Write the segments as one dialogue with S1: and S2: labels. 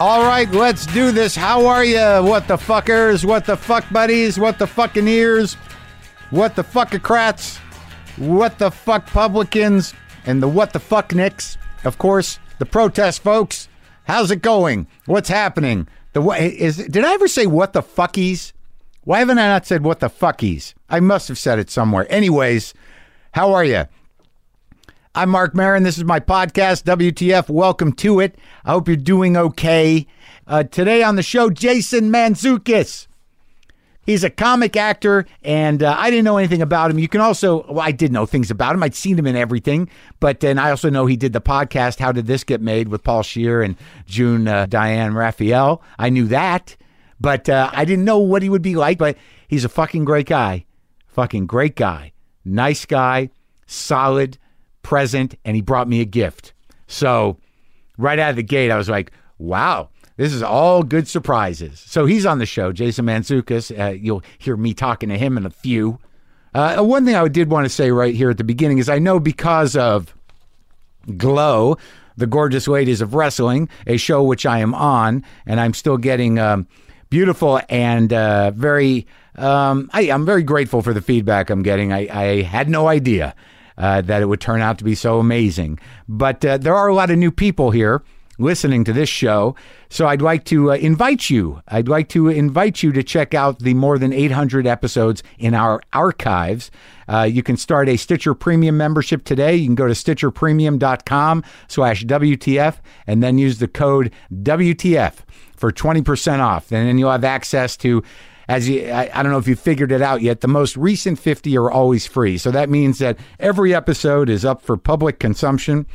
S1: All right, let's do this. How are you? What the fuckers? What the fuck buddies? What the fucking ears? What the fuckocrats? What the fuck publicans? And the what the fuck nicks? Of course, the protest folks. How's it going? What's happening? The what is? Did I ever say what the fuckies? Why haven't I not said what the fuckies? I must have said it somewhere. Anyways, how are you? I'm Mark Marin. This is my podcast, WTF. Welcome to it. I hope you're doing okay. Uh, today on the show, Jason Manzukis. He's a comic actor, and uh, I didn't know anything about him. You can also, well, I did know things about him. I'd seen him in everything, but then I also know he did the podcast, How Did This Get Made, with Paul Shear and June uh, Diane Raphael. I knew that, but uh, I didn't know what he would be like, but he's a fucking great guy. Fucking great guy. Nice guy, solid, present, and he brought me a gift. So, right out of the gate, I was like, wow, this is all good surprises. So he's on the show, Jason Manzukis. Uh, you'll hear me talking to him in a few. Uh, one thing I did want to say right here at the beginning is I know because of Glow, The Gorgeous Ladies of Wrestling, a show which I am on, and I'm still getting um, beautiful and uh, very. Um, I, I'm very grateful for the feedback I'm getting. I, I had no idea uh, that it would turn out to be so amazing. But uh, there are a lot of new people here listening to this show, so I'd like to uh, invite you. I'd like to invite you to check out the more than 800 episodes in our archives. Uh, you can start a Stitcher Premium membership today. You can go to stitcherpremium.com/wtf and then use the code WTF for 20% off. And then you'll have access to as you, I, I don't know if you figured it out yet, the most recent 50 are always free. So that means that every episode is up for public consumption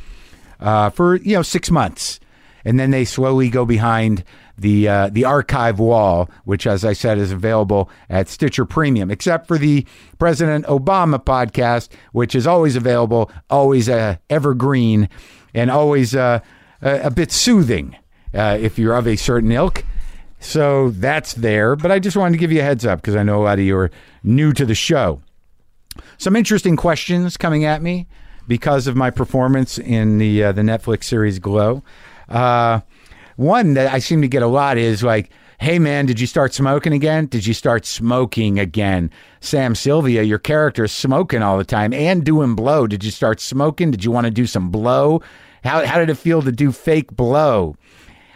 S1: uh, for you know six months, and then they slowly go behind the uh, the archive wall, which, as I said, is available at Stitcher Premium, except for the President Obama podcast, which is always available, always uh, evergreen, and always uh, a, a bit soothing uh, if you're of a certain ilk. So that's there, but I just wanted to give you a heads up because I know a lot of you are new to the show some interesting questions coming at me because of my performance in the uh, the Netflix series Glow. Uh, one that I seem to get a lot is like, "Hey man, did you start smoking again? Did you start smoking again?" Sam Sylvia, your character is smoking all the time and doing blow. Did you start smoking? Did you want to do some blow? How how did it feel to do fake blow?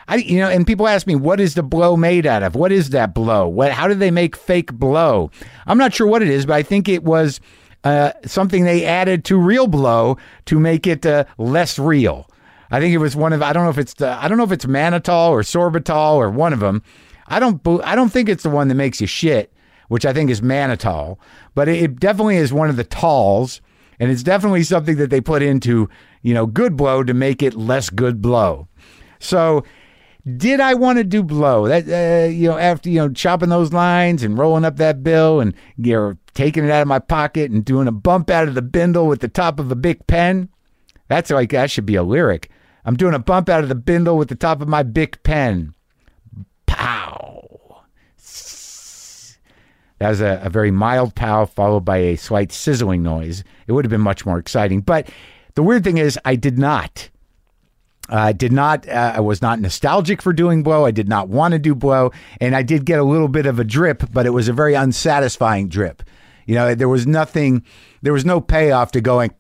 S1: I, you know, and people ask me, what is the blow made out of? What is that blow? What? How did they make fake blow? I'm not sure what it is, but I think it was uh, something they added to real blow to make it uh, less real. I think it was one of I don't know if it's the, I don't know if it's mannitol or sorbitol or one of them. I don't bel- I don't think it's the one that makes you shit, which I think is mannitol, but it, it definitely is one of the talls, and it's definitely something that they put into you know good blow to make it less good blow. So, did I want to do blow? That uh, you know, after you know, chopping those lines and rolling up that bill and you know, taking it out of my pocket and doing a bump out of the bindle with the top of a big pen. That's like that should be a lyric. I'm doing a bump out of the bindle with the top of my big pen. Pow. That was a, a very mild pow followed by a slight sizzling noise. It would have been much more exciting. But the weird thing is, I did not. I did not. Uh, I was not nostalgic for doing blow. I did not want to do blow, and I did get a little bit of a drip, but it was a very unsatisfying drip. You know, there was nothing. There was no payoff to going.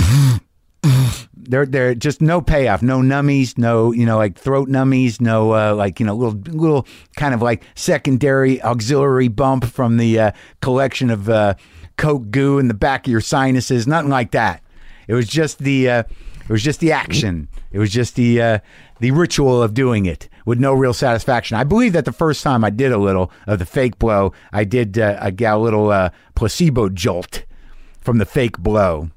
S1: there, there, just no payoff. No nummies. No, you know, like throat nummies. No, uh, like you know, little, little kind of like secondary auxiliary bump from the uh, collection of uh, coke goo in the back of your sinuses. Nothing like that. It was just the uh, it was just the action. It was just the uh, the ritual of doing it with no real satisfaction. I believe that the first time I did a little of the fake blow, I did uh, I got a little uh, placebo jolt from the fake blow.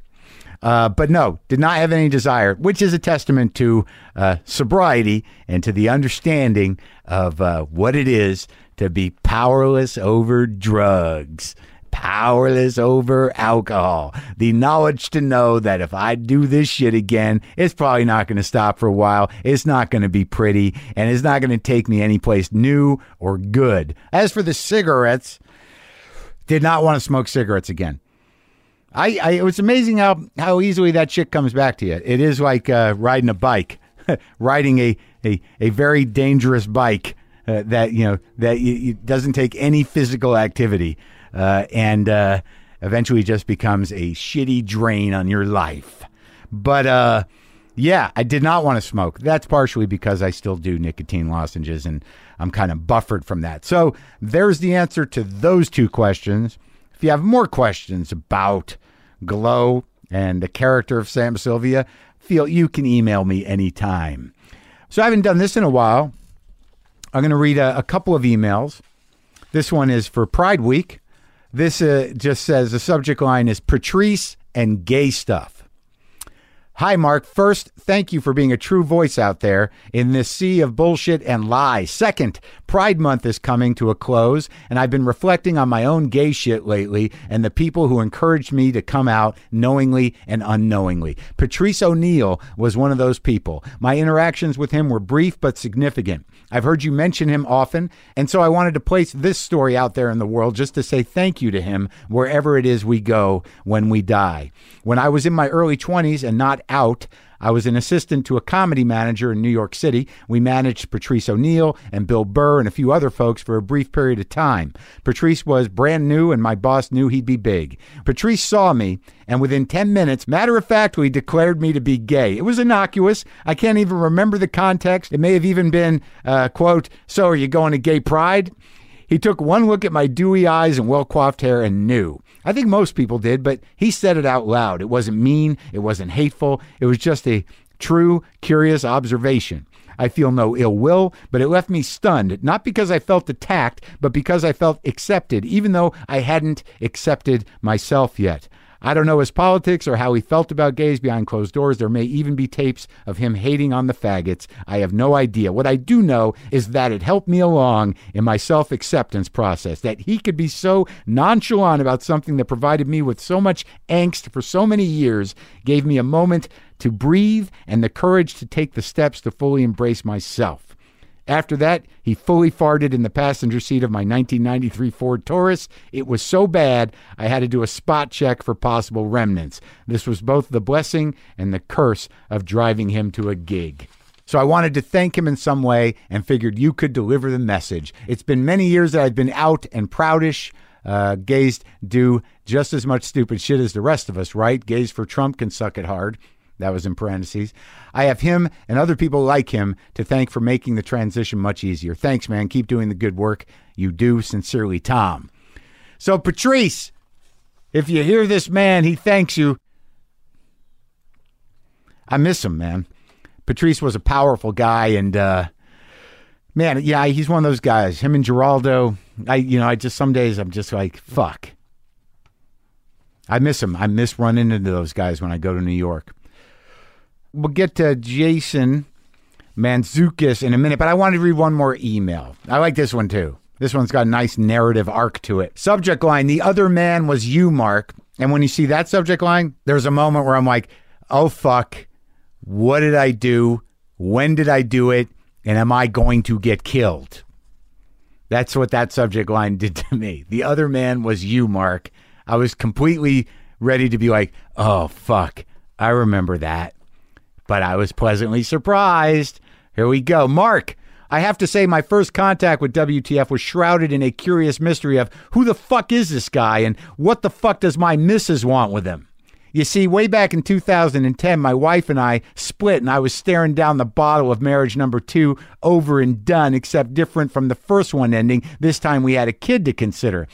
S1: Uh, but no, did not have any desire, which is a testament to uh, sobriety and to the understanding of uh, what it is to be powerless over drugs, powerless over alcohol. The knowledge to know that if I do this shit again, it's probably not going to stop for a while. It's not going to be pretty, and it's not going to take me anyplace new or good. As for the cigarettes, did not want to smoke cigarettes again. I, I it was amazing how how easily that shit comes back to you. It is like uh, riding a bike, riding a, a a, a very dangerous bike uh, that you know that you, you doesn't take any physical activity uh, and uh, eventually just becomes a shitty drain on your life. But uh, yeah, I did not want to smoke. That's partially because I still do nicotine lozenges and I'm kind of buffered from that. So there's the answer to those two questions. If you have more questions about Glow and the character of Sam Sylvia, feel you can email me anytime. So I haven't done this in a while. I'm going to read a, a couple of emails. This one is for Pride Week. This uh, just says the subject line is Patrice and gay stuff. Hi, Mark. First, thank you for being a true voice out there in this sea of bullshit and lies. Second, Pride Month is coming to a close, and I've been reflecting on my own gay shit lately and the people who encouraged me to come out knowingly and unknowingly. Patrice O'Neill was one of those people. My interactions with him were brief but significant. I've heard you mention him often, and so I wanted to place this story out there in the world just to say thank you to him wherever it is we go when we die. When I was in my early 20s and not out, I was an assistant to a comedy manager in New York City. We managed Patrice O'Neill and Bill Burr and a few other folks for a brief period of time. Patrice was brand new, and my boss knew he'd be big. Patrice saw me, and within 10 minutes, matter of factly, declared me to be gay. It was innocuous. I can't even remember the context. It may have even been, uh, quote, So are you going to gay pride? He took one look at my dewy eyes and well coiffed hair and knew. I think most people did, but he said it out loud. It wasn't mean, it wasn't hateful, it was just a true, curious observation. I feel no ill will, but it left me stunned, not because I felt attacked, but because I felt accepted, even though I hadn't accepted myself yet. I don't know his politics or how he felt about gays behind closed doors. There may even be tapes of him hating on the faggots. I have no idea. What I do know is that it helped me along in my self acceptance process, that he could be so nonchalant about something that provided me with so much angst for so many years, gave me a moment to breathe and the courage to take the steps to fully embrace myself. After that, he fully farted in the passenger seat of my 1993 Ford Taurus. It was so bad, I had to do a spot check for possible remnants. This was both the blessing and the curse of driving him to a gig. So I wanted to thank him in some way and figured you could deliver the message. It's been many years that I've been out and proudish. Uh, gays do just as much stupid shit as the rest of us, right? Gays for Trump can suck it hard. That was in parentheses. I have him and other people like him to thank for making the transition much easier. Thanks, man. Keep doing the good work you do. Sincerely, Tom. So, Patrice, if you hear this man, he thanks you. I miss him, man. Patrice was a powerful guy, and uh, man, yeah, he's one of those guys. Him and Geraldo. I, you know, I just some days I'm just like, fuck. I miss him. I miss running into those guys when I go to New York. We'll get to Jason Manzukis in a minute, but I wanted to read one more email. I like this one too. This one's got a nice narrative arc to it. Subject line The other man was you, Mark. And when you see that subject line, there's a moment where I'm like, oh, fuck. What did I do? When did I do it? And am I going to get killed? That's what that subject line did to me. The other man was you, Mark. I was completely ready to be like, oh, fuck, I remember that. But I was pleasantly surprised. Here we go. Mark, I have to say, my first contact with WTF was shrouded in a curious mystery of who the fuck is this guy and what the fuck does my missus want with him? You see, way back in 2010, my wife and I split, and I was staring down the bottle of marriage number two, over and done, except different from the first one ending. This time we had a kid to consider.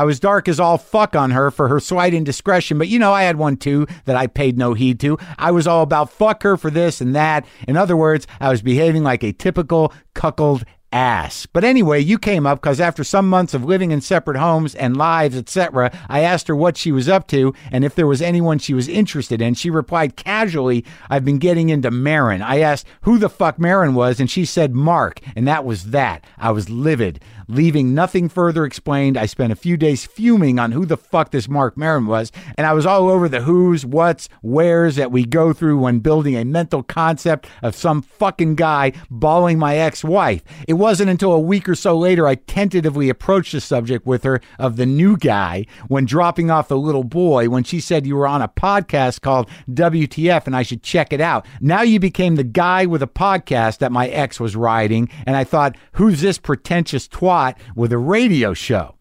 S1: I was dark as all fuck on her for her slight indiscretion, but you know, I had one too that I paid no heed to. I was all about fuck her for this and that. In other words, I was behaving like a typical cuckold ass. But anyway, you came up because after some months of living in separate homes and lives, etc., I asked her what she was up to and if there was anyone she was interested in. She replied casually, I've been getting into Marin. I asked who the fuck Marin was, and she said Mark, and that was that. I was livid. Leaving nothing further explained, I spent a few days fuming on who the fuck this Mark Marin was, and I was all over the who's, what's, where's that we go through when building a mental concept of some fucking guy bawling my ex wife. It wasn't until a week or so later I tentatively approached the subject with her of the new guy when dropping off the little boy when she said you were on a podcast called WTF and I should check it out. Now you became the guy with a podcast that my ex was riding, and I thought, who's this pretentious twat with a radio show?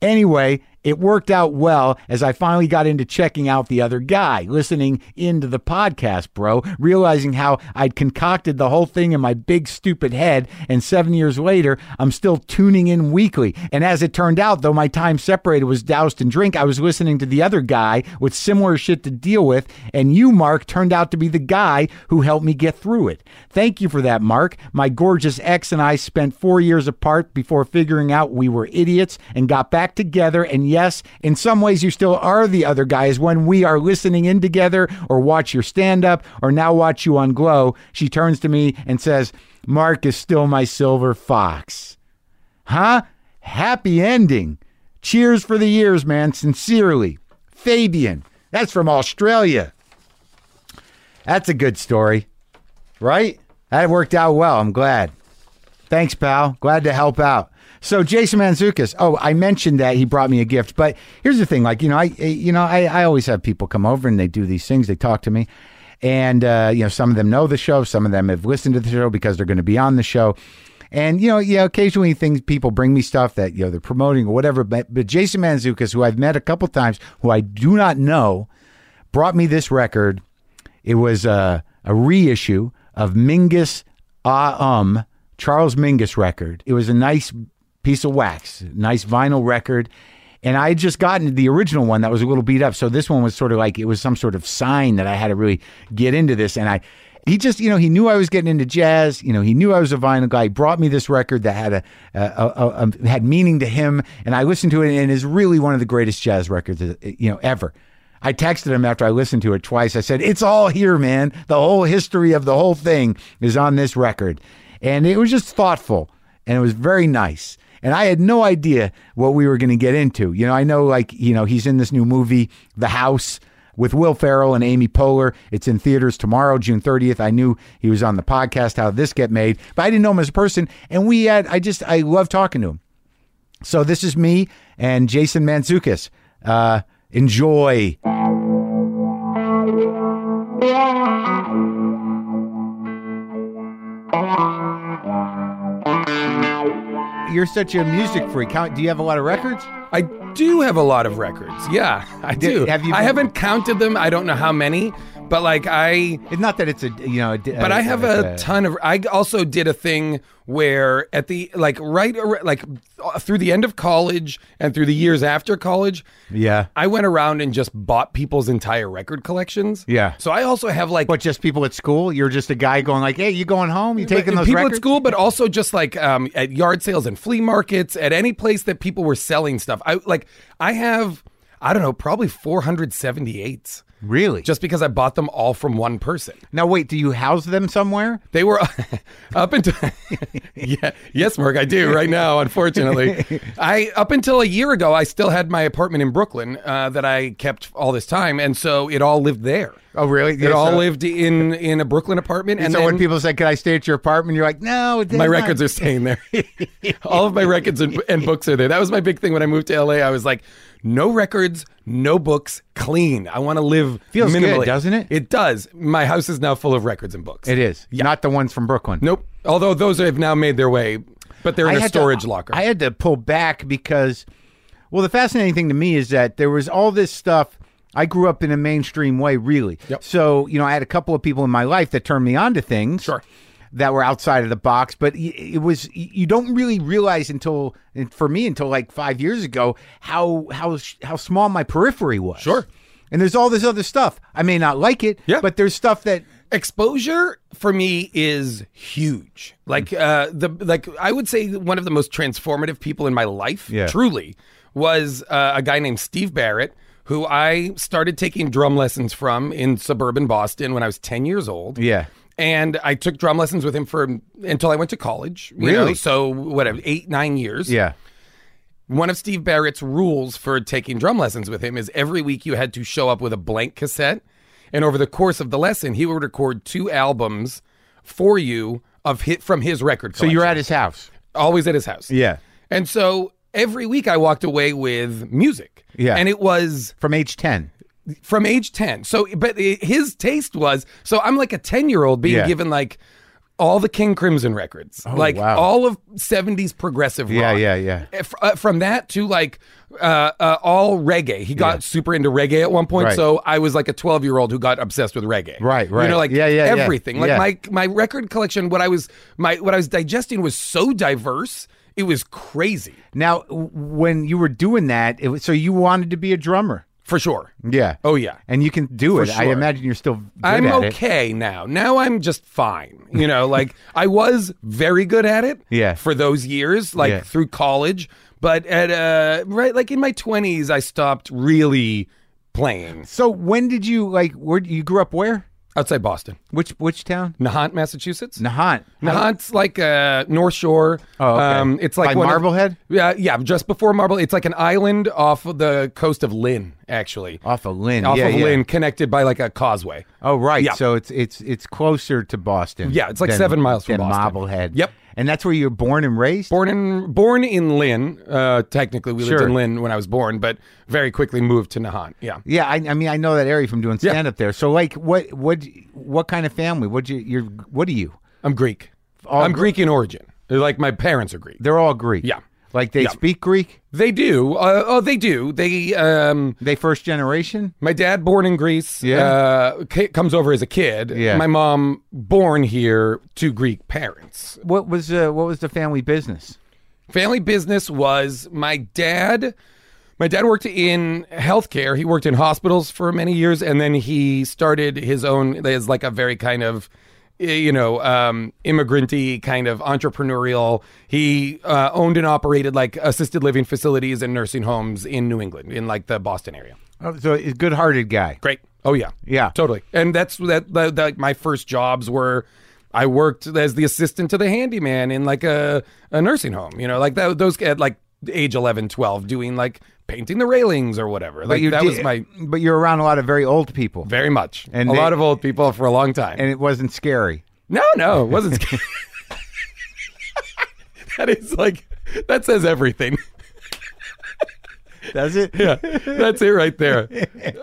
S1: Anyway, it worked out well as I finally got into checking out the other guy, listening into the podcast, bro, realizing how I'd concocted the whole thing in my big stupid head. And seven years later, I'm still tuning in weekly. And as it turned out, though my time separated was doused in drink, I was listening to the other guy with similar shit to deal with. And you, Mark, turned out to be the guy who helped me get through it. Thank you for that, Mark. My gorgeous ex and I spent four years apart before figuring out we were idiots and got back together. And yes, in some ways you still are the other guys when we are listening in together or watch your stand up or now watch you on Glow. She turns to me and says, Mark is still my silver fox. Huh? Happy ending. Cheers for the years, man. Sincerely, Fabian. That's from Australia. That's a good story, right? That worked out well. I'm glad. Thanks, pal. Glad to help out. So Jason Manzukis. Oh, I mentioned that he brought me a gift, but here's the thing. Like you know, I eh, you know I, I always have people come over and they do these things. They talk to me, and uh, you know some of them know the show, some of them have listened to the show because they're going to be on the show. And you know, yeah, occasionally things people bring me stuff that you know they're promoting or whatever. But, but Jason Manzukis, who I've met a couple times, who I do not know, brought me this record. It was uh, a reissue of Mingus Ah Um Charles Mingus record. It was a nice piece of wax, nice vinyl record. And I had just gotten the original one that was a little beat up. So this one was sort of like it was some sort of sign that I had to really get into this. And I, he just, you know, he knew I was getting into jazz. You know, he knew I was a vinyl guy. He brought me this record that had a, a, a, a had meaning to him. And I listened to it and is really one of the greatest jazz records, uh, you know, ever. I texted him after I listened to it twice. I said, It's all here, man. The whole history of the whole thing is on this record. And it was just thoughtful and it was very nice and I had no idea what we were going to get into. You know, I know like you know he's in this new movie, The House, with Will Ferrell and Amy Poehler. It's in theaters tomorrow, June 30th. I knew he was on the podcast. How did this get made? But I didn't know him as a person, and we had I just I love talking to him. So this is me and Jason Manzukis. Uh, enjoy. You're such a music freak. How, do you have a lot of records?
S2: I do have a lot of records. Yeah, I
S1: Did-
S2: do.
S1: have you
S2: I
S1: been-
S2: haven't counted them. I don't know how many, but like I
S1: It's not that it's a you know. A,
S2: but I have a ton of. I also did a thing where at the like right ar- like uh, through the end of college and through the years after college,
S1: Yeah.
S2: I went around and just bought people's entire record collections.
S1: Yeah.
S2: So I also have like
S1: But just people at school. You're just a guy going like, "Hey, you going home? You taking those
S2: people
S1: records?"
S2: at school, but also just like um, at yard sales and flea markets, at any place that people were selling stuff. I like I have I don't know probably 478s
S1: Really?
S2: just because I bought them all from one person.
S1: now, wait. Do you house them somewhere?
S2: They were up until yeah, yes, Mark, I do right now. Unfortunately, I up until a year ago, I still had my apartment in Brooklyn uh, that I kept all this time, and so it all lived there.
S1: Oh, really?
S2: It all
S1: so,
S2: lived in in a Brooklyn apartment, and
S1: so
S2: then
S1: when people say, "Can I stay at your apartment?" You're like, "No,
S2: my records are staying there. all of my records and, and books are there. That was my big thing when I moved to LA. I was like, no records, no books, clean. I want to live
S1: Feels good,
S2: minimally,
S1: doesn't it?
S2: It does. My house is now full of records and books.
S1: It is not the ones from Brooklyn.
S2: Nope. Although those have now made their way, but they're in a
S1: had to-
S2: storage locker.
S1: I had to pull back because, well, the fascinating thing to me is that there was all this stuff. I grew up in a mainstream way, really.
S2: Yep.
S1: So, you know, I had a couple of people in my life that turned me on to things.
S2: Sure.
S1: That were outside of the box, but y- it was y- you don't really realize until for me until like five years ago how how sh- how small my periphery was.
S2: Sure.
S1: and there's all this other stuff. I may not like it,
S2: Yeah.
S1: but there's stuff that
S2: Exposure for me is huge.
S1: Mm.
S2: Like uh, the like I would say one of the most transformative people in my life,
S1: Yeah.
S2: truly, was uh, a guy named Steve Barrett. Who I started taking drum lessons from in suburban Boston when I was 10 years old.
S1: Yeah.
S2: And I took drum lessons with him for until I went to college. you
S1: Really?
S2: know, so, whatever, eight, nine years. One of Steve Barrett's rules for taking drum lessons with him is every week you had to show up with a blank cassette. And over the course of the lesson, he would record two albums for you of hit from his record.
S1: So you're at his house.
S2: always at his house.
S1: Yeah.
S2: And so every week I walked away with music.
S1: Yeah.
S2: And it was
S1: From age 10.
S2: from age 10. So, but i- his taste was so I'm like a 10 year old being
S1: Yeah. Oh,
S2: given like all the King Crimson records, like
S1: wow.
S2: all of 70s progressive
S1: Yeah,
S2: rock.
S1: yeah, yeah.
S2: Eh, fr- uh, from that to like uh, uh, all reggae. He got super into reggae at one point.
S1: Right.
S2: So I was like a 12 year old who got obsessed with reggae.
S1: Right,
S2: You
S1: right.
S2: know, like
S1: Yeah, yeah, yeah.
S2: everything. Like
S1: Yeah.
S2: my my record collection, what I was my what I was digesting was so diverse. It was crazy
S1: Now, w- when you were doing that, it was, so you wanted to be a drummer.
S2: for sure.
S1: Yeah.
S2: Oh yeah.
S1: And you can do it. I
S2: sure.
S1: imagine you're still good
S2: I'm
S1: at it.
S2: okay now. Now I'm just fine. You know, like I was very good at it.
S1: Yeah.
S2: For those years, like
S1: Yeah.
S2: through college, but at uh right like in my 20s I stopped really playing
S1: So when did you like? Where you grew up? Where?
S2: outside Boston.
S1: Which which town?
S2: Nahant, Massachusetts.
S1: Nahant.
S2: Nahant's like uh North Shore.
S1: Oh, okay.
S2: um it's like
S1: By
S2: one of-
S1: Marblehead?
S2: yeah, yeah, just before Marble. It's like an island off of the coast of Lynn actually.
S1: Off of Lynn.
S2: off
S1: Oh, yeah,
S2: of
S1: yeah.
S2: Lynn connected by like a causeway.
S1: Oh right.
S2: Yeah.
S1: So it's it's it's closer to Boston.
S2: Yeah, it's like seven miles from
S1: than
S2: Boston.
S1: Marblehead.
S2: Yep.
S1: And that's where you were born and raised.
S2: Born in born in Lynn. Uh, technically, we lived
S1: Sure.
S2: in Lynn when I was born, but very quickly moved to Nahant. Yeah.
S1: yeah, I, I mean I know that area from doing stand up there. So like what what what kind of family? What you you're what are you?
S2: I'm Greek. I'm Greek in origin. Like my parents are Greek.
S1: They're all Greek.
S2: Yeah.
S1: Like they speak Greek?
S2: They do. Uh, oh, they do. They. Um,
S1: They first generation?
S2: my dad born in Greece.
S1: Yeah.
S2: Uh, ca- comes over as a kid.
S1: Yeah.
S2: My mom born here to Greek parents.
S1: What was uh, what was the family business?
S2: Family business was my dad. My dad worked in healthcare. He worked in hospitals for many years, and then he started his own as like a very kind of, eh, you know, um, immigranty kind of entrepreneurial. He uh, owned and operated like assisted living facilities and nursing homes in New England, in like the Boston area.
S1: Oh, so a good-hearted guy.
S2: Great. Oh yeah.
S1: Yeah.
S2: Totally. And that's that. that, that my first jobs were. I worked as the assistant to the handyman in like a, a nursing home. You know, like that, those at like age 11, 12, doing like painting the railings or whatever. Like
S1: you
S2: that
S1: did-
S2: was my
S1: But you're around a lot of very old people,
S2: very much
S1: And
S2: a
S1: they-
S2: lot of old people for a long time.
S1: and it wasn't scary.
S2: no, no, it wasn't. scary. that is like that says everything.
S1: Does it?
S2: yeah, that's it right there.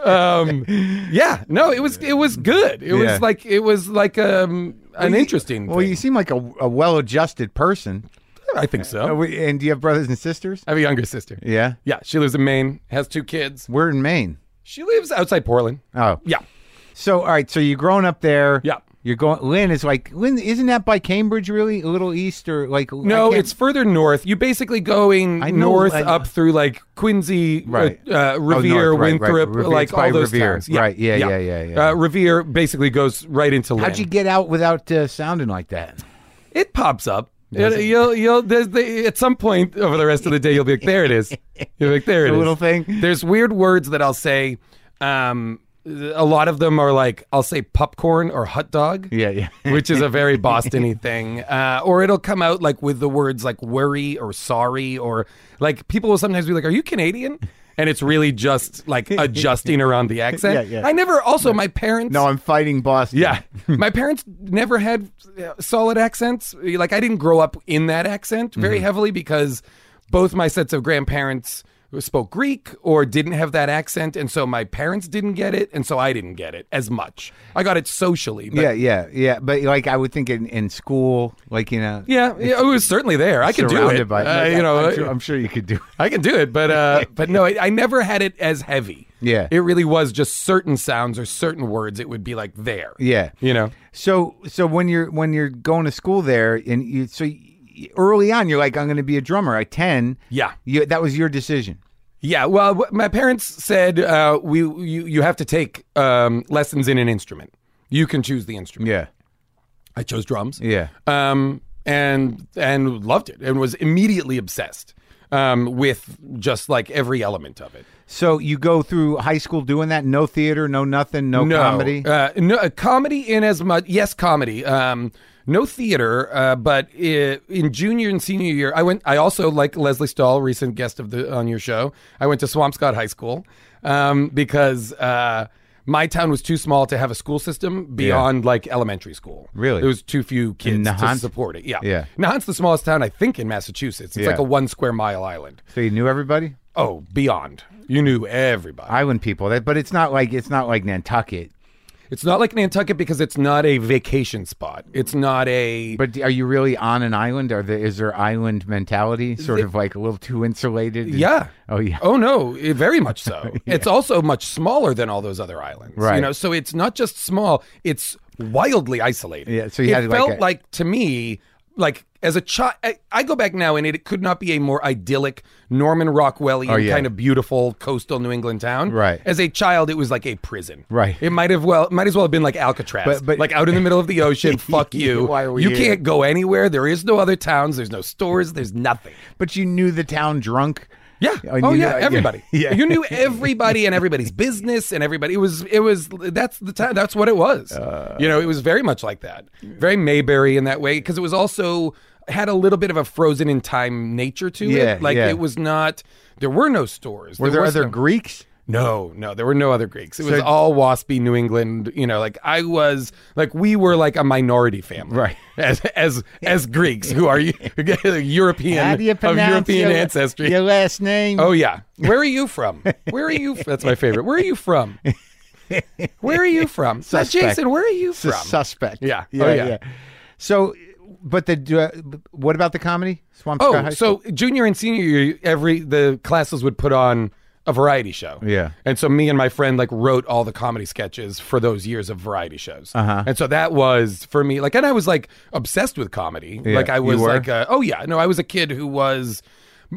S2: Um, yeah, no, it was it was good. It
S1: Yeah.
S2: was like it was like um, an interesting.
S1: Well,
S2: thing.
S1: you seem like a, a well-adjusted person.
S2: I think
S1: Are
S2: so.
S1: we- and do you have brothers and sisters?
S2: I have a younger sister.
S1: Yeah,
S2: Yeah, she lives in Maine, has two kids.
S1: we're in Maine.
S2: She lives outside Portland.
S1: Oh,
S2: Yeah,
S1: so all right. So you're growing up there.
S2: Yeah.
S1: You're going. Lynn is like Lynn. Isn't that by Cambridge? Really, a little east or like? I
S2: no,
S1: can't-
S2: it's further north. You basically going
S1: I know,
S2: north
S1: I-
S2: up through like Quincy, uh,
S1: Right. Oh,
S2: uh,
S1: north,
S2: Revere,
S1: right, right.
S2: Winthrop,
S1: Revere, it's
S2: like
S1: by
S2: all those
S1: Revere.
S2: towns.
S1: Right, yeah, yeah, yeah, yeah.
S2: Uh, Revere basically goes right into. Lynn.
S1: How'd you get out without uh, sounding like that?
S2: It pops up. It- you'll you'll there's the, at some point over the rest of the day you'll be like there it is. You'll be like there it is.
S1: The little thing?
S2: There's weird words that I'll say. Um, a lot of them are like I'll say popcorn or hot dog.
S1: Yeah, yeah.
S2: Which is a very Boston-y thing, uh, or it'll come out like with the words like worry or sorry or like people will sometimes be like, "Are you Canadian?" And it's really just like adjusting around the accent.
S1: Yeah, yeah.
S2: I never. Also, my parents.
S1: No, I'm fighting Boston.
S2: Yeah. My parents never had uh, solid accents. Like, I didn't grow up in that accent very
S1: Mm-hmm.
S2: heavily because both my sets of grandparents spoke Greek or didn't have that accent. And so my parents didn't get it. And so I didn't get it as much. I got it socially. But
S1: yeah, yeah, yeah. But like, I would think in, in school, like you know,
S2: yeah. Yeah. It was certainly there. I could do
S1: surrounded
S2: it.
S1: by,
S2: Uh,
S1: like,
S2: you know,
S1: I'm sure, I'm sure you could do. it.
S2: I can do it, but uh, but no, I, I never had it as heavy.
S1: Yeah.
S2: it really was just certain sounds or certain words. It would be like there.
S1: Yeah.
S2: you know,
S1: So so when you're when you're going to school there and you so y early on you're like I'm going to be a drummer at 10.
S2: Yeah.
S1: You, that was your decision.
S2: Yeah, well, w- my parents said uh, we you, you have to take um, lessons in an instrument. You can choose the instrument.
S1: Yeah.
S2: I chose drums.
S1: Yeah.
S2: Um, and and loved it and was immediately obsessed um, with just like every element of it.
S1: So you go through high school doing that no theater, no nothing, no, comedy.
S2: Uh, no, uh, comedy in as much. Yes, comedy. Um, no theater, uh, but i in junior and senior year, I went. I also like Leslie Stahl, recent guest of the on your show. I went to Swampscott High School um, because uh, my town was too small to have a school system beyond like elementary school.
S1: Really?
S2: There was too few kids to
S1: Nahant?
S2: support it. Yeah.
S1: Yeah.
S2: Nahant's the smallest town I think in Massachusetts. It's
S1: Yeah.
S2: like a one square mile island.
S1: So you knew everybody,
S2: Oh, beyond. You knew everybody.
S1: island people. That, but it's not like it's not like Nantucket.
S2: It's not like Nantucket because it's not a vacation spot. It's not a
S1: But are you really on an island? Are there is there island mentality? Sort of like a little too insulated.
S2: Yeah.
S1: Oh yeah.
S2: Oh no, eh, very much so. It's also much smaller than all those other islands.
S1: Right.
S2: You know, so it's not just small, it's wildly isolated.
S1: Yeah, so you
S2: it
S1: had, like,
S2: felt
S1: a-
S2: like to me like as a child, I, I go back now and it, it could not be a more idyllic Norman Rockwellian
S1: Oh, yeah.
S2: kind of beautiful coastal New England town.
S1: Right.
S2: As a child, it was like a prison.
S1: Right.
S2: It might have well might as well have been like Alcatraz,
S1: But- but-
S2: like out in the middle of the ocean. fuck you.
S1: Why are we
S2: you
S1: here?
S2: can't go anywhere. There is no other towns. There's no stores. There's nothing.
S1: But you knew the town drunk.
S2: Yeah.
S1: And
S2: Oh
S1: you
S2: yeah.
S1: knew-
S2: Everybody.
S1: Yeah.
S2: You knew everybody and everybody's business and everybody. It was. It was. That's the time. That's what it was.
S1: Uh.
S2: you know. It was very much like that. Very Mayberry in that way because it was also had a little bit of a frozen in time nature to
S1: Yeah,
S2: it. Like
S1: yeah.
S2: it was not. There were no stores.
S1: Were there
S2: was
S1: other
S2: no-
S1: Greeks?
S2: no, no, there were no other Greeks. It was
S1: So-
S2: all waspy New England. You know, like I was, like we were like a minority family,
S1: Right.
S2: As as as Greeks who are European
S1: How do you
S2: of
S1: pronounce
S2: European
S1: your-
S2: ancestry.
S1: Your last name.
S2: Oh yeah. Where are you from? Where are you? That's my favorite. Where are you from? Where are you from? Uh,
S1: Suspect.
S2: Jason, where are you
S1: It's a
S2: from?
S1: suspect.
S2: Yeah. Oh, yeah.
S1: So, but the uh, what about the comedy? Swamp Scott
S2: oh,
S1: High
S2: so junior and senior year, every the classes would put on a variety show.
S1: Yeah.
S2: And so me and my friend like wrote all the comedy sketches for those years of variety shows. Uh-huh. And so that was for me like and I was like obsessed with comedy. Like I
S1: you
S2: was
S1: were?
S2: like a, oh yeah, no, I was a kid who was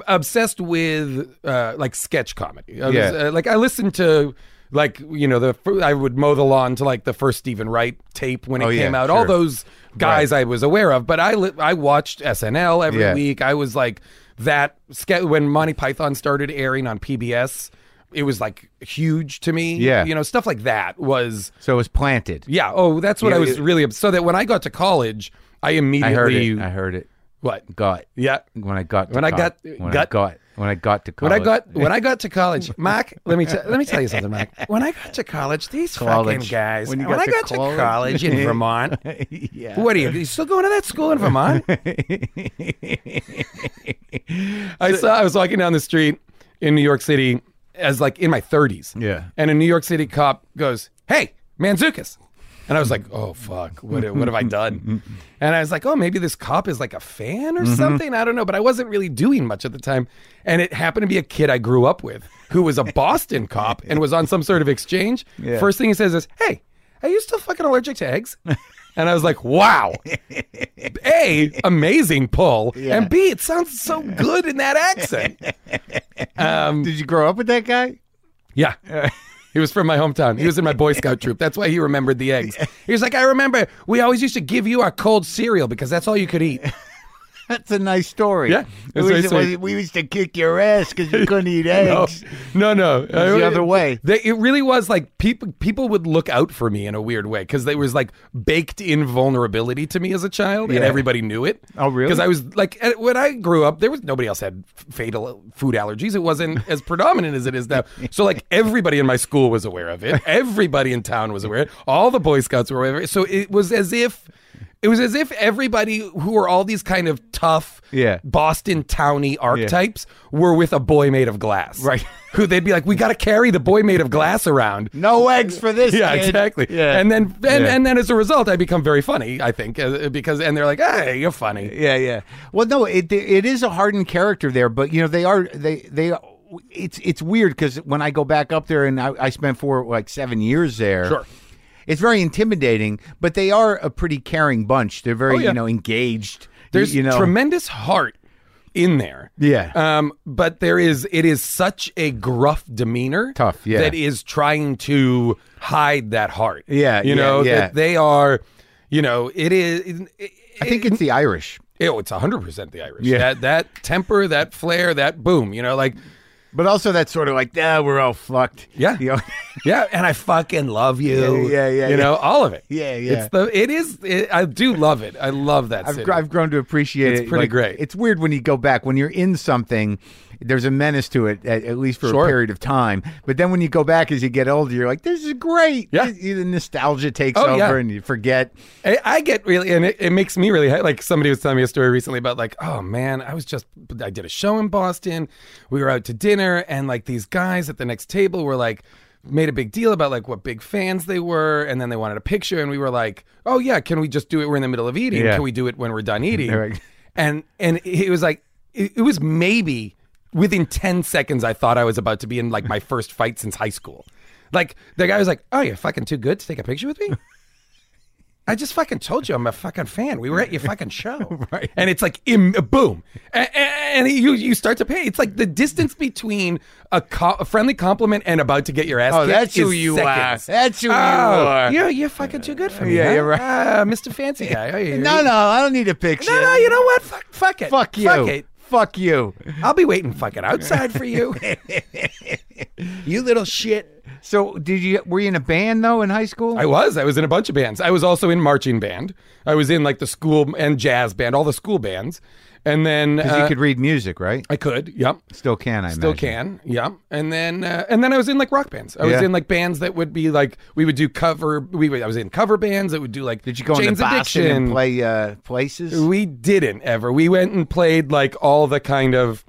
S2: obsessed with uh like sketch comedy. I was,
S1: Yeah.
S2: uh, like I listened to like you know the fir- I would mow the lawn to like the first Stephen Wright tape when it
S1: Oh, yeah,
S2: came out. All
S1: sure.
S2: those guys I was aware of, but I li- I watched SNL every
S1: Yeah.
S2: week week. I was like that ske- when Monty Python started airing on PBS. It was like huge to me.
S1: Yeah.
S2: you know stuff like that was
S1: So it was planted.
S2: yeah. Oh, that's what
S1: Yeah,
S2: I was
S1: it-
S2: really so that when I got to college, I
S1: I
S2: immediately
S1: heard it. I heard it.
S2: what
S1: Got
S2: yeah.
S1: when I got to
S2: When I
S1: col-
S2: got-
S1: when I
S2: got-
S1: got when I got to
S2: When
S1: college.
S2: I got when I got to college, Mark, let me t- let me tell you something, Mark. When I got to college, these fucking
S1: College.
S2: guys.
S1: When
S2: When,
S1: you got
S2: I
S1: to
S2: got
S1: college.
S2: to college in Vermont,
S1: yeah.
S2: what are you? You still going to that school in Vermont? I saw I was walking down the street in New York City as like in my 30s.
S1: Yeah.
S2: And a New York City cop goes, "Hey, Manzukis." And I was like, "Oh fuck, what what have I done?" And I was like, "Oh, maybe this cop is like a fan
S1: Mm-hmm.
S2: or something. I don't know, but I wasn't really doing much at the time." And it happened to be a kid I grew up with who was a Boston cop and was on some sort of exchange.
S1: Yeah.
S2: First thing he says is, "Hey, are you still fucking allergic to eggs?" And I was like, "Wow, a amazing pull, and B it sounds so good in that accent."
S1: Did you grow up with that guy?
S2: Yeah. He was from my hometown. He was in my Boy Scout troop. That's why he remembered the eggs. He was like, I remember we always used to give you our cold cereal because that's all you could eat.
S1: That's a nice story.
S2: Yeah,
S1: We
S2: that's
S1: used,
S2: very
S1: to,
S2: sweet.
S1: we used to kick your ass because you couldn't eat eggs.
S2: No, no.
S1: was the other way.
S2: They, it really was like people people would look out for me in a weird way because there was like baked in vulnerability to me as a child, and
S1: Yeah.
S2: everybody knew it.
S1: Oh, really?
S2: Because I was like, at- when I grew up, there was nobody else had f- fatal food allergies. It wasn't as predominant as it is now. So like everybody in my school was aware of it. Everybody in town was aware. of it. All the Boy Scouts were aware. Of it. So it was as if. It was as if everybody who were all these kind of tough,
S1: Yeah.
S2: Boston towny archetypes were with a boy made of glass.
S1: Right.
S2: Who they'd be like, we got to carry the boy made of glass around.
S1: No eggs for this.
S2: Yeah,
S1: kid.
S2: exactly.
S1: Yeah.
S2: And then and,
S1: Yeah.
S2: and then as a result, I become very funny, I think, uh, because and they're like, hey, you're funny.
S1: Yeah, yeah. Well, no, it it is a hardened character there, but you know they are they they. It's it's weird because when I go back up there and I, I spent for like seven years there.
S2: Sure.
S1: It's very intimidating, but they are a pretty caring bunch. They're very
S2: Oh, yeah.
S1: you know engaged.
S2: There's
S1: you know
S2: tremendous heart in there.
S1: Yeah.
S2: Um, but there is it is such a gruff demeanor.
S1: Tough, yeah.
S2: That is trying to hide that heart.
S1: Yeah,
S2: You
S1: yeah,
S2: know,
S1: yeah.
S2: that they are, you know, it is
S1: I think it's the Irish,
S2: Oh, it's 100% the Irish.
S1: Yeah.
S2: That that temper, that flair, that boom, you know, like
S1: but also that sort of like ah, we're all fucked.
S2: Yeah.
S1: You know?
S2: yeah, and I fucking love you.
S1: Yeah, yeah, yeah,
S2: You know, all of it.
S1: Yeah, yeah.
S2: It's the it is it, I do love it. I love that
S1: I've,
S2: city.
S1: gr- I've grown to appreciate
S2: It's
S1: it.
S2: pretty great.
S1: It's weird when you go back. When you're in something, there's a menace to it, at, at least for
S2: Sure.
S1: a period of time. But then when you go back as you get older, you're like, this is great.
S2: Yeah.
S1: This- the nostalgia takes
S2: Oh,
S1: over
S2: yeah.
S1: and you forget.
S2: I, I get really, and it, it makes me really ha- like somebody was telling me a story recently about like, oh man, I was just I did a show in Boston. We were out to dinner, and like these guys at the next table were like made a big deal about like what big fans they were, and then they wanted a picture, and we were like, oh yeah, can we just do it? We're in the middle of eating.
S1: Yeah.
S2: Can we do it when we're done eating?
S1: Right.
S2: And and it was like it, it was maybe within ten seconds I thought I was about to be in like my first fight since high school. Like the guy was like, oh you're fucking too good to take a picture with me. I just fucking told you I'm a fucking fan. We were at your fucking show, right? And it's like, Im- boom, and, and you you start to pay. It's like the distance between a, co- a friendly compliment and about to get your ass.
S1: Oh,
S2: kicked
S1: that's who
S2: is
S1: you
S2: seconds.
S1: are. That's who you
S2: oh,
S1: are.
S2: You're you're fucking too good for me.
S1: Yeah,
S2: huh?
S1: you're right.
S2: uh, Mr. Fancy Guy. Oh, yeah,
S1: No, no, I don't need a picture.
S2: no, no. You know what? Fuck, fuck it.
S1: Fuck you.
S2: Fuck it.
S1: Fuck you.
S2: I'll be waiting fucking outside for you. you little shit.
S1: So, did you were you in a band though in high school?
S2: I was. I was in a bunch of bands. I was also in marching band. I was in like the school and jazz band, all the school bands. And then
S1: Because you
S2: uh,
S1: could read music, right?
S2: I could, yep.
S1: Still can, I
S2: Still can,
S1: imagine.
S2: yeah. And then uh, and then I was in like rock bands. I was
S1: Yeah.
S2: in like bands that would be like we would do cover. We would, I was in cover bands that would do like
S1: Did you go
S2: Jane's
S1: into Boston
S2: Addiction
S1: and play uh, places?
S2: We didn't ever. We went and played like all the kind of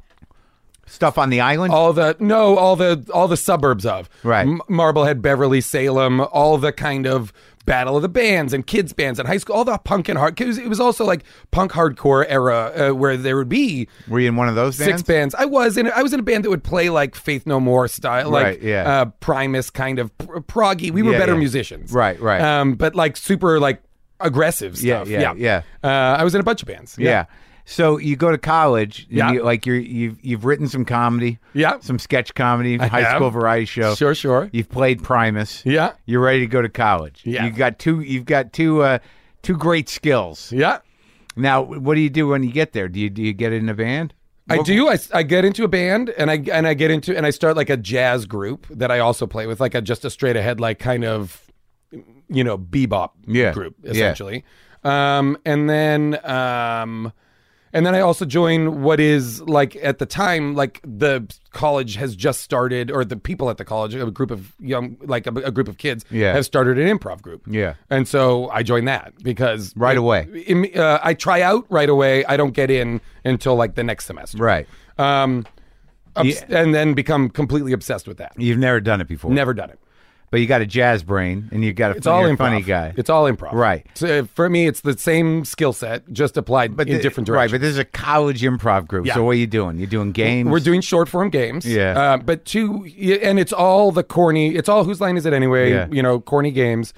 S1: Stuff on the island?
S2: all the no all the all the suburbs of
S1: Right.
S2: Marblehead, Beverly, Salem, all the kind of battle of the bands and kids bands and high school, all the punk and hard. 'cause It was also like punk hardcore era uh, where there would be
S1: Were you in one of those bands?
S2: six bands. I was in I was in a band that would play like Faith No More style, like
S1: Right, yeah.
S2: uh, Primus kind of pr- proggy. We were
S1: Yeah,
S2: better
S1: yeah.
S2: musicians,
S1: Right, right.
S2: Um, but like super like aggressive
S1: Yeah,
S2: stuff.
S1: yeah,
S2: Uh, I was in a bunch of bands.
S1: Yeah. So you go to college, and
S2: Yeah.
S1: you, like you're you've you've written some comedy,
S2: Yeah.
S1: some sketch comedy, high
S2: have.
S1: school variety show.
S2: Sure, sure.
S1: You've played Primus.
S2: Yeah.
S1: You're ready to go to college.
S2: Yeah.
S1: You've got two. You've got two. Uh, two great skills.
S2: yeah.
S1: Now, what do you do when you get there? Do you do you get in a band?
S2: I do. I, s- I get into a band and I and I get into and I start like a jazz group that I also play with, like a just a straight ahead like kind of you know bebop
S1: Yeah.
S2: group
S1: Yeah.
S2: essentially. Um, and then um, and then I also join what is like at the time like the college has just started or the people at the college a group of young like a, a group of kids
S1: Yeah.
S2: have started an improv group.
S1: Yeah.
S2: and so I joined that because
S1: Right
S2: it-
S1: away.
S2: im- uh, I try out right away. I don't get in until like the next semester.
S1: Right.
S2: Um, obs-
S1: Yeah.
S2: and then become completely obsessed with that.
S1: You've never done it before.
S2: Never done it.
S1: But you got a jazz brain, and you got a,
S2: It's all
S1: you're a
S2: improv.
S1: funny guy.
S2: It's all improv.
S1: Right.
S2: So uh, for me, it's the same skill set, just applied in
S1: the-
S2: different
S1: Right.
S2: directions.
S1: But this is a college improv group.
S2: Yeah.
S1: So what are you doing? You're doing games.
S2: We're doing short form games.
S1: Yeah.
S2: Uh, but two, y- and it's all the corny. It's all whose line is it anyway?
S1: Yeah.
S2: You know, corny games.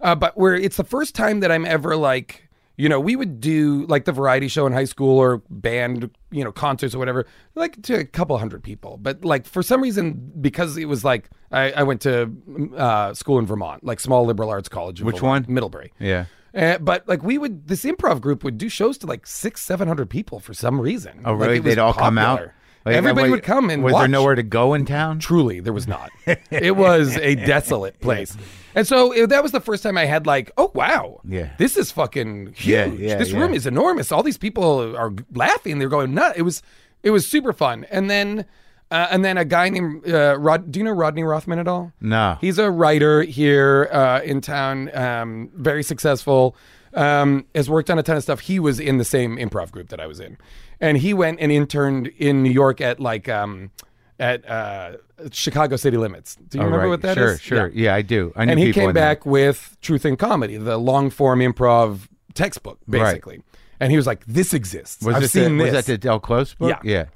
S2: Uh, but where it's the first time that I'm ever like, you know, we would do like the variety show in high school or band, you know, concerts or whatever, like to a couple hundred people. But like for some reason, because it was like I, I went to uh, school in Vermont, like small liberal arts college. in
S1: Which
S2: Vermont,
S1: one?
S2: Middlebury.
S1: Yeah.
S2: Uh, but like we would, this improv group would do shows to like six, seven hundred people for some reason.
S1: Oh,
S2: Like,
S1: really?
S2: it was
S1: They'd all come out.
S2: popular.
S1: Like,
S2: Everybody
S1: what-
S2: would come and
S1: was there
S2: watch.
S1: nowhere to go in town?
S2: Truly, there was not. it was a desolate place, and so it, that was the first time I had like, oh wow,
S1: Yeah.
S2: this is fucking huge.
S1: Yeah, yeah,
S2: this
S1: yeah.
S2: room is enormous. All these people are laughing. They're going nuts. It was, it was super fun. And then, uh, and then a guy named uh, Rod. Do you know Rodney Rothman at all?
S1: No.
S2: Ah. He's a writer here uh, in town, um, very successful, um, has worked on a ton of stuff. He was in the same improv group that I was in. And he went and interned in New York at like, um, at uh, Chicago City Limits. Do you
S1: Oh,
S2: remember
S1: right.
S2: what that
S1: sure,
S2: is?
S1: Sure,
S2: Yeah.
S1: Yeah, I do. I knew
S2: And he
S1: people
S2: came
S1: in there.
S2: back with Truth in Comedy, the long form improv textbook, basically. And he was like, this exists.
S1: Was
S2: I've
S1: this
S2: seen
S1: the,
S2: this.
S1: Was that the Del Close book?
S2: Yeah.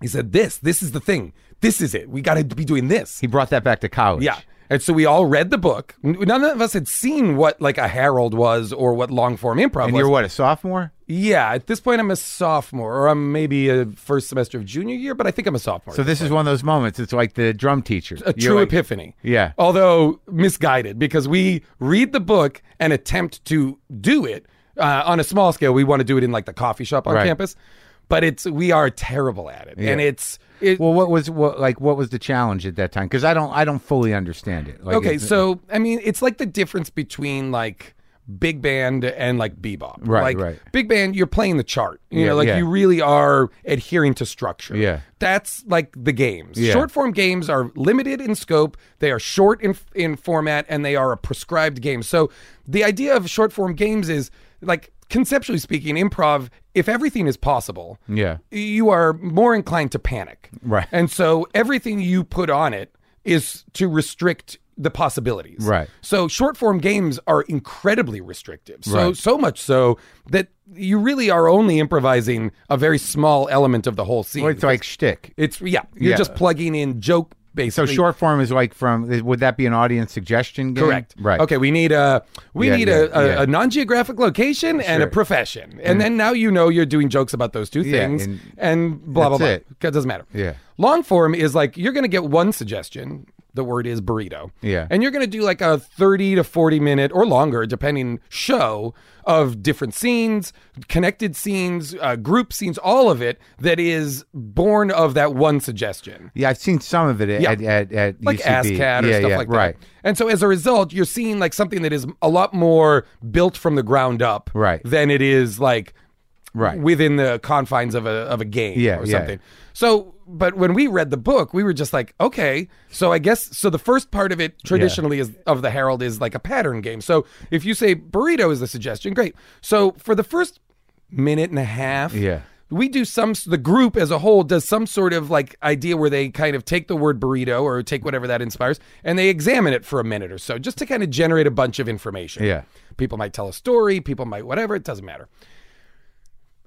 S2: he said, this, this is the thing. This is it. We got to be doing this.
S1: He brought that back to college.
S2: Yeah. And so we all read the book. N- None of us had seen what like a Herald was or what long form improv
S1: And
S2: was.
S1: you're what, a sophomore?
S2: yeah, at this point I'm a sophomore or I'm maybe a first semester of junior year, but I think I'm a sophomore.
S1: So this is one of those moments. It's like the drum teacher.
S2: a true epiphany.
S1: Yeah.
S2: Although misguided because we read the book and attempt to do it uh, on a small scale. We want to do it in like the coffee shop on
S1: Right.
S2: campus. but it's we are terrible at it, and it's it,
S1: Well, what was what like what was the challenge at that time? Because I don't I don't fully understand it. Like,
S2: okay
S1: it's-
S2: so i mean it's like the difference between like big band and like bebop
S1: Right,
S2: like
S1: right.
S2: big band you're playing the chart you
S1: Yeah,
S2: know like
S1: yeah.
S2: you really are adhering to structure
S1: Yeah.
S2: that's like the games
S1: Yeah.
S2: short form games are limited in scope they are short in in format and they are a prescribed game so the idea of short form games is like conceptually speaking improv if everything is possible
S1: yeah,
S2: you are more inclined to panic.
S1: Right.
S2: And so everything you put on it is to restrict the possibilities.
S1: Right.
S2: So short form games are incredibly restrictive. So
S1: Right.
S2: so much so that you really are only improvising a very small element of the whole scene.
S1: it's like shtick.
S2: It's- yeah, you're
S1: Yeah.
S2: just plugging in joke
S1: So
S2: basically.
S1: short form is like from would that be an audience suggestion? Game?
S2: Correct.
S1: Right.
S2: Okay. We need a we
S1: Yeah,
S2: need
S1: yeah,
S2: a, a,
S1: yeah. Mm-hmm.
S2: a non-geographic location and a profession, and then now you know you're doing jokes about those two
S1: Yeah,
S2: things,
S1: and
S2: and, blah blah
S1: that's
S2: blah.
S1: it.
S2: It doesn't matter.
S1: Yeah.
S2: Long form is like you're going to get one suggestion. The word is burrito.
S1: Yeah.
S2: And you're going to do like a 30 to 40 minute or longer, depending, show of different scenes, connected scenes, uh, group scenes, all of it that is born of that one suggestion
S1: Yeah, I've seen some of it at at, at, at
S2: like
S1: UCB.
S2: ASCAT or
S1: yeah,
S2: stuff
S1: yeah,
S2: like
S1: right.
S2: that. And so as a result, you're seeing like something that is a lot more built from the ground up
S1: Right.
S2: than it is like
S1: Right.
S2: within the confines of a of a game
S1: Yeah,
S2: or
S1: yeah.
S2: something. So but when we read the book, we were just like, okay, so I guess so the first part of it traditionally is of the Herald is like a pattern game. So if you say burrito is the suggestion, great. So for the first minute and a half,
S1: Yeah.
S2: we do some the group as a whole does some sort of like idea where they kind of take the word burrito or take whatever that inspires and they examine it for a minute or so just to kind of generate a bunch of information
S1: Yeah.
S2: people might tell a story people might whatever it doesn't matter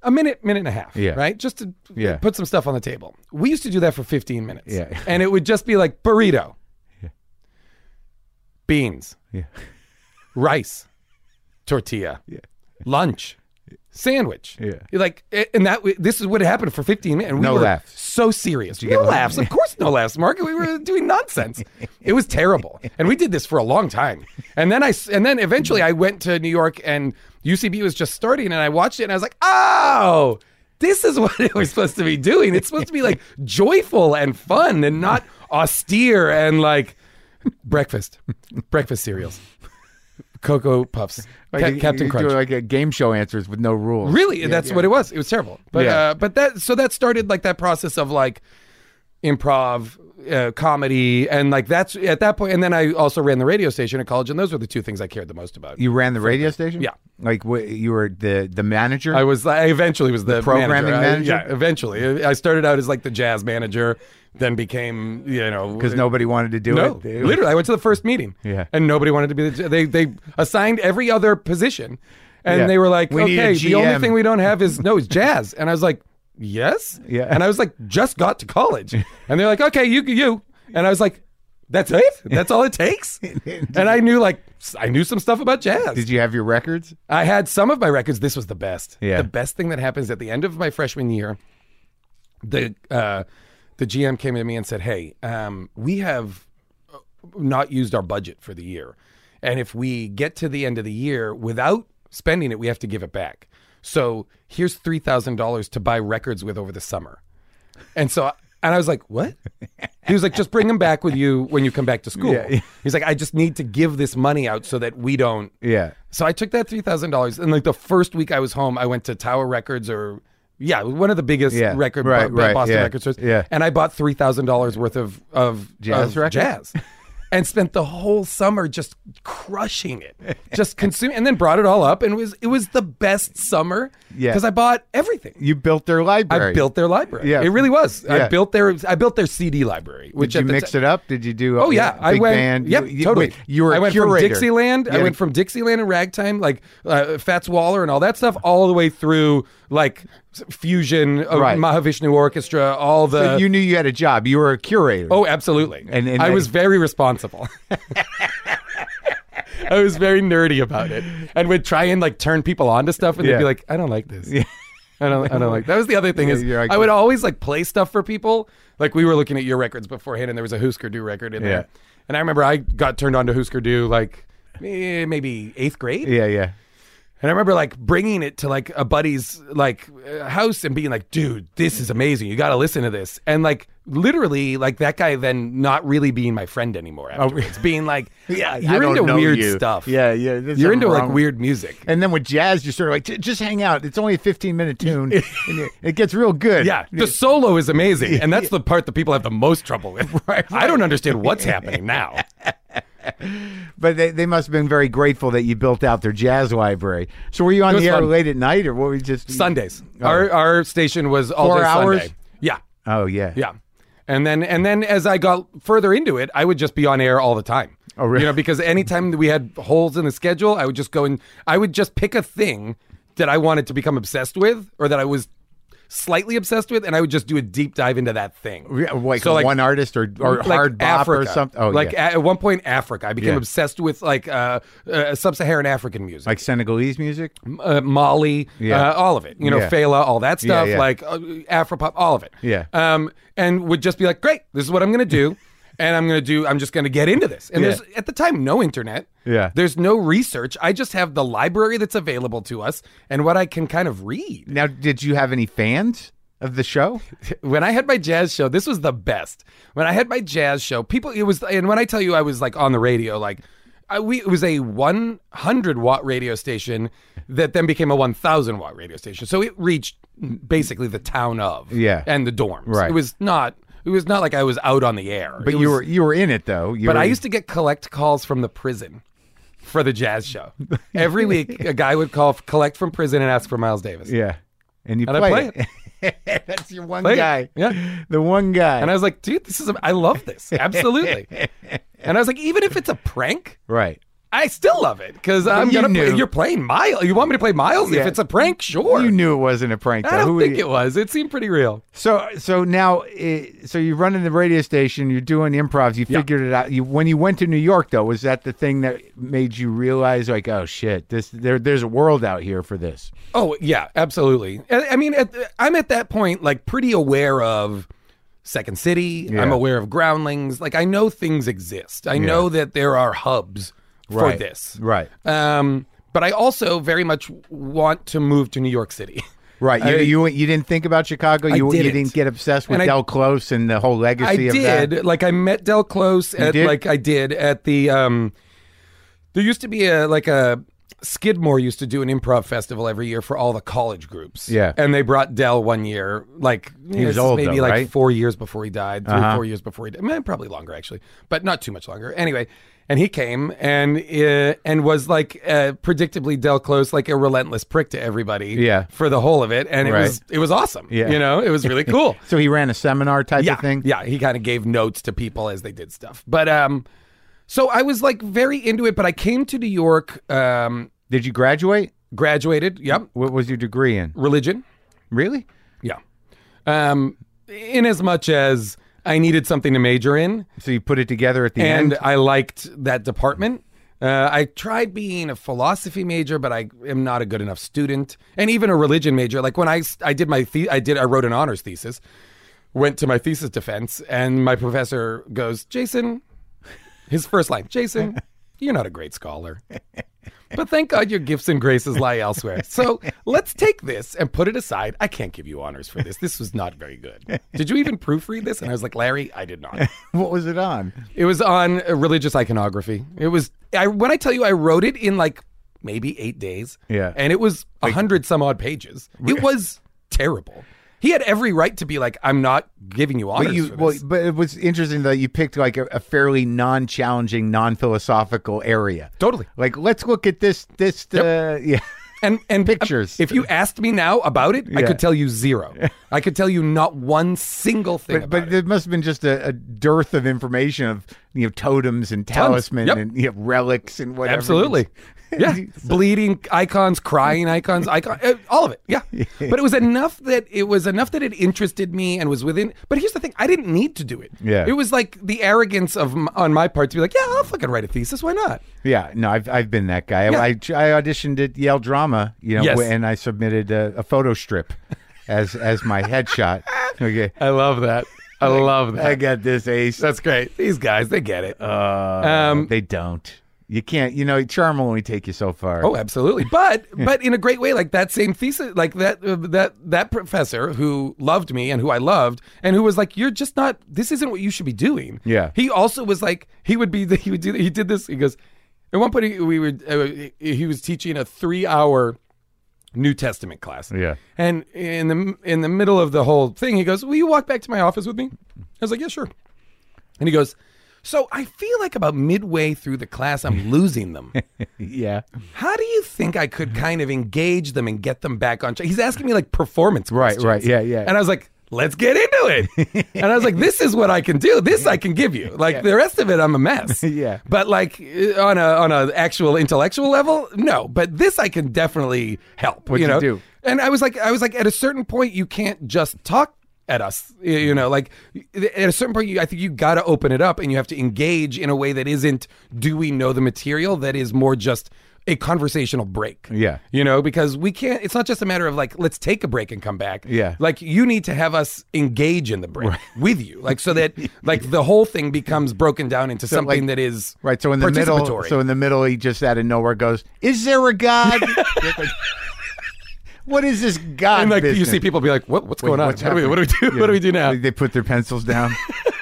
S2: a minute minute and a half
S1: Yeah.
S2: right just to
S1: Yeah.
S2: put some stuff on the table we used to do that for 15 minutes
S1: Yeah.
S2: and it would just be like burrito beans
S1: Yeah.
S2: rice tortilla
S1: Yeah.
S2: lunch sandwich
S1: Yeah.
S2: You're like a- and that this is what happened for 15 minutes and we
S1: No
S2: were
S1: laughs.
S2: so serious no laughs of course no laughs mark we were doing nonsense it was terrible and we did this for a long time and then i s- and then eventually i went to new york and ucb was just starting and i watched it and i was like oh this is what it was supposed to be doing it's supposed to be like joyful and fun and not austere and like breakfast breakfast cereals cocoa puffs Ca-
S1: you-
S2: captain
S1: you
S2: crunch
S1: Do like a game show answers with no rules.
S2: Really, that's what it was. It was terrible. But
S1: Yeah.
S2: uh, but that so that started like that process of like improv, uh, comedy, and like that's at that point. And then I also ran the radio station at college, and those were the two things I cared the most about.
S1: You ran the radio station.
S2: Yeah.
S1: Like what, you were the the manager.
S2: I was I eventually was the,
S1: programming
S2: I-
S1: manager?
S2: yeah, eventually I started out as like the jazz manager, then became you know
S1: because nobody wanted to do
S2: No,
S1: it.
S2: literally, I went to the first meeting.
S1: Yeah.
S2: and nobody wanted to be. The, they they assigned every other position, and
S1: Yeah.
S2: they were like,
S1: We need a
S2: "Okay, the only
S1: GM."
S2: thing we don't have is no, is jazz." And I was like, "Yes."
S1: Yeah.
S2: And I was like, "Just got to college," and they're like, "Okay, you you," and I was like, "That's it? That's all it takes?" and I knew like I knew some stuff about jazz.
S1: Did you have your records?
S2: I had some of my records. This was the best.
S1: Yeah.
S2: The best thing that happens at the end of my freshman year, the uh, the GM came to me and said, "Hey, um, we have uh, not used our budget for the year, and if we get to the end of the year without spending it, we have to give it back. So here's three thousand dollars to buy records with over the summer." And so, and I was like, "What?" He was like, "Just bring them back with you when you come back to school."
S1: Yeah.
S2: He's like, "I just need to give this money out so that we don't."
S1: Yeah.
S2: So I took that three thousand dollars, and like the first week I was home, I went to Tower Records or yeah, one of the biggest
S1: Yeah,
S2: record
S1: right,
S2: bo-
S1: right,
S2: Boston
S1: yeah,
S2: record stores.
S1: yeah.
S2: and I bought three thousand dollars worth of of
S1: Jazz
S2: of
S1: records?
S2: jazz, and spent the whole summer just crushing it, just consuming, and then brought it all up, and it was it was the best summer
S1: Yeah.
S2: because I bought everything.
S1: You built their library.
S2: I built their library.
S1: Yeah.
S2: it really was. I
S1: Yeah.
S2: built their I built their CD library. Which
S1: Did you
S2: at the
S1: mix
S2: ti-
S1: it up? Did you do?
S2: Oh yeah,
S1: big
S2: I went.
S1: Band?
S2: Yep,
S1: You- you-
S2: totally.
S1: wait, you were.
S2: I
S1: a
S2: went
S1: curator.
S2: from Dixieland.
S1: Yeah.
S2: I went from Dixieland and ragtime, like uh, Fats Waller and all that stuff, all the way through like s- fusion, uh,
S1: Right.
S2: Mahavishnu Orchestra, all the.
S1: But uh, you knew you had a job. You were a curator.
S2: uh, oh, absolutely.
S1: And- and
S2: I
S1: they-
S2: was very responsible. I was very nerdy about it, and would try and like turn people on to stuff, and
S1: Yeah.
S2: they'd be like, "I don't like this." I don't, I don't like that. was the other thing is
S1: you're like-
S2: I would always like play stuff for people. Like we were looking at your records beforehand, and there was a Husker Du record in there.
S1: Yeah.
S2: And I remember I got turned on to Husker Du like eh, maybe eighth grade,
S1: Yeah, yeah.
S2: And I remember like bringing it to like a buddy's like uh, house and being like, dude, this is amazing. You got to listen to this. And like literally like that guy then not really being my friend anymore afterwards, being like, yeah, you're
S1: Oh, don't
S2: into
S1: know
S2: weird
S1: you.
S2: stuff.
S1: Yeah, yeah. there's
S2: You're
S1: something
S2: into like
S1: wrong.
S2: weird music.
S1: And then with jazz, you're sort of like, "J- just hang out. It's only a 15 minute tune. and it- it gets real good.
S2: Yeah, the solo is amazing, and that's the part that people have the most trouble with. I don't understand what's happening now.
S1: But they, they must have been very grateful that you built out their jazz library. So were you on
S2: was
S1: the air
S2: fun.
S1: late at night or what were you just?
S2: Sundays, our our station was all
S1: Oh. Four
S2: day
S1: hours?
S2: Sunday. Yeah,
S1: Oh, yeah.
S2: yeah, and then and then as I got further into it, I would just be on air all the time.
S1: Oh, really?
S2: You know, because anytime that we had holes in the schedule, I would just go and I would just pick a thing that I wanted to become obsessed with, or that I was slightly obsessed with, and I would just do a deep dive into that thing.
S1: Yeah, Like,
S2: So,
S1: one artist or, or
S2: like
S1: hard bop or
S2: Africa.
S1: something. Oh,
S2: like
S1: yeah.
S2: at, at one point Africa. I became
S1: Yeah.
S2: obsessed with like uh, uh, sub-Saharan African music,
S1: like Senegalese music?
S2: uh, Mali,
S1: Yeah.
S2: uh, all of it. You know,
S1: Yeah.
S2: Fela, all that stuff,
S1: yeah.
S2: like uh, Afropop, all of it.
S1: Yeah.
S2: Um, and would just be like, great, this is what I'm gonna do, and I'm gonna do. I'm just gonna get into this. And
S1: Yeah.
S2: there's at the time no internet.
S1: Yeah.
S2: There's no research. I just have the library that's available to us and what I can kind of read.
S1: Now, did you have any fans of the show?
S2: when I had my jazz show, this was the best. When I had my jazz show, people it was and when I tell you I was like on the radio, like I, we it was a 100 watt radio station that then became a 1000 watt radio station. So it reached basically the town of
S1: Yeah.
S2: and the dorms.
S1: Right.
S2: It was not it was not like I was out on the air.
S1: But you were you were in it though. You
S2: But
S1: were,
S2: I used to get collect calls from the prison for the jazz show. Every week a guy would call collect from prison and ask for Miles Davis.
S1: yeah, and you
S2: And I
S1: played
S2: play
S1: it. That's your one
S2: Play it.
S1: guy.
S2: Yeah.
S1: the one guy.
S2: And I was like, dude, this is, I love this. Absolutely. and I was like, even if it's a prank,
S1: right.
S2: I still love it because I'm
S1: you
S2: going to,
S1: knew.
S2: you're playing Miles. You want me to play Miles?
S1: Yeah.
S2: If it's a prank, sure.
S1: You knew it wasn't a prank. Though.
S2: I
S1: Who
S2: don't
S1: would
S2: think
S1: you-
S2: it was. It seemed pretty real.
S1: So so now eh, so you're running the radio station. You're doing improv. You figured it out. You when you went to New York though, was that the thing that made you realize like oh shit this there there's a world out here for this.
S2: Oh yeah, absolutely. I, I mean, at, I'm at that point like pretty aware of Second City. I'm aware of Groundlings. Like I know things exist. I know that there are hubs
S1: Right.
S2: for this.
S1: Right.
S2: Um, but I also very much want to move to New York City.
S1: Right. You
S2: I-
S1: you, you didn't think about Chicago. You you
S2: didn't.
S1: didn't get obsessed with
S2: And I-
S1: Del Close and the whole
S2: I
S1: legacy of
S2: did.
S1: that.
S2: Like I met Del Close at
S1: did?
S2: like I did at the um there used to be a like a Skidmore used to do an improv festival every year for all the college groups.
S1: Yeah.
S2: And they brought Del one year, like he
S1: was old,
S2: maybe
S1: though,
S2: like
S1: right? Uh-huh.
S2: four years before he died, 3 four years before he died. Eh, probably longer actually, but not too much longer. Anyway, and he came and uh, and was like uh, predictably Del Close, like a relentless prick to everybody.
S1: Yeah.
S2: For the whole of it. And
S1: Right.
S2: it was it was awesome.
S1: Yeah.
S2: You know, it was really cool.
S1: So he ran a seminar type
S2: yeah,
S1: of thing.
S2: Yeah, he kind of gave notes to people as they did stuff. But um, so I was like very into it. But I came to New York, um,
S1: Did you graduate?
S2: graduated. Yep,
S1: What was your degree in?
S2: religion.
S1: Really?
S2: Yeah, um, in as much as I needed something to major in,
S1: So you put it together at the
S2: and
S1: end?
S2: I liked that department. Uh, I tried being a philosophy major, but I am not a good enough student, and even a religion major. Like when I s- I did my the- I did I wrote an honors thesis, went to my thesis defense, and my professor goes, Jason, his first line, Jason, you're not a great scholar. But thank God your gifts and graces lie elsewhere. So let's take this and put it aside. I can't give you honors for this. This was not very good. Did you even proofread this? And I was like, Larry, I did not.
S1: What was it on?
S2: It was on uh, religious iconography. It was I when I tell you I wrote it in like maybe eight days.
S1: Yeah.
S2: and it was a hundred some odd pages. It was terrible. He had every right to be like, "I'm not giving you honors."
S1: But you,
S2: for
S1: well,
S2: this."
S1: but it was interesting that you picked like a, a fairly non-challenging, non-philosophical area.
S2: totally.
S1: Like, let's look at this. This, uh, yeah,
S2: And and
S1: Pictures.
S2: If you asked me now about it, I
S1: Yeah.
S2: could tell you zero. I could tell you not one single thing.
S1: but,
S2: about
S1: but
S2: it.
S1: there must have been just a, a dearth of information of you know totems and talisman
S2: Yep.
S1: and you know, relics and whatever.
S2: absolutely. Yeah, bleeding icons, crying icons, icon, uh, all of it. Yeah, but it was enough that it was enough that it interested me and was within. But here's the thing: I didn't need to do it.
S1: Yeah.
S2: it was like the arrogance of m- on my part to be like, yeah, I'll fucking write a thesis. Why not?
S1: Yeah, no, I've I've been that guy.
S2: Yeah.
S1: I, I auditioned at Yale Drama, you know,
S2: Yes.
S1: and I submitted a, a photo strip as as my headshot. Okay,
S2: I love that. Oh, I love
S1: I got this ace.
S2: That's great. These guys, they get it.
S1: Uh,
S2: Um,
S1: they don't. You can't, you know, charm will only take you so far.
S2: Oh, absolutely. But but in a great way, like that same thesis, like that uh, that that professor who loved me and who I loved and who was like, "You're just not. This isn't what you should be doing."
S1: Yeah.
S2: He also was like, he would be the, he would do he did this. He goes, at one point he, we were uh, he was teaching a three hour New Testament class.
S1: Yeah.
S2: And in the in the middle of the whole thing, he goes, "Will you walk back to my office with me?" I was like, "Yeah, sure." And he goes, "So I feel like about midway through the class, I'm losing them.
S1: Yeah.
S2: How do you think I could kind of engage them and get them back on track?" He's asking me like performance,
S1: Right,
S2: questions.
S1: right. Yeah, yeah.
S2: And I was like. Let's get into it. and I was like, this is what I can do. This I can give you. Like the rest of it, I'm a mess.
S1: Yeah.
S2: But like uh, on a on a actual intellectual level, no. But this I can definitely help.
S1: What'd
S2: you
S1: you
S2: know?
S1: do?
S2: And I was like, I was like, at a certain point, you can't just talk at us. You you know, like at a certain point, you, I think you got to open it up and you have to engage in a way that isn't. Do we know the material? That is more just a conversational break.
S1: Yeah.
S2: You know, because we can't. It's not just a matter of like, let's take a break and come back.
S1: Yeah.
S2: Like you need to have us engage in the break with you, like so that like the whole thing becomes broken down into something
S1: like-
S2: that is
S1: Right. So in the middle,
S2: participatory.
S1: so in the middle, he just out of nowhere goes, "Is there a god? what is this god?"
S2: and like you
S1: business?
S2: see people be like, what, what's going on?
S1: what's
S2: What do, we, what do we do?
S1: Yeah.
S2: What do we do now?
S1: They put their pencils down.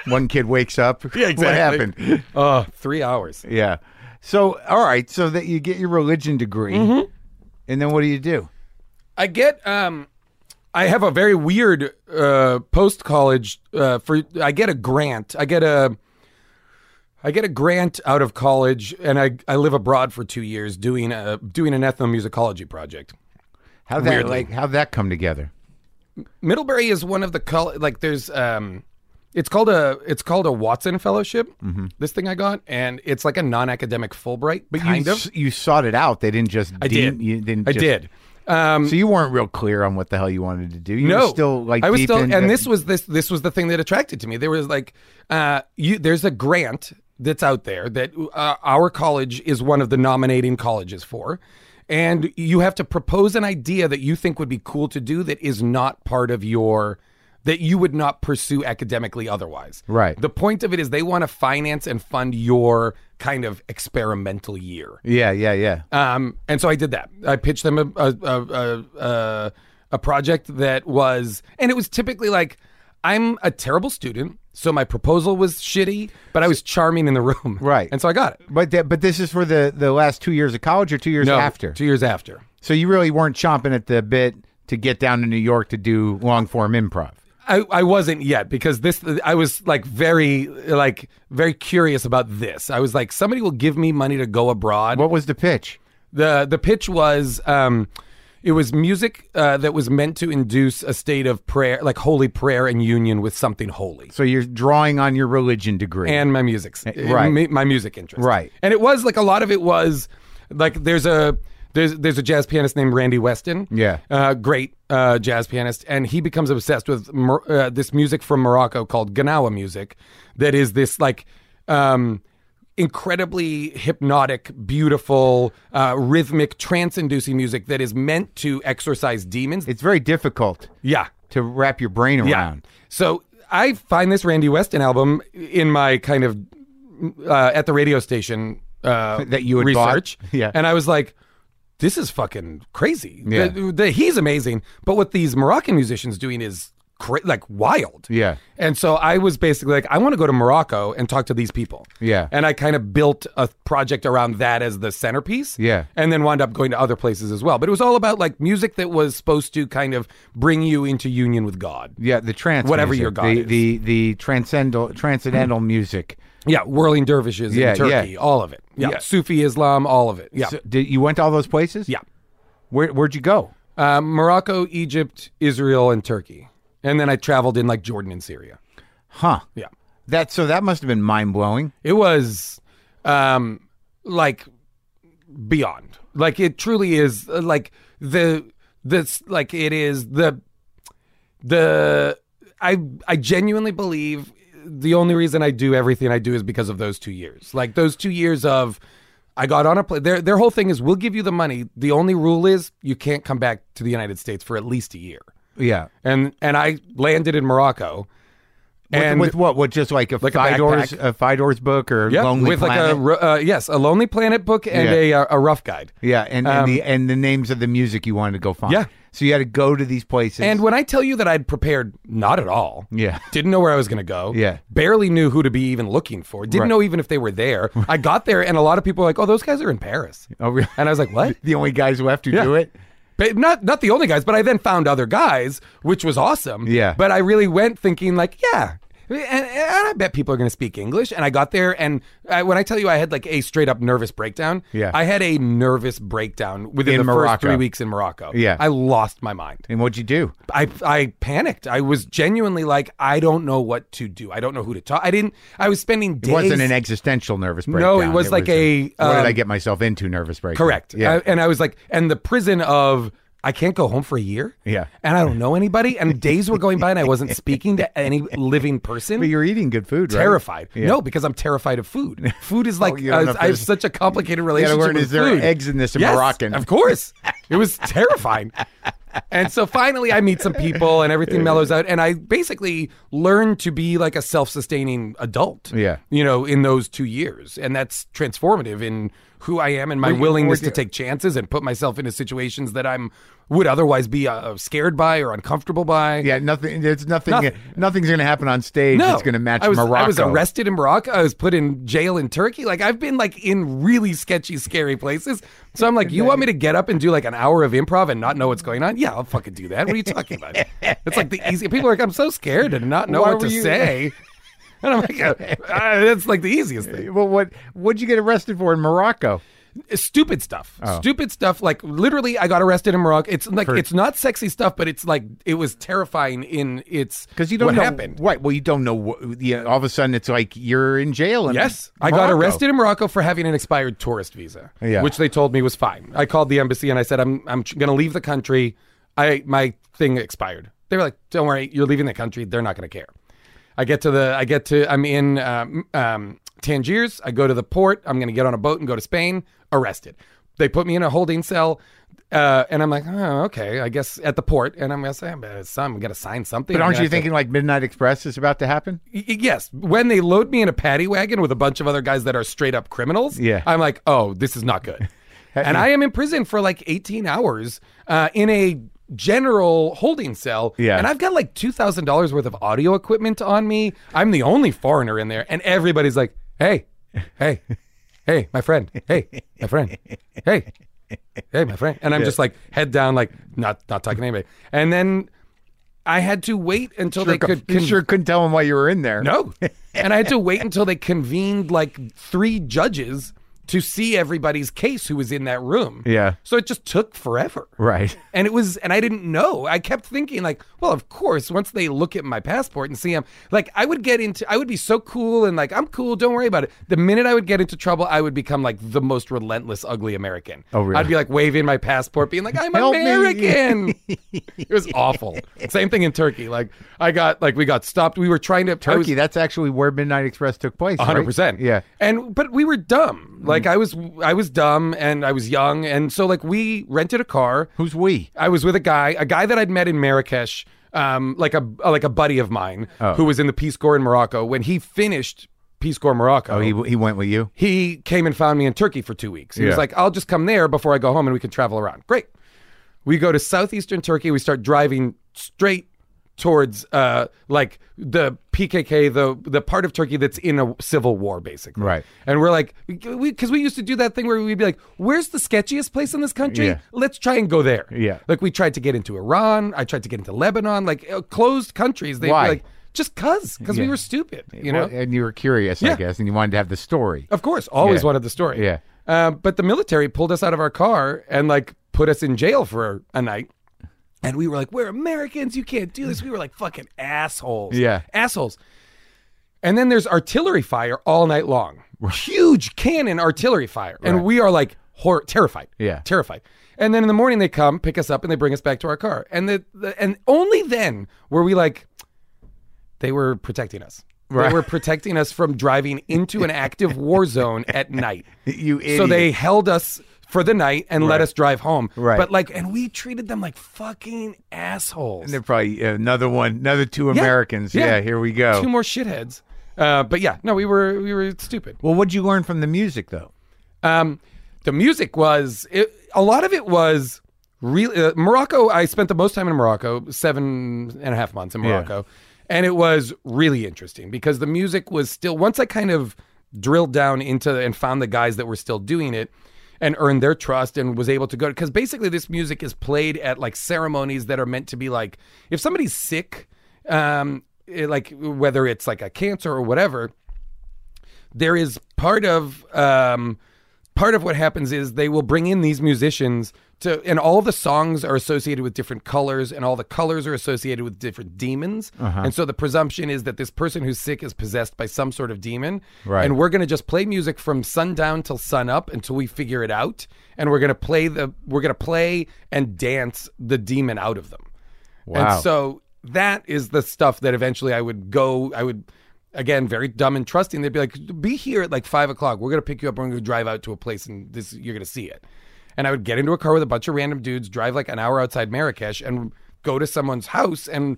S1: One kid wakes up.
S2: Yeah,
S1: What
S2: exactly.
S1: happened?
S2: Oh, three hours.
S1: Yeah. So all right, so that you get your religion degree,
S2: Mm-hmm.
S1: and then what do you do?
S2: I get. Um, I have a very weird uh, post college. Uh, for I get a grant. I get a. I get a grant out of college, and I, I live abroad for two years doing a doing an ethnomusicology project.
S1: How that
S2: Weirdly.
S1: like how that come together?
S2: Middlebury is one of the col- like there's um it's called a it's called a Watson Fellowship. This thing I got, and it's like a non-academic Fulbright, but kind
S1: you,
S2: of.
S1: s- you sought it out. They didn't just.
S2: I did.
S1: You didn't.
S2: I
S1: just-
S2: did. Um,
S1: So you weren't real clear on what the hell you wanted to do. You
S2: no,
S1: were still like
S2: I was
S1: deep
S2: still,
S1: into-
S2: and this was this this was the thing that attracted to me. There was like, uh, you there's a grant that's out there that uh, our college is one of the nominating colleges for, and you have to propose an idea that you think would be cool to do that is not part of your that you would not pursue academically otherwise.
S1: Right.
S2: The point of it is they want to finance and fund your kind of experimental year.
S1: Yeah, yeah, yeah.
S2: Um, and so I did that. I pitched them a a, a, a, a a project that was, and it was typically like, I'm a terrible student, so my proposal was shitty, but I was charming in the room,
S1: Right.
S2: And so I got it.
S1: But that, but this is for the the last two years of college or two years
S2: No,
S1: after.
S2: two years after,
S1: so you really weren't chomping at the bit to get down to New York to do long form improv.
S2: I, I wasn't yet because this I was like very like very curious about this. I was like, somebody will give me money to go abroad.
S1: What was the pitch?
S2: the The pitch was. Um, it was music uh, that was meant to induce a state of prayer, like holy prayer and union with something holy.
S1: So you're drawing on your religion degree.
S2: and my music
S1: Eh, right.
S2: my, my music interest
S1: Right.
S2: and it was like a lot of it was like there's a there's there's a jazz pianist named Randy Weston
S1: Yeah.
S2: uh, great uh, jazz pianist and he becomes obsessed with Mor- uh, this music from Morocco called Ganawa music that is this like um incredibly hypnotic beautiful uh, rhythmic trance inducing music that is meant to exorcise demons
S1: it's very difficult
S2: yeah
S1: to wrap your brain around.
S2: so I find this Randy Weston album in my kind of uh, at the radio station uh,
S1: That you had
S2: research,
S1: bought? Yeah.
S2: and I was like, "This is fucking crazy."
S1: Yeah.
S2: The- the- he's amazing, but what these Moroccan musicians doing is cra- like wild.
S1: Yeah.
S2: And so I was basically like, I want to go to Morocco and talk to these people.
S1: Yeah.
S2: And I kind of built a project around that as the centerpiece.
S1: Yeah.
S2: And then wound up going to other places as well. But it was all about like music that was supposed to kind of bring you into union with God.
S1: Yeah, the trance,
S2: Whatever
S1: music,
S2: your god
S1: the,
S2: is.
S1: the the transcendental transcendental music.
S2: Yeah, whirling dervishes
S1: Yeah,
S2: in Turkey,
S1: yeah.
S2: all of it. Yeah.
S1: Yeah.
S2: Sufi Islam, all of it. Yeah.
S1: So did, you went to all those places?
S2: yeah.
S1: Where where'd you go?
S2: Um, Morocco, Egypt, Israel, and Turkey. And then I traveled in like Jordan and Syria.
S1: Huh?
S2: Yeah.
S1: That so that must have been mind blowing.
S2: It was um like beyond. Like it truly is uh, like the this like it is the the I I genuinely believe the only reason I do everything I do is because of those 2 years. Like those 2 years of I got on a plane. Their their whole thing is we'll give you the money. The only rule is you can't come back to the United States for at least a year.
S1: Yeah.
S2: And and I landed in Morocco and
S3: with what? What just like a
S2: Like a
S3: Fidor's
S2: backpack.
S3: a Fidor's book or
S2: Yep,
S3: Lonely
S2: with
S3: Planet?
S2: like a ro- uh, yes, a Lonely Planet book and
S3: Yeah.
S2: a uh, a rough guide.
S3: yeah, and,
S2: um,
S3: and the and the names of the music you wanted to go find.
S2: Yeah.
S3: so you had to go to these places.
S2: And when I tell you that I'd prepared not at all,
S3: Yeah.
S2: didn't know where I was going to go,
S3: Yeah.
S2: barely knew who to be even looking for, didn't
S3: Right.
S2: know even if they were there. I got there, and a lot of people were like, "Oh, those guys are in Paris,"
S3: oh, really?
S2: and I was like, "What?"
S3: the only guys left who
S2: Yeah.
S3: do it.
S2: But not not the only guys, but I then found other guys, which was awesome.
S3: Yeah.
S2: But I really went thinking like, yeah. And, and I bet people are going to speak English. And I got there, and I, when I tell you I had like a straight up nervous breakdown,
S3: Yeah.
S2: I had a nervous breakdown within
S3: In
S2: the first
S3: Morocco.
S2: three weeks in Morocco.
S3: Yeah.
S2: I lost my mind.
S3: And what'd you do?
S2: I I panicked. I was genuinely like, I don't know what to do. I don't know who to talk. I didn't. I was spending days.
S3: It wasn't an existential nervous breakdown.
S2: No, it was like a,
S3: what did I
S2: um,
S3: get myself into? Nervous breakdown.
S2: Correct. Uh,
S3: Yeah.
S2: I- and I was like, and the prison of I can't go home for a year.
S3: Yeah.
S2: And I don't know anybody. And days were going by, and I wasn't speaking to any living person.
S3: but you're eating good food, right?
S2: terrified.
S3: Yeah.
S2: No, because I'm terrified of food. Food is like
S3: you don't know
S2: uh,
S3: if
S2: I have
S3: there's-
S2: such a complicated relationship.
S3: gotta learn,
S2: with
S3: is there
S2: food.
S3: eggs in this in
S2: Yes,
S3: Moroccan?
S2: Of course, it was terrifying. and so finally, I meet some people, and everything mellows out, and I basically learn to be like a self-sustaining adult.
S3: Yeah.
S2: you know, in those two years, and that's transformative in who I am and my willingness
S3: were
S2: to take chances and put myself into situations that I'm would otherwise be uh, scared by or uncomfortable by.
S3: Yeah, nothing. There's nothing.
S2: Nothing.
S3: Nothing's going to happen on stage.
S2: No,
S3: that's going to match
S2: I was,
S3: Morocco.
S2: I was arrested in Morocco. I was put in jail in Turkey. Like I've been like in really sketchy, scary places. So I'm like, you want me to get up and do like an hour of improv and not know what's going on? Yeah, I'll fucking do that. What are you talking about? it's like the easy. People are like, I'm so scared and not know
S3: Why
S2: what
S3: were
S2: to
S3: you-
S2: say. And I'm like, uh, uh, that's like the easiest thing.
S3: Well, what what'd you get arrested for in Morocco?
S2: Stupid stuff.
S3: Oh.
S2: Stupid stuff. Like literally, I got arrested in Morocco. It's like it's not sexy stuff, but it's like it was terrifying in its
S3: Because you don't
S2: what
S3: know
S2: happened.
S3: Right. Well, you don't know. What, yeah, all of a sudden, it's like you're in jail. And
S2: Yes, I got arrested in Morocco for having an expired tourist visa,
S3: Yeah.
S2: which they told me was fine. I called the embassy and I said, "I'm I'm going to leave the country. I my thing expired." They were like, "Don't worry, you're leaving the country. They're not going to care." I get to the I get to I'm in um, um, Tangiers. I go to the port. I'm going to get on a boat and go to Spain. Arrested. They put me in a holding cell. Uh, and I'm like, oh, okay, I guess at the port. And I'm gonna say, I'm gonna I'm gonna sign something.
S3: But
S2: I'm
S3: aren't
S2: gonna
S3: you
S2: have to-
S3: thinking like Midnight Express is about to happen?
S2: Y- y- Yes, when they load me in a paddy wagon with a bunch of other guys that are straight up criminals,
S3: Yeah.
S2: I'm like, oh, this is not good. and I am in prison for like 18 hours uh, in a general holding cell.
S3: Yeah.
S2: And I've got like $2,000 worth of audio equipment on me. I'm the only foreigner in there. And everybody's like, hey, hey, hey, my friend, hey, my friend, hey, hey, my friend. And I'm just like head down, like not, not talking to anybody. And then I had to wait until they could
S3: you sure couldn't tell them why you were in there.
S2: no. and I had to wait until they convened like three judges to see everybody's case who was in that room.
S3: Yeah.
S2: So it just took forever.
S3: Right.
S2: And it was, and I didn't know. I kept thinking, like, well, of course, once they look at my passport and see I'm, like, I would get into, I would be so cool and like, I'm cool, don't worry about it. The minute I would get into trouble, I would become like the most relentless, ugly American.
S3: Oh, really?
S2: I'd be like waving my passport, being like, I'm
S3: Help me.
S2: American. it was awful. Same thing in Turkey. Like, I got, like, we got stopped. We were trying to, I was-
S3: Turkey. that's actually where Midnight Express took place.
S2: hundred
S3: right?
S2: percent.
S3: Yeah. Mm-hmm.
S2: And but we were dumb. Like I was, I was dumb, and I was young, and so like we rented a car.
S3: Who's we?
S2: I was with a guy, a guy that I'd met in Marrakesh, um, like a like a buddy of mine
S3: Oh.
S2: who was in the Peace Corps in Morocco. When he finished Peace Corps Morocco,
S3: Oh, he he went with you.
S2: he came and found me in Turkey for two weeks. He was
S3: Yeah.
S2: like, I'll just come there before I go home and we can travel around. Great. We go to southeastern Turkey. We start driving straight towards uh, like the PKK, the the part of Turkey that's in a civil war, basically.
S3: Right.
S2: And we're like, because we, 'cause we used to do that thing where we'd be like, where's the sketchiest place in this country?
S3: Yeah.
S2: Let's try and go there.
S3: Yeah.
S2: Like we tried to get into Iran. I tried to get into Lebanon, like uh, closed countries. They'd
S3: Why?
S2: be like, just cuz, because we were stupid, you know?
S3: Well, and you were curious, I
S2: Yeah. Oh.
S3: guess, and you wanted to have the story.
S2: Of course, always
S3: Yeah.
S2: wanted the story.
S3: Yeah.
S2: Uh, but the military pulled us out of our car and like put us in jail for a night. And we were like, "We're Americans. You can't do this." We were like fucking assholes.
S3: Yeah.
S2: assholes. And then there's artillery fire all night long. Huge cannon artillery fire, and we are like hor- terrified.
S3: Yeah.
S2: terrified. And then in the morning they come pick us up and they bring us back to our car. And the, the and only then were we like, they were protecting us.
S3: Right.
S2: They were protecting us from driving into an active war zone at night.
S3: You idiot.
S2: So they held us for the night and let
S1: Right.
S2: us drive home.
S1: Right.
S2: But like, and we treated them like fucking assholes.
S1: And they're probably
S3: uh,
S1: another one, another two Americans.
S2: Yeah.
S1: Yeah, here we go.
S2: Two more shitheads. Uh, but yeah, no, we were we were stupid.
S1: well, what'd you learn from the music though?
S2: Um, the music was it, a lot of it was really uh, Morocco. I spent the most time in Morocco, seven and a half months in Morocco, and it was really interesting because the music was still. Once I kind of drilled down into and found the guys that were still doing it and earned their trust and was able to go because basically this music is played at like ceremonies that are meant to be like if somebody's sick um it- like whether it's like a cancer or whatever there is part of um, part of what happens is they will bring in these musicians to, and all the songs are associated with different colors, and all the colors are associated with different demons. And so the presumption is that this person who's sick is possessed by some sort of demon,
S1: Right.
S2: and we're going to just play music from sundown till sun up until we figure it out, and we're going to play the we're going to play and dance the demon out of them.
S1: Wow.
S2: And so that is the stuff that eventually I would go, I would, again, very dumb and trusting. They'd be like, be here at like five o'clock. We're going to pick you up. We're going to drive out to a place and this, you're going to see it. And I would get into a car with a bunch of random dudes, drive like an hour outside Marrakesh and go to someone's house and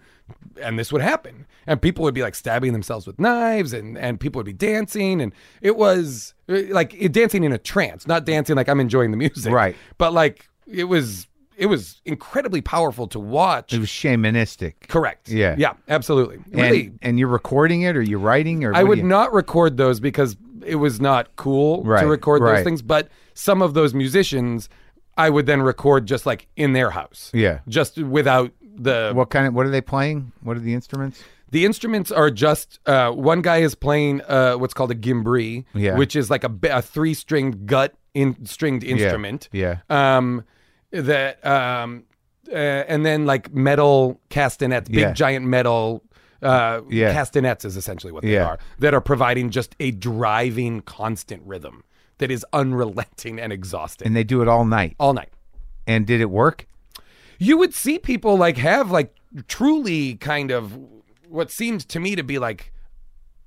S2: and this would happen and people would be like stabbing themselves with knives and and people would be dancing and it was uh, like dancing in a trance not dancing like i'm enjoying the music
S1: Right.
S2: but like it was it was incredibly powerful to watch
S1: It was shamanistic.
S2: Correct.
S1: Yeah.
S2: Yeah, absolutely.
S1: And,
S2: Really,
S1: and you're recording it or you're writing or
S2: I
S1: what do
S2: would
S1: you-
S2: not record those because it was not cool
S1: Right,
S2: to record
S1: right.
S2: those things, but some of those musicians I would then record just like in their house.
S1: Yeah.
S2: Just without the
S1: What kind of what are they playing? What are the instruments?
S2: the instruments are just uh, one guy is playing uh, what's called a gimbri,
S1: Yeah.
S2: which is like a, ba- a three stringed gut in stringed instrument.
S1: Yeah.
S2: um that um uh, and then like metal castanets big
S1: Yeah.
S2: giant metal uh
S1: Yeah.
S2: castanets is essentially what they
S1: Yeah.
S2: are that are providing just a driving constant rhythm that is unrelenting and exhausting
S1: And they do it all night.
S2: all night
S1: And did it work?
S2: you would see people like have like truly kind of what seemed to me to be like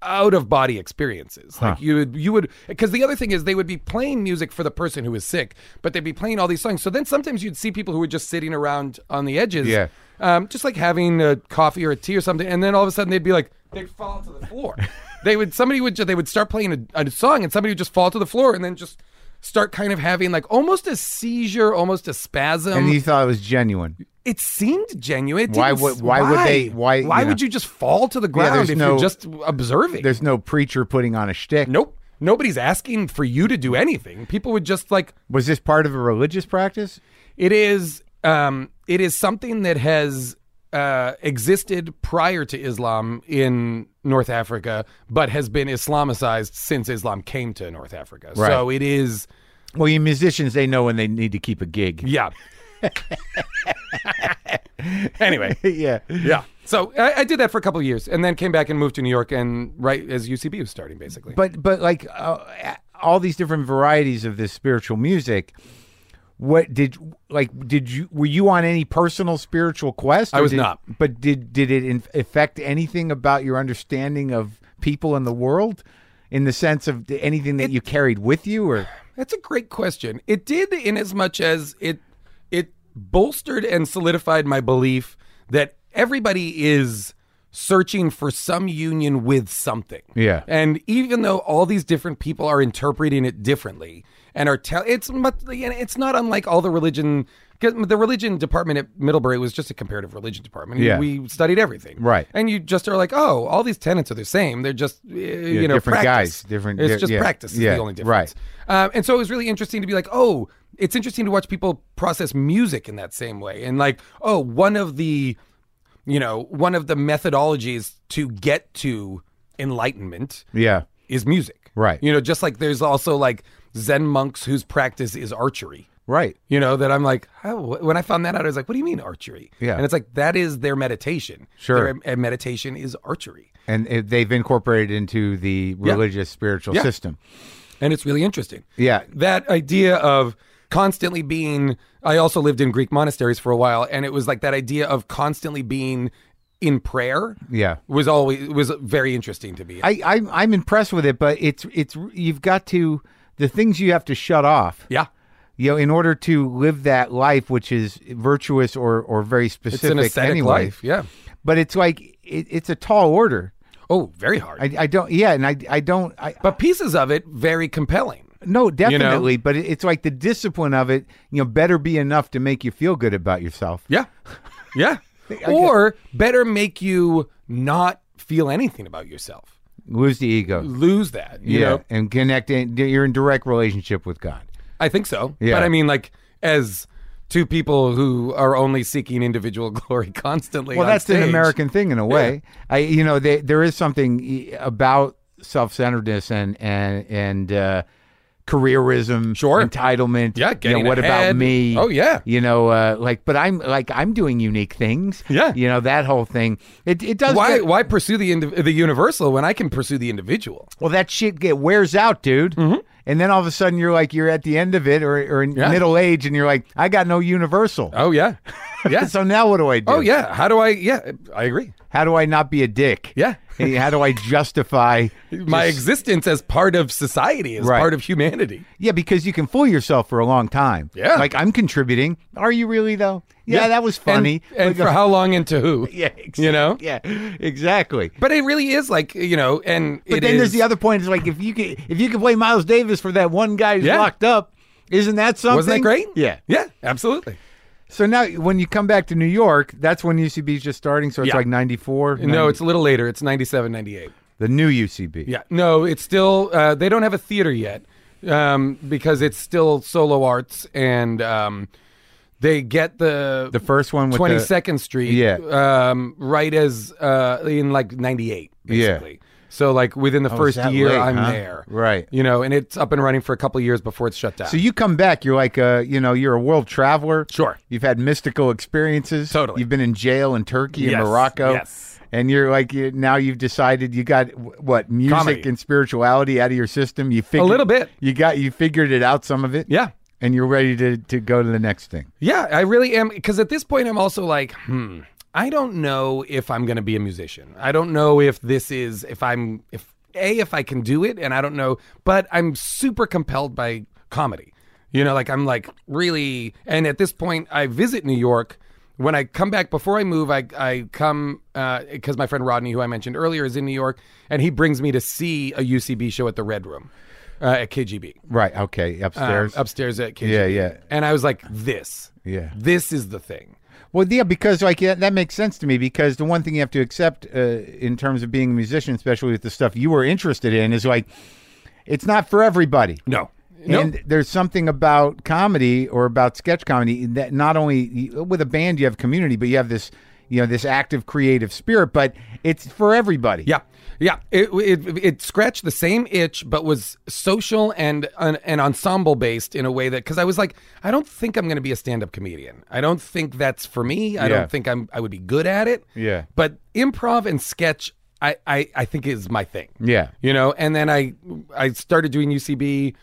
S2: out of body experiences like you would you would because the other thing is they would be playing music for the person who is sick but they'd be playing all these songs so then sometimes you'd see people who were just sitting around on the edges
S1: Yeah.
S2: um, just like having a coffee or a tea or something and then all of a sudden they'd be like they'd fall to the floor they would somebody would ju- they would start playing a, a song and somebody would just fall to the floor and then just start kind of having like almost a seizure almost a spasm
S1: And you thought it was genuine.
S2: it seemed genuine. It
S1: Why
S2: didn't-
S1: would- why would they- why,
S2: Why
S1: you know?
S2: would you just fall to the ground
S1: there's
S2: if
S1: no-
S2: you're just observing?
S1: There's no preacher putting on a shtick.
S2: nope. Nobody's asking for you to do anything. People would just like
S1: Was this part of a religious practice?
S2: it is. Um, it is something that has uh, existed prior to Islam in North Africa, but has been Islamicized since Islam came to North Africa. So it is.
S1: Well, you musicians, they know when they need to keep a gig.
S2: Yeah. anyway.
S1: yeah.
S2: Yeah. So I, I did that for a couple of years, and then came back and moved to New York, and right as UCB was starting, basically.
S1: But but like uh, all these different varieties of this spiritual music, what did like did you were you on any personal spiritual quest?
S2: I
S1: or
S2: was
S1: did-
S2: not.
S1: But did did it in, affect anything about your understanding of people in the world, in the sense of th- anything that you carried with you, or
S2: That's a great question. It did, in as much as it it bolstered and solidified my belief that everybody is searching for some union with something.
S1: Yeah.
S2: And even though all these different people are interpreting it differently and are tell it's much, and it's not unlike all the religion 'cause the religion department at Middlebury was just a comparative religion department.
S1: Yeah.
S2: We studied everything.
S1: Right.
S2: And you just are like, "Oh, all these tenets are the same. They're just uh, you know,
S1: different
S2: practice.
S1: guys, different-
S2: It's
S1: yeah,
S2: just
S1: yeah,
S2: practice is
S1: yeah,
S2: the only difference.
S1: right.
S2: Um, and so it was really interesting to be like, oh, it's interesting to watch people process music in that same way. And like, oh, one of the, you know, one of the methodologies to get to enlightenment
S1: yeah,
S2: is music.
S1: Right.
S2: You know, just like there's also like Zen monks whose practice is archery.
S1: right,
S2: You know, that I'm like, oh, wh- when I found that out, I was like, what do you mean archery?
S1: Yeah.
S2: And it's like, that is their meditation.
S1: Sure.
S2: Their, and meditation is archery.
S1: and it, they've incorporated into the religious spiritual
S2: Yeah.
S1: system.
S2: And it's really interesting.
S1: Yeah,
S2: that idea of constantly being i also lived in greek monasteries for a while and it was like that idea of constantly being in prayer
S1: yeah.
S2: was always was very interesting to me
S1: I, I'm I'm impressed with it, but it's it's you've got to the things you have to shut off.
S2: yeah
S1: you know, in order to live that life, which is virtuous or or very
S2: It's an
S1: specific
S2: aesthetic
S1: anyway.
S2: life. Yeah.
S1: But it's like it, it's a tall order.
S2: Oh, very hard.
S1: I, I don't. Yeah, and I I don't. I
S2: but pieces of it very compelling.
S1: no, definitely. But it, it's like the discipline of it. You know, better be enough to make you feel good about yourself.
S2: Yeah. Yeah. or better make you not feel anything about yourself.
S1: Lose the ego.
S2: Lose that. You
S1: yeah,
S2: know?
S1: and connect. In, you're in direct relationship with God.
S2: I think so.
S1: Yeah.
S2: But I mean like as two people who are only seeking individual glory constantly.
S1: Well,
S2: on
S1: that's an
S2: stage.
S1: American thing in a way. I, you know, they, there is something e- about self-centeredness and and and uh, careerism,
S2: Sure.
S1: entitlement.
S2: Yeah,
S1: you know,
S2: getting
S1: what
S2: ahead.
S1: about me?
S2: Oh, yeah.
S1: you know, uh, like, but I'm like I'm doing unique things.
S2: Yeah.
S1: you know that whole thing. It it does.
S2: Why
S1: get-
S2: why pursue the indiv- the universal when I can pursue the individual?
S1: well, that shit get wears out, dude. And then all of a sudden you're like you're at the end of it or, or in
S2: Mm-hmm. Yeah.
S1: middle age, and you're like I got no universal.
S2: Oh yeah. Yeah.
S1: So now what do I do?
S2: oh yeah. How do I yeah, I agree.
S1: How do I not be a dick?
S2: Yeah.
S1: Hey, How do I justify
S2: My existence as part of society, as
S1: Right.
S2: part of humanity.
S1: Yeah, because you can fool yourself for a long time.
S2: Yeah.
S1: Like I'm contributing. Are you really though? Yeah, that was funny.
S2: And, and
S1: Like, uh,
S2: for how long and to who?
S1: yeah, ex-
S2: You know?
S1: Yeah, exactly.
S2: But it really is like, you know, and
S1: But then there's the other point. It's like if you could if you could play Miles Davis for that one guy who's
S2: Yeah.
S1: locked up, isn't that something?
S2: Wasn't that great?
S1: Yeah.
S2: Yeah, absolutely.
S1: So now when you come back to New York, that's when UCB's just starting. So it's
S2: Yeah.
S1: like '94.
S2: No, it's a little later. It's 97, 98.
S1: the new UCB.
S2: Yeah. No, it's still, uh, they don't have a theater yet um, because it's still solo arts and um, they get the,
S1: The first one with the
S2: 22nd Street
S1: Yeah.
S2: um, right as uh, in like 98,
S1: Yeah. Oh,
S2: basically. So like within the first
S1: that
S2: year
S1: late,
S2: I'm
S1: huh?
S2: there.
S1: Right.
S2: You know, and it's up and running for a couple of years before it's shut down.
S1: So you come back, you're like, uh, you know, you're a world traveler.
S2: Sure.
S1: You've had mystical experiences.
S2: Totally.
S1: You've been in jail in Turkey and
S2: Yes,
S1: Morocco.
S2: yes.
S1: And you're like, you, now you've decided you got wh- what music
S2: Comedy.
S1: and spirituality out of your system. You figured
S2: little bit.
S1: You got you figured it out some of it.
S2: yeah.
S1: And you're ready to to go to the next thing.
S2: Yeah, I really am. Because at this point, I'm also like, hmm, I don't know if I'm going to be a musician. I don't know if this is, if I'm, if A, if I can do it, and I don't know, but I'm super compelled by comedy. You know, like I'm like really, and at this point, I visit New York. When I come back before I move, I, I come because my friend Rodney, who I mentioned earlier, is in New York, and he brings me to see a UCB show at the Red Room uh, at KGB
S1: Right. Okay. Upstairs.
S2: Uh, upstairs at KGB.
S1: Yeah, yeah.
S2: And I was like, this.
S1: Yeah.
S2: This is the thing.
S1: Well, yeah, because like yeah, that makes sense to me. Because the one thing you have to accept uh, in terms of being a musician, especially with the stuff you were interested in, is like it's not for everybody.
S2: No. No.
S1: And there's something about comedy or about sketch comedy that not only with a band you have community, but you have this, you know, this active creative spirit. But it's for everybody.
S2: yeah. Yeah. It, it it scratched the same itch, but was social and an, and ensemble based in a way that because I was like, I don't think I'm going to be a stand up comedian. I don't think that's for me. I
S1: Yeah.
S2: don't think I'm I would be good at it.
S1: Yeah.
S2: But improv and sketch, I I, I think is my thing.
S1: Yeah.
S2: you know and then i i started doing ucb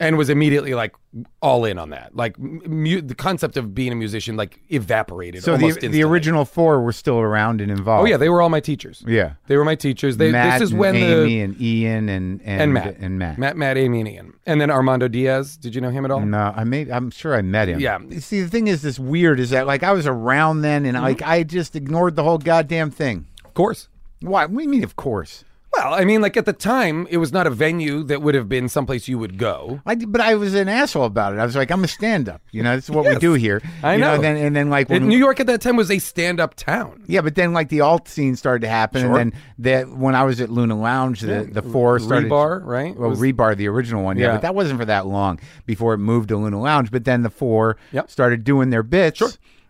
S2: and was immediately like all in on that like m- mu- the concept of being a musician like evaporated
S1: So the,
S2: almost
S1: the
S2: instantly.
S1: original four were still around and involved.
S2: oh yeah they were all my teachers
S1: yeah.
S2: they were my teachers they
S1: Matt
S2: this is
S1: and
S2: when
S1: Amy
S2: the
S1: and Ian and and,
S2: and matt
S1: and Matt.
S2: matt matt amy and ian and then armando diaz did you know him at all
S1: No, uh, I may I'm sure I met him.
S2: Yeah.
S1: See, the thing is, this weird is that like I was around then,
S2: Mm-hmm.
S1: and like I just ignored the whole goddamn thing.
S2: of course
S1: Why? What do you mean? Of course.
S2: well i mean like at the time it was not a venue that would have been someplace you would go
S1: I did, but I was an asshole about it. I was like, I'm a stand up. You know, this is what we do here.
S2: I
S1: You
S2: know.
S1: then and then like
S2: And
S1: when,
S2: new york at that time was a stand-up town
S1: yeah, but then like the alt scene started to happen, and then that when I was at Luna Lounge, the the four started
S2: rebar right
S1: Well,
S2: Was-
S1: Rebar, the original one, yeah,
S2: Yeah.
S1: but that wasn't for that long before it moved to Luna Lounge. But then the four
S2: Yep.
S1: started doing their bits,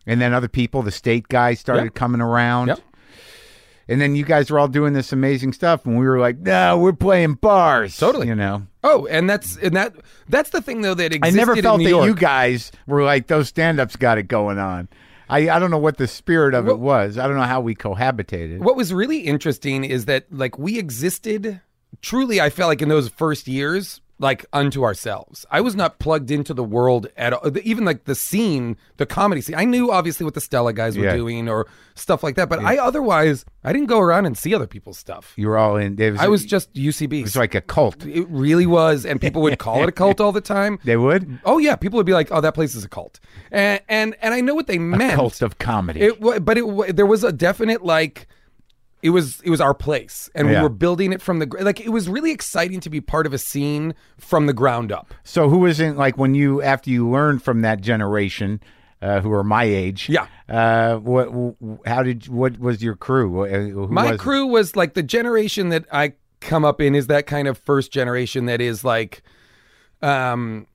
S1: and then other people, the state guys, started
S2: Yep.
S1: coming around.
S2: Yep.
S1: And then you guys were all doing this amazing stuff, and we were like, "No, we're playing bars."
S2: Totally.
S1: you know.
S2: oh and that's and that that's the thing though that
S1: I
S2: existed
S1: never
S2: in
S1: felt
S2: New
S1: that
S2: York.
S1: you guys were like those stand-ups got it going on. I, I don't know what the spirit of it was. I don't know how we cohabitated.
S2: What was really interesting is that like we existed truly I felt like in those first years like unto ourselves. I was not plugged into the world at all. Even like the scene, the comedy scene. I knew obviously what the Stella guys were
S1: Yeah.
S2: doing or stuff like that, but I otherwise I didn't go around and see other people's stuff.
S1: You were all in. It was,
S2: I was just UCB.
S1: It's like a cult.
S2: it really was, and people would call it a cult all the time.
S1: They would
S2: Oh yeah, people would be like, "Oh, that place is a cult," and and, and I know what they meant.
S1: cult of comedy.
S2: It, wa- but it wa- there was a definite like, it was it was our place, and we
S1: Yeah.
S2: were building it from the gr- like. It was really exciting to be part of a scene from the ground up.
S1: so who was in like when you after you learned from that generation, uh, who are my age?
S2: Yeah.
S1: Uh, what? wh- How did? What was your crew? Uh, Who
S2: My
S1: was it?
S2: crew was like the generation that I come up in is that kind of first generation that is like, um,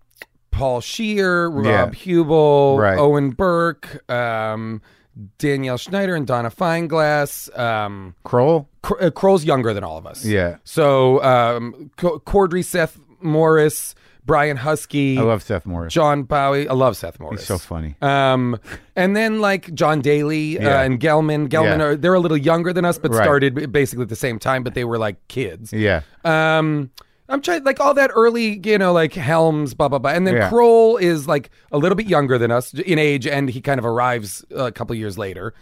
S2: Paul Shear, Rob Hubel,
S1: Right.
S2: Owen Burke, um, Danielle Schneider, and Donna Fineglass. Um,
S1: Kroll.
S2: Cr- uh, Kroll's younger than all of us.
S1: Yeah.
S2: So um, Co- Cordry, Seth Morris, Brian Husky,
S1: I love Seth Morris.
S2: John Bowie. I love Seth Morris.
S1: so funny.
S2: Um, and then like John Daly
S1: Yeah.
S2: uh, and Gelman. Gelman
S1: Yeah.
S2: are they're a little younger than us, but
S1: Right.
S2: started b- basically at the same time. But they were like kids.
S1: Yeah.
S2: Um, I'm trying like all that early, you know, like Helms, blah blah blah, and then
S1: Yeah.
S2: Kroll is like a little bit younger than us in age, and he kind of arrives uh, a couple years later.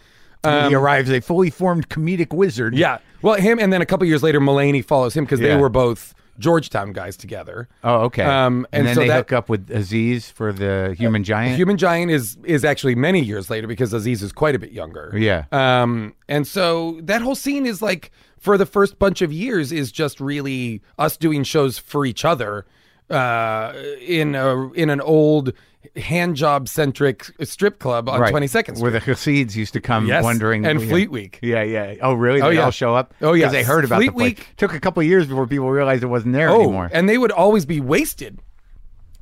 S1: he
S2: Um,
S1: arrives a fully formed comedic wizard.
S2: Yeah. Well, him, and then a couple years later, Mulaney follows him because
S1: Yeah.
S2: they were both Georgetown guys together.
S1: Oh, okay.
S2: Um,
S1: and,
S2: and
S1: then
S2: so
S1: they
S2: that- Uh,
S1: hook up with Aziz for the Human Giant.
S2: Human Giant is is actually many years later because Aziz is quite a bit younger.
S1: Yeah.
S2: Um, and so that whole scene is like for the first bunch of years is just really us doing shows for each other uh in a in an old hand job centric strip club on
S1: Right.
S2: 22nd Street.
S1: where the Hasids used to come
S2: Yes.
S1: wondering
S2: and
S1: yeah.
S2: Fleet Week.
S1: Yeah, yeah. Oh, really? Oh, they
S2: yeah.
S1: all show up.
S2: Oh, yeah.
S1: 'Cause they heard about
S2: Fleet
S1: the place.
S2: Week-
S1: Took a couple years before people realized it wasn't there
S2: Oh,
S1: anymore.
S2: and they would always be wasted.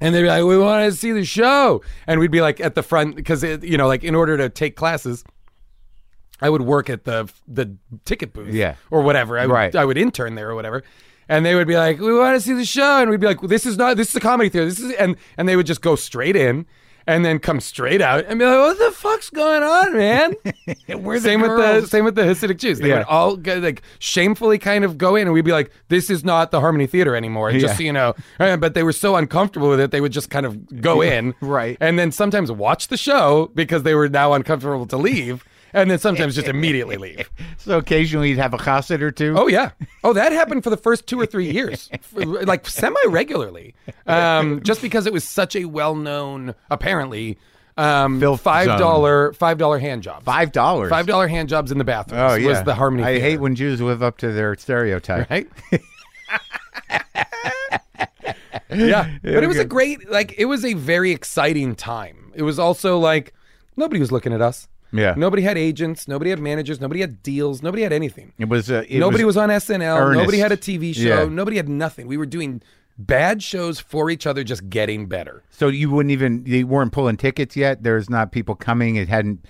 S2: And they'd be like, "We want to see the show," and we'd be like at the front because you know, like in order to take classes, I would work at the the ticket booth,
S1: Yeah.
S2: or whatever. I would,
S1: Right.
S2: I would intern there or whatever. And they would be like, "We want to see the show," and we'd be like, well, "This is not. This is a comedy theater. This is," and and they would just go straight in. And then come straight out and be like, "What the fuck's going on, man?" same with the
S1: girls?
S2: same with the Hasidic Jews. They
S1: Yeah.
S2: would all go, like shamefully kind of go in, and we'd be like, "This is not the Harmony Theater anymore." Just
S1: Yeah.
S2: so you know, Uh, but they were so uncomfortable with it, they would just kind of go in,
S1: Right.
S2: and then sometimes watch the show because they were now uncomfortable to leave, and then sometimes just immediately leave.
S1: so occasionally you'd have a Hasid or two.
S2: Oh yeah. Oh, that happened for the first two or three years, F- like semi regularly, um, just because it was such a well known, apparently, um,
S1: Filth
S2: five dollar five dollar hand job.
S1: Five dollars.
S2: Five dollar hand jobs in the bathrooms
S1: Oh, yeah.
S2: was the harmony.
S1: I
S2: Theater.
S1: hate when Jews live up to their stereotype.
S2: right? yeah, but it was a great, like, it was a very exciting time. It was also like nobody was looking at us.
S1: Yeah.
S2: nobody had agents, nobody had managers, nobody had deals, nobody had anything.
S1: It was. Uh, it
S2: nobody was, on SNL.
S1: earnest.
S2: Nobody had a TV show.
S1: Yeah.
S2: Nobody had nothing. We were doing bad shows for each other, just getting better.
S1: So you wouldn't even. They weren't pulling tickets yet. There's not people coming. It hadn't.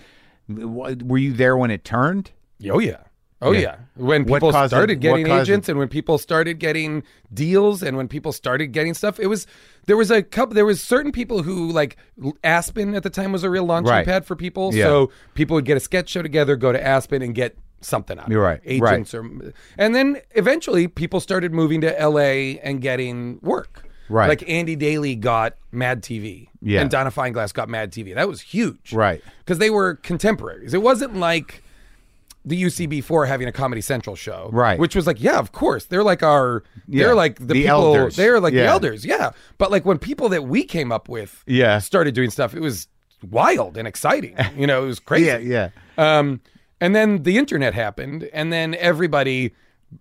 S1: Were you there when it turned?
S2: Oh yeah. Oh yeah. When
S1: What
S2: people
S1: caused it-
S2: started
S1: what
S2: getting
S1: caused it?
S2: agents and when people started getting deals and when people started getting stuff, it was there was a couple there was certain people who like l- Aspen at the time was a real launching
S1: Right.
S2: pad for people.
S1: Yeah.
S2: So people would get a sketch show together, go to Aspen and get something out of
S1: You're
S2: it.
S1: right.
S2: Agents or and then eventually people started moving to LA and getting work.
S1: Right.
S2: Like Andy Daly got Mad TV.
S1: Yeah.
S2: And Donna Fineglass got Mad TV. That was huge.
S1: Right.
S2: Because they were contemporaries. It wasn't like the UCB for having a Comedy Central show,
S1: Right.
S2: Which was like, yeah, of course, they're like our,
S1: Yeah.
S2: they're like the,
S1: The
S2: people,
S1: elders.
S2: they're like the
S1: Yeah.
S2: elders, yeah. But like when people that we came up with,
S1: Yeah.
S2: started doing stuff, it was wild and exciting. You know, it was crazy.
S1: Yeah, yeah.
S2: Um, and then the internet happened, and then everybody,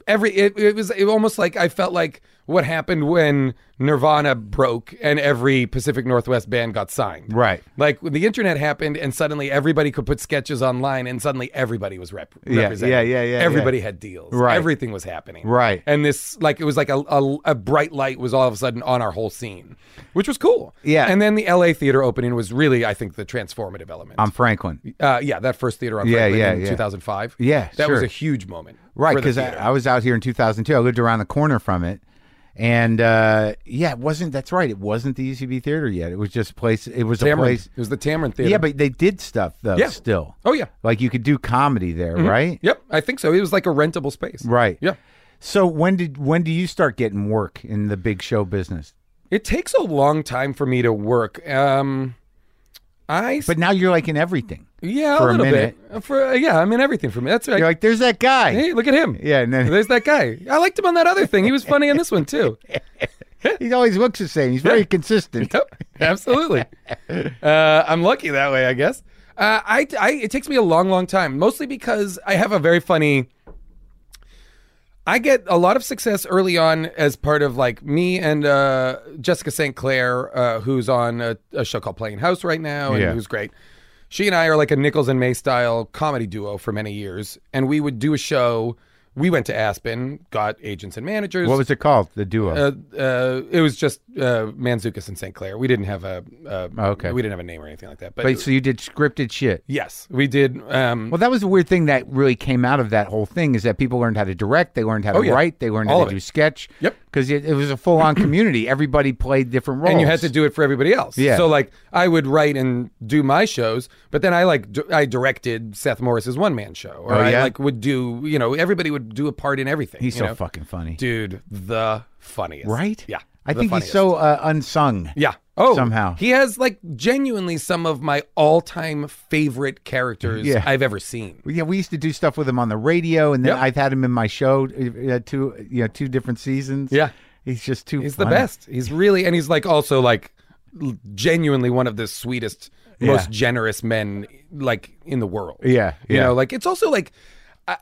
S2: every it, it was it almost like I felt like what happened when Nirvana broke and every Pacific Northwest band got signed,
S1: Right.
S2: Like when the internet happened, and suddenly everybody could put sketches online, and suddenly everybody was rep-
S1: Yeah,
S2: represented.
S1: yeah, yeah, yeah,
S2: Everybody had deals.
S1: Right.
S2: Everything was happening.
S1: Right.
S2: And this like it was like a, a a bright light was all of a sudden on our whole scene, which was cool.
S1: Yeah.
S2: And then the LA theater opening was really I think the transformative element.
S1: On Franklin.
S2: Uh, yeah, that first theater on
S1: Yeah,
S2: Franklin
S1: yeah,
S2: in
S1: yeah.
S2: 2005.
S1: Yeah,
S2: that was
S1: sure.
S2: a huge moment.
S1: Right,
S2: for the
S1: because I,
S2: theater.
S1: I was out here in 2002. I lived around the corner from it, and uh, yeah, it wasn't. That's right. It wasn't the UCB theater yet. It was just a place. It was a
S2: Tamarind.
S1: place.
S2: It was the Tamarind Theater.
S1: Yeah, but they did stuff though.
S2: Yeah.
S1: Still,
S2: oh yeah,
S1: like you could do comedy there, right?
S2: yep, I think so. It was like a rentable space.
S1: Right.
S2: Yeah.
S1: So when did when do you start getting work in the big show business?
S2: It takes a long time for me to work. Um, I
S1: But now you're like in everything.
S2: yeah,
S1: for
S2: a
S1: a
S2: little bit. For uh, yeah, I mean everything for me. That's right.
S1: You're like, there's that guy.
S2: hey, look at him.
S1: Yeah, and then
S2: There's that guy. I liked him on that other thing. He was funny on this one too.
S1: he always looks the same. He's very consistent.
S2: Yep, absolutely. Uh, I'm lucky that way, I guess. Uh, I, I it takes me a long, long time, mostly because I have a very funny. I get a lot of success early on as part of like me and uh, Jessica St. Clair, uh, who's on a, a show called Playing House right now, and
S1: Yeah.
S2: who's great. She and I are like a Nichols and May style comedy duo for many years, and we would do a show. We went to Aspen, got agents and managers
S1: What was it called? The duo.
S2: uh, uh, it was just uh, Manzukis and St. Clair. We didn't have a uh,
S1: Okay.
S2: We didn't have a name or anything like that. But,
S1: but so you did scripted shit.
S2: yes, we did. Um,
S1: Well, that was the weird thing that really came out of that whole thing is that people learned how to direct, they learned how to
S2: Oh, yeah.
S1: write, they learned
S2: All
S1: how
S2: of
S1: to
S2: it.
S1: do sketch.
S2: Yep.
S1: Because it, it was a full on community. Everybody played different roles.
S2: and you had to do it for everybody else.
S1: Yeah.
S2: So like I would write and do my shows, but then I like d- I directed Seth Morris's one man show, or
S1: Oh,
S2: I
S1: yeah?
S2: like would do you know everybody would do a part in everything.
S1: He's
S2: you
S1: so
S2: know?
S1: fucking funny.
S2: dude, the funniest,
S1: Right?
S2: Yeah,
S1: I
S2: the
S1: think
S2: funniest.
S1: he's so uh, unsung.
S2: Yeah. Oh,
S1: Somehow.
S2: he has like genuinely some of my all-time favorite characters
S1: Yeah.
S2: I've ever seen.
S1: Yeah, we used to do stuff with him on the radio, and then
S2: Yep.
S1: I've had him in my show uh, two, you know, two different seasons.
S2: Yeah.
S1: he's just too.
S2: He's the
S1: funny.
S2: best. He's really, and he's like also like l- genuinely one of the sweetest, most generous men like in the world.
S1: Yeah,
S2: you
S1: yeah.
S2: know, like it's also like, I-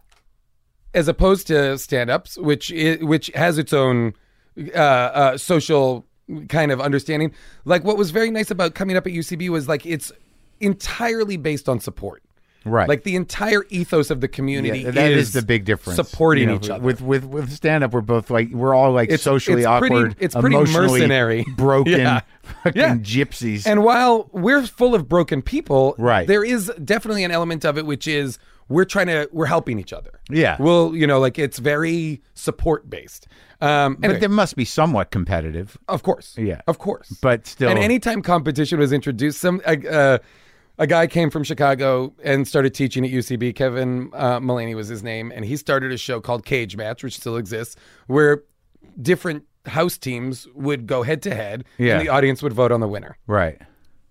S2: as opposed to stand-ups, which i which has its own uh, uh, social kind of understanding. Like what was very nice about coming up at UCB was like it's entirely based on support.
S1: Right.
S2: Like the entire ethos of the community
S1: Yeah, that is,
S2: is
S1: the big difference.
S2: Supporting
S1: You know,
S2: each other.
S1: With with with stand up, we're both like we're all like socially
S2: it's pretty-
S1: awkward.
S2: it's pretty
S1: emotionally
S2: mercenary.
S1: broken,
S2: Yeah.
S1: fucking
S2: Yeah.
S1: gypsies.
S2: And while we're full of broken people,
S1: Right.
S2: there is definitely an element of it which is we're trying to we're helping each other.
S1: Yeah.
S2: We'll, you know, like it's very support based. Um
S1: but
S2: anyway,
S1: there must be somewhat competitive,
S2: of course.
S1: Yeah.
S2: Of course.
S1: but still.
S2: And anytime competition was introduced, some uh, uh, a guy came from Chicago and started teaching at UCB. Kevin uh, Mullaney was his name, and he started a show called Cage Match, which still exists, where different house teams would go head to head,
S1: Yeah.
S2: and the audience would vote on the winner.
S1: right?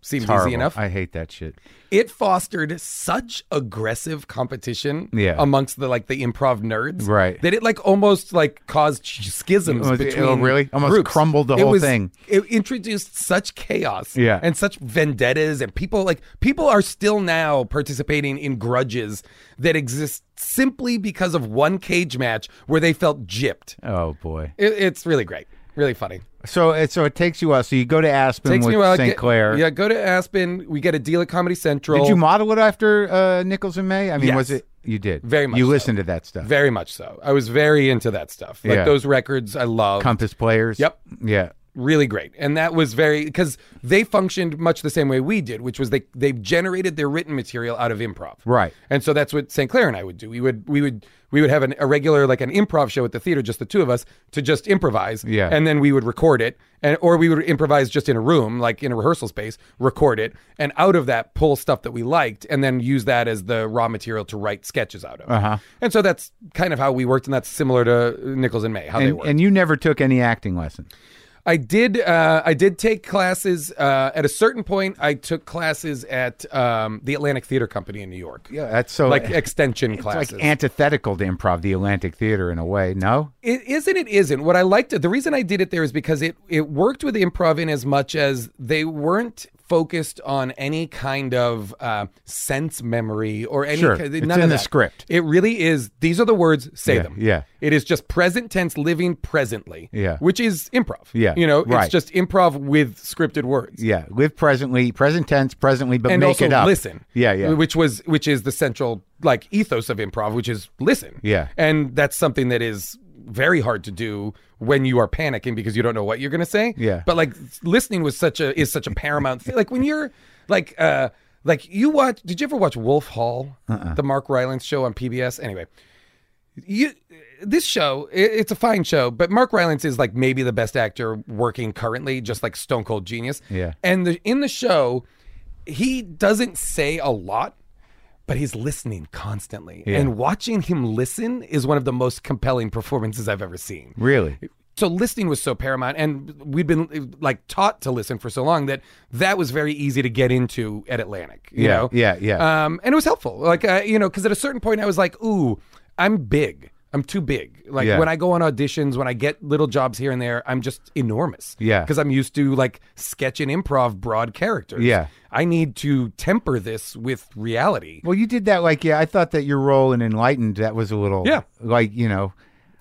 S2: Seems
S1: Horrible.
S2: easy enough
S1: I hate that shit.
S2: it fostered such aggressive competition
S1: Yeah.
S2: amongst the like the improv nerds
S1: Right.
S2: that it like almost like caused sch- schisms
S1: Almost-
S2: between
S1: oh, really? Almost
S2: groups.
S1: crumbled the
S2: It
S1: whole
S2: was-
S1: thing.
S2: it introduced such chaos
S1: Yeah.
S2: and such vendettas and people like people are still now participating in grudges that exist simply because of one cage match where they felt gypped
S1: Oh boy.
S2: it, it's really great really funny
S1: So it so it takes you a while. So you go to Aspen
S2: takes
S1: with
S2: me a while to
S1: St.
S2: get-
S1: Clair.
S2: yeah go to aspen we get a deal at comedy central
S1: Did you model it after uh, Nichols and May? I mean, was
S2: Yes.
S1: it? You did
S2: Very much
S1: You
S2: so.
S1: listened to that stuff.
S2: Very much so. I was very into that stuff. Like
S1: Yeah.
S2: those records, I love.
S1: Compass players.
S2: Yep.
S1: Yeah.
S2: really great. And that was very because they functioned much the same way we did, which was they they generated their written material out of improv.
S1: Right.
S2: And so that's what St. Clair and I would do. We would we would we would have an, a regular like an improv show at the theater, just the two of us, to just improvise.
S1: Yeah.
S2: And then we would record it, and or we would improvise just in a room, like in a rehearsal space, record it, and out of that pull stuff that we liked, and then use that as the raw material to write sketches out of. Uh-huh. And so that's kind of how we worked, and that's similar to Nichols and May how they
S1: And,
S2: worked.
S1: and you never took any acting lesson.
S2: I did. Uh, I did take classes. Uh, at a certain point, I took classes at um, the Atlantic Theater Company in New York,
S1: Yeah, that's so
S2: like extension
S1: It's
S2: classes.
S1: like antithetical to improv, the Atlantic Theater, in a way. No,
S2: it isn't. It isn't. What I liked. The reason I did it there is because it it worked with improv in as much as they weren't focused on any kind of uh, sense memory or any.
S1: Sure.
S2: ki-
S1: It's
S2: none
S1: in
S2: of
S1: the
S2: that.
S1: script.
S2: It really is. These are the words. Say
S1: Yeah,
S2: them.
S1: yeah.
S2: It is just present tense, living presently.
S1: Yeah.
S2: Which is improv.
S1: Yeah,
S2: You know,
S1: right.
S2: it's just improv with scripted words.
S1: yeah, live presently, present tense, presently, but
S2: and
S1: make
S2: also
S1: it up.
S2: listen.
S1: Yeah, yeah.
S2: Which was which is the central like ethos of improv, which is listen.
S1: Yeah.
S2: and that's something that is very hard to do when you are panicking because you don't know what you're going to say.
S1: Yeah.
S2: but like listening was such a is such a paramount thing. Like when you're like uh like you watch. Did you ever watch Wolf Hall,
S1: Uh-uh.
S2: the Mark Rylance show on PBS? Anyway. You, this show, i it's a fine show, but Mark Rylance is like maybe the best actor working currently, just like Stone Cold Genius.
S1: Yeah.
S2: And the, in the show, he doesn't say a lot, but he's listening constantly. And watching him listen is one of the most compelling performances I've ever seen.
S1: Really?
S2: So listening was so paramount, and we'd been like taught to listen for so long that that was very easy to get into at Atlantic. You
S1: Yeah,
S2: know?
S1: yeah, yeah.
S2: Um, and it was helpful, like uh, you know, because at a certain point I was like, "Ooh, I'm big. I'm too big." Like
S1: Yeah.
S2: when I go on auditions, when I get little jobs here and there, I'm just enormous.
S1: Yeah.
S2: because I'm used to like sketch and improv broad characters.
S1: Yeah.
S2: I need to temper this with reality.
S1: Well, you did that like yeah. I thought that your role in Enlightened that was a little
S2: Yeah.
S1: like you know.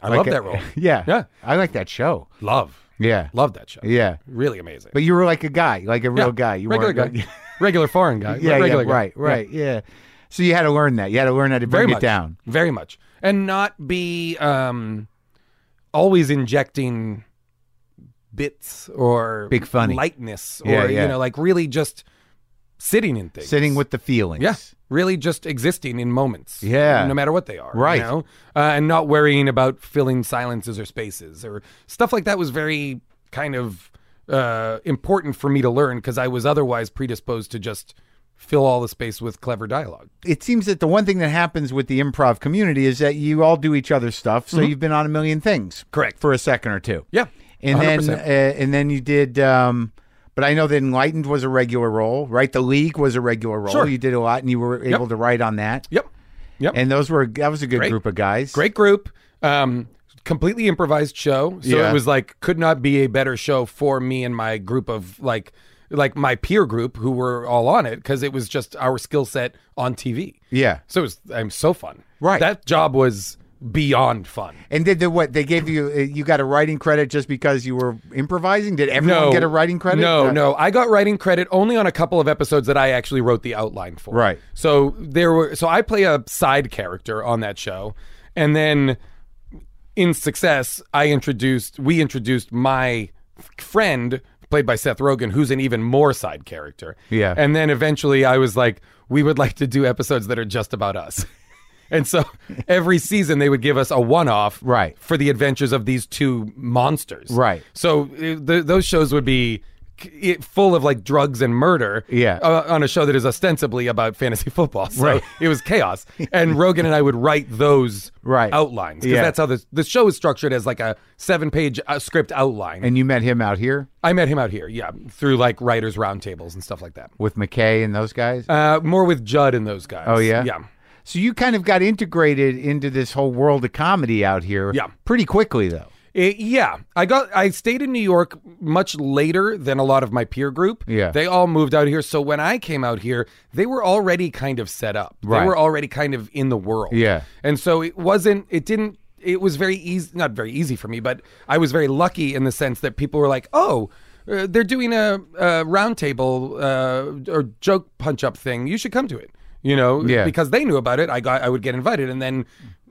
S2: I
S1: like
S2: love
S1: a-
S2: that role.
S1: Yeah,
S2: Yeah.
S1: I like that show.
S2: Love,
S1: Yeah,
S2: love that show.
S1: yeah.
S2: really amazing.
S1: But you were like a guy, like a real
S2: Yeah,
S1: guy. You
S2: regular
S1: weren't-
S2: guy, regular foreign guy.
S1: yeah,
S2: regular
S1: yeah,
S2: guy.
S1: right, right, yeah. So you had to learn that. You had to learn how to bring
S2: very
S1: it
S2: much
S1: down.
S2: very much and not be um always injecting bits or
S1: Big funny.
S2: lightness or
S1: Yeah, yeah.
S2: you know like really just sitting in things
S1: Sitting with the feelings.
S2: yeah really just existing in moments
S1: Yeah.
S2: no matter what they are
S1: Right.
S2: you know? uh, and not worrying about filling silences or spaces or stuff like that was very kind of uh important for me to learn because i was otherwise predisposed to just fill all the space with clever dialogue
S1: It seems that the one thing that happens with the improv community is that you all do each other's stuff. So you've been on a million things.
S2: Mm-hmm. Correct.
S1: For a second or two.
S2: yeah
S1: And
S2: 100%.
S1: then uh, and then you did um but I know that Enlightened was a regular role, right? The League was a regular role.
S2: Sure.
S1: You did a lot and you were able to write on that.
S2: Yep. Yep.
S1: And those were that was a good
S2: Great.
S1: group of guys.
S2: Great group. Um, completely improvised show. So
S1: Yeah.
S2: it was like could not be a better show for me and my group of like like my peer group who were all on it because it was just our skill set on TV.
S1: Yeah.
S2: So it was I'm so fun.
S1: Right.
S2: That job was beyond fun.
S1: And did the what they gave you uh, you got a writing credit just because you were improvising? Did everyone get a writing credit?
S2: No,
S1: Uh,
S2: no. I got writing credit only on a couple of episodes that I actually wrote the outline for.
S1: Right.
S2: So there were so I play a side character on that show and then in success I introduced we introduced my f- friend played by Seth Rogen who's an even more side character.
S1: Yeah.
S2: And then eventually I was like we would like to do episodes that are just about us. And so every season they would give us a one-off
S1: Right.
S2: for the adventures of these two monsters.
S1: Right.
S2: So uh, th- those shows would be c- it, full of like drugs and murder.
S1: Yeah.
S2: Uh, on a show that is ostensibly about fantasy football. So
S1: Right.
S2: It was chaos, and Rogan and I would write those
S1: Right.
S2: outlines because
S1: Yeah.
S2: that's how the the show is structured as like a seven page uh, script outline.
S1: And you met him out here
S2: I met him out here, yeah, through like writers roundtables and stuff like that.
S1: with McKay and those guys?
S2: Uh, more with Judd and those guys.
S1: Oh yeah,
S2: yeah.
S1: So you kind of got integrated into this whole world of comedy out here,
S2: Yeah.
S1: pretty quickly though.
S2: It- Eh, yeah, I got. I stayed in New York much later than a lot of my peer group.
S1: Yeah.
S2: they all moved out here. So when I came out here, they were already kind of set up.
S1: Right.
S2: They were already kind of in the world.
S1: Yeah.
S2: and so it wasn't. It didn't. It was very easy. Not very easy for me, but I was very lucky in the sense that people were like, "Oh, uh, they're doing a, a roundtable uh, or joke punch up thing. You should come to it." You know,
S1: Yeah.
S2: because they knew about it. I got. I would get invited, and then.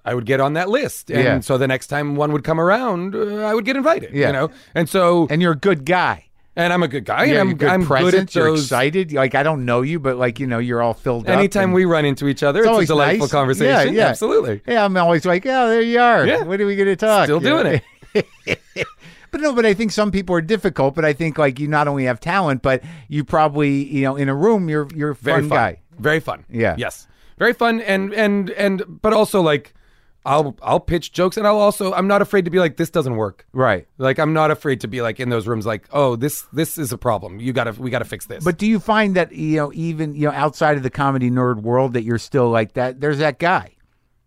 S2: I would get on that list, and
S1: Yeah.
S2: so the next time one would come around, uh, I would get invited.
S1: Yeah.
S2: You know, and so
S1: And you're a good guy.
S2: and I'm a good guy. and
S1: Yeah,
S2: I'm
S1: you're good
S2: I'm
S1: presence.
S2: good at
S1: you're
S2: those.
S1: excited. Like I don't know you, but like you know, you're all filled up.
S2: Anytime
S1: and
S2: we run into each other, it's, a
S1: always
S2: delightful
S1: nice.
S2: conversation.
S1: Yeah, yeah.
S2: Absolutely,
S1: Yeah, I'm always like, oh, there you are.
S2: Yeah.
S1: What are we gonna talk?
S2: still
S1: You know?
S2: doing it.
S1: But no, but I think some people are difficult. But I think like you not only have talent, but you probably you know in a room you're you're a
S2: Very
S1: fun, guy.
S2: Very fun.
S1: Yeah.
S2: Yes. Very fun and and and but also like I'll I'll pitch jokes and I'll also I'm not afraid to be like this doesn't work.
S1: Right.
S2: Like I'm not afraid to be like in those rooms like oh this this is a problem. You got to we got to fix this.
S1: But do you find that you know even you know outside of the comedy nerd world that you're still like that? There's that guy.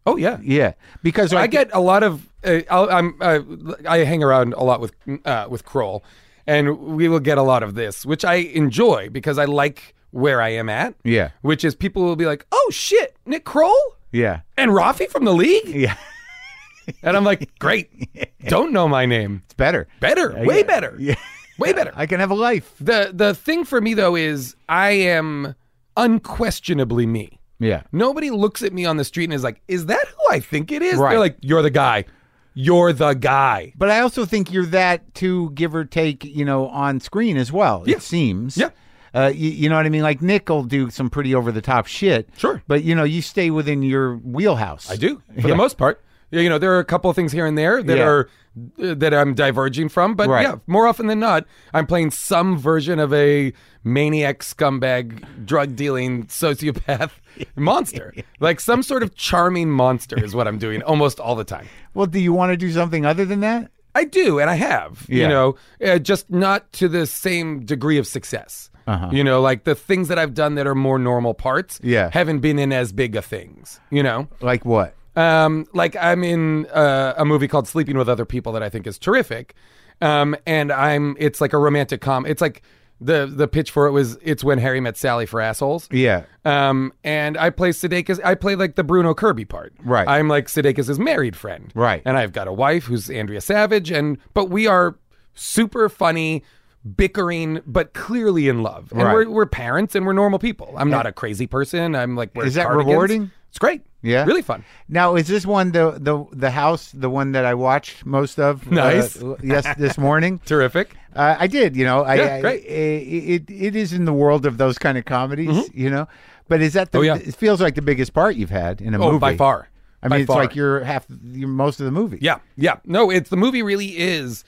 S2: oh yeah.
S1: Yeah, because
S2: I
S1: like,
S2: get a lot of uh, I'll, I'm uh, I hang around a lot with uh, with Kroll, and we will get a lot of this, which I enjoy because I like where I am at.
S1: Yeah.
S2: which is people will be like, "Oh shit, Nick Kroll
S1: yeah,
S2: and Rafi from the league,"
S1: yeah,
S2: and I'm like, "Great, don't know my name.
S1: it's better.
S2: Better, way better,
S1: Yeah.
S2: way better."
S1: I can have a life.
S2: The the thing for me though is I am unquestionably me.
S1: Yeah,
S2: Nobody looks at me on the street and is like, "Is that who I think it is?"
S1: Right.
S2: They're like, "You're the guy. You're the guy."
S1: but I also think you're that too, give or take. You know, on screen as well.
S2: Yeah.
S1: It seems.
S2: Yeah.
S1: Uh, you, you know what I mean? Like Nick will do some pretty over the top shit.
S2: Sure.
S1: But you know, you stay within your wheelhouse.
S2: I do for the most part. you know, there are a couple of things here and there that
S1: Yeah.
S2: are uh, that I'm diverging from, but
S1: Right.
S2: yeah, more often than not, I'm playing some version of a maniac, scumbag, drug dealing sociopath monster. like some sort of charming monster is what I'm doing almost all the time.
S1: Well, do you want to do something other than that?
S2: I do, and I have,
S1: Yeah.
S2: you know, uh, just not to the same degree of success. You know, like the things that I've done that are more normal parts
S1: Uh-huh. Yeah.
S2: haven't been in as big of things, you know?
S1: Like what?
S2: Um, like I'm in uh, a movie called Sleeping with Other People that I think is terrific, um, and I'm it's like a romantic com. It's like the the pitch for it was it's when Harry met Sally for assholes.
S1: Yeah.
S2: Um, and I play Sudeikis. I play like the Bruno Kirby part.
S1: Right.
S2: I'm like Sudeikis' married friend.
S1: Right.
S2: And I've got a wife who's Andrea Savage, and but we are super funny, bickering, but clearly in love. And
S1: Right.
S2: we're we're parents and we're normal people. I'm not a crazy person. I'm like we're
S1: Is that
S2: cardigans.
S1: rewarding?
S2: It's great.
S1: Yeah?
S2: Really fun.
S1: Now is this one the the the house the one that I watched most of?
S2: Nice.
S1: Uh, yes, this morning.
S2: Terrific.
S1: Uh, I did, you know. I,
S2: Yeah,
S1: I-
S2: great.
S1: I- it, it is in the world of those kind of comedies, you know. But is that the?
S2: Mm-hmm. Oh, yeah.
S1: It feels like the biggest part you've had in a
S2: Oh,
S1: movie
S2: by far.
S1: I mean,
S2: By
S1: it's
S2: far.
S1: like you're half, you're most of the movie.
S2: Yeah, yeah. No, it's the movie really is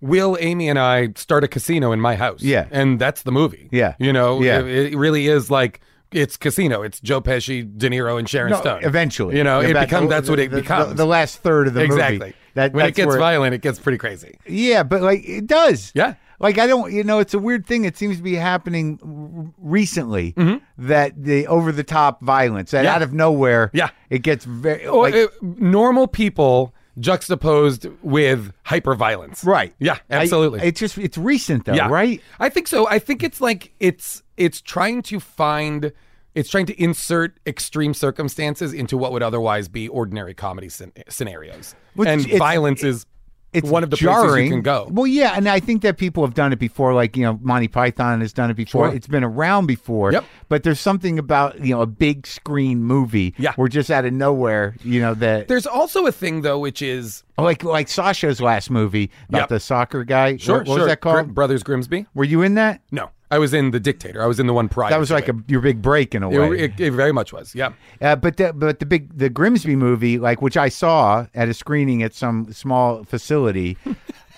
S2: Will, Amy, and I start a casino in my house.
S1: Yeah.
S2: And that's the movie.
S1: Yeah.
S2: You know,
S1: Yeah.
S2: It, it really is like it's casino. It's Joe Pesci, De Niro, and Sharon
S1: No,
S2: Stone.
S1: eventually,
S2: You know, it
S1: About
S2: becomes
S1: the-
S2: that's what it
S1: the- the-
S2: becomes.
S1: The, last third of the movie.
S2: exactly.
S1: That,
S2: when it
S1: that's
S2: gets
S1: where-
S2: violent, it gets pretty crazy.
S1: Yeah, but like it does.
S2: Yeah.
S1: Like I don't, you know, it's a weird thing. It seems to be happening r- recently that the over the top violence that
S2: Mm-hmm. Yeah.
S1: out of nowhere.
S2: Yeah.
S1: It gets very
S2: Or,
S1: like,
S2: uh, normal people juxtaposed with hyper violence.
S1: right.
S2: Yeah,
S1: I-
S2: absolutely.
S1: it's just it's recent though,
S2: Yeah.
S1: right?
S2: I think so. I think it's like it's it's trying to find it's trying to insert extreme circumstances into what would otherwise be ordinary comedy scen- scenarios.
S1: Which
S2: and
S1: it's-
S2: violence is
S1: it's
S2: one of the
S1: jarring.
S2: places you can go.
S1: Well, yeah, and I think that people have done it before, like you know Monty Python has done it before.
S2: Sure.
S1: It's been around before.
S2: Yep.
S1: But there's something about you know a big screen movie.
S2: Yeah.
S1: We're just out of nowhere. You know that
S2: There's also a thing though, which is
S1: like like Sasha's last movie about
S2: Yep.
S1: the soccer guy.
S2: sure,
S1: What, what
S2: sure.
S1: was that called?
S2: Gr- Brothers Grimsby.
S1: Were you in that?
S2: No, I was in The Dictator. I was in the one prior.
S1: That was
S2: to
S1: like
S2: it.
S1: a your big break in a
S2: It,
S1: way.
S2: it- it very much was. Yeah.
S1: Uh, but the, but the big the Grimsby movie, like which I saw at a screening at some small facility,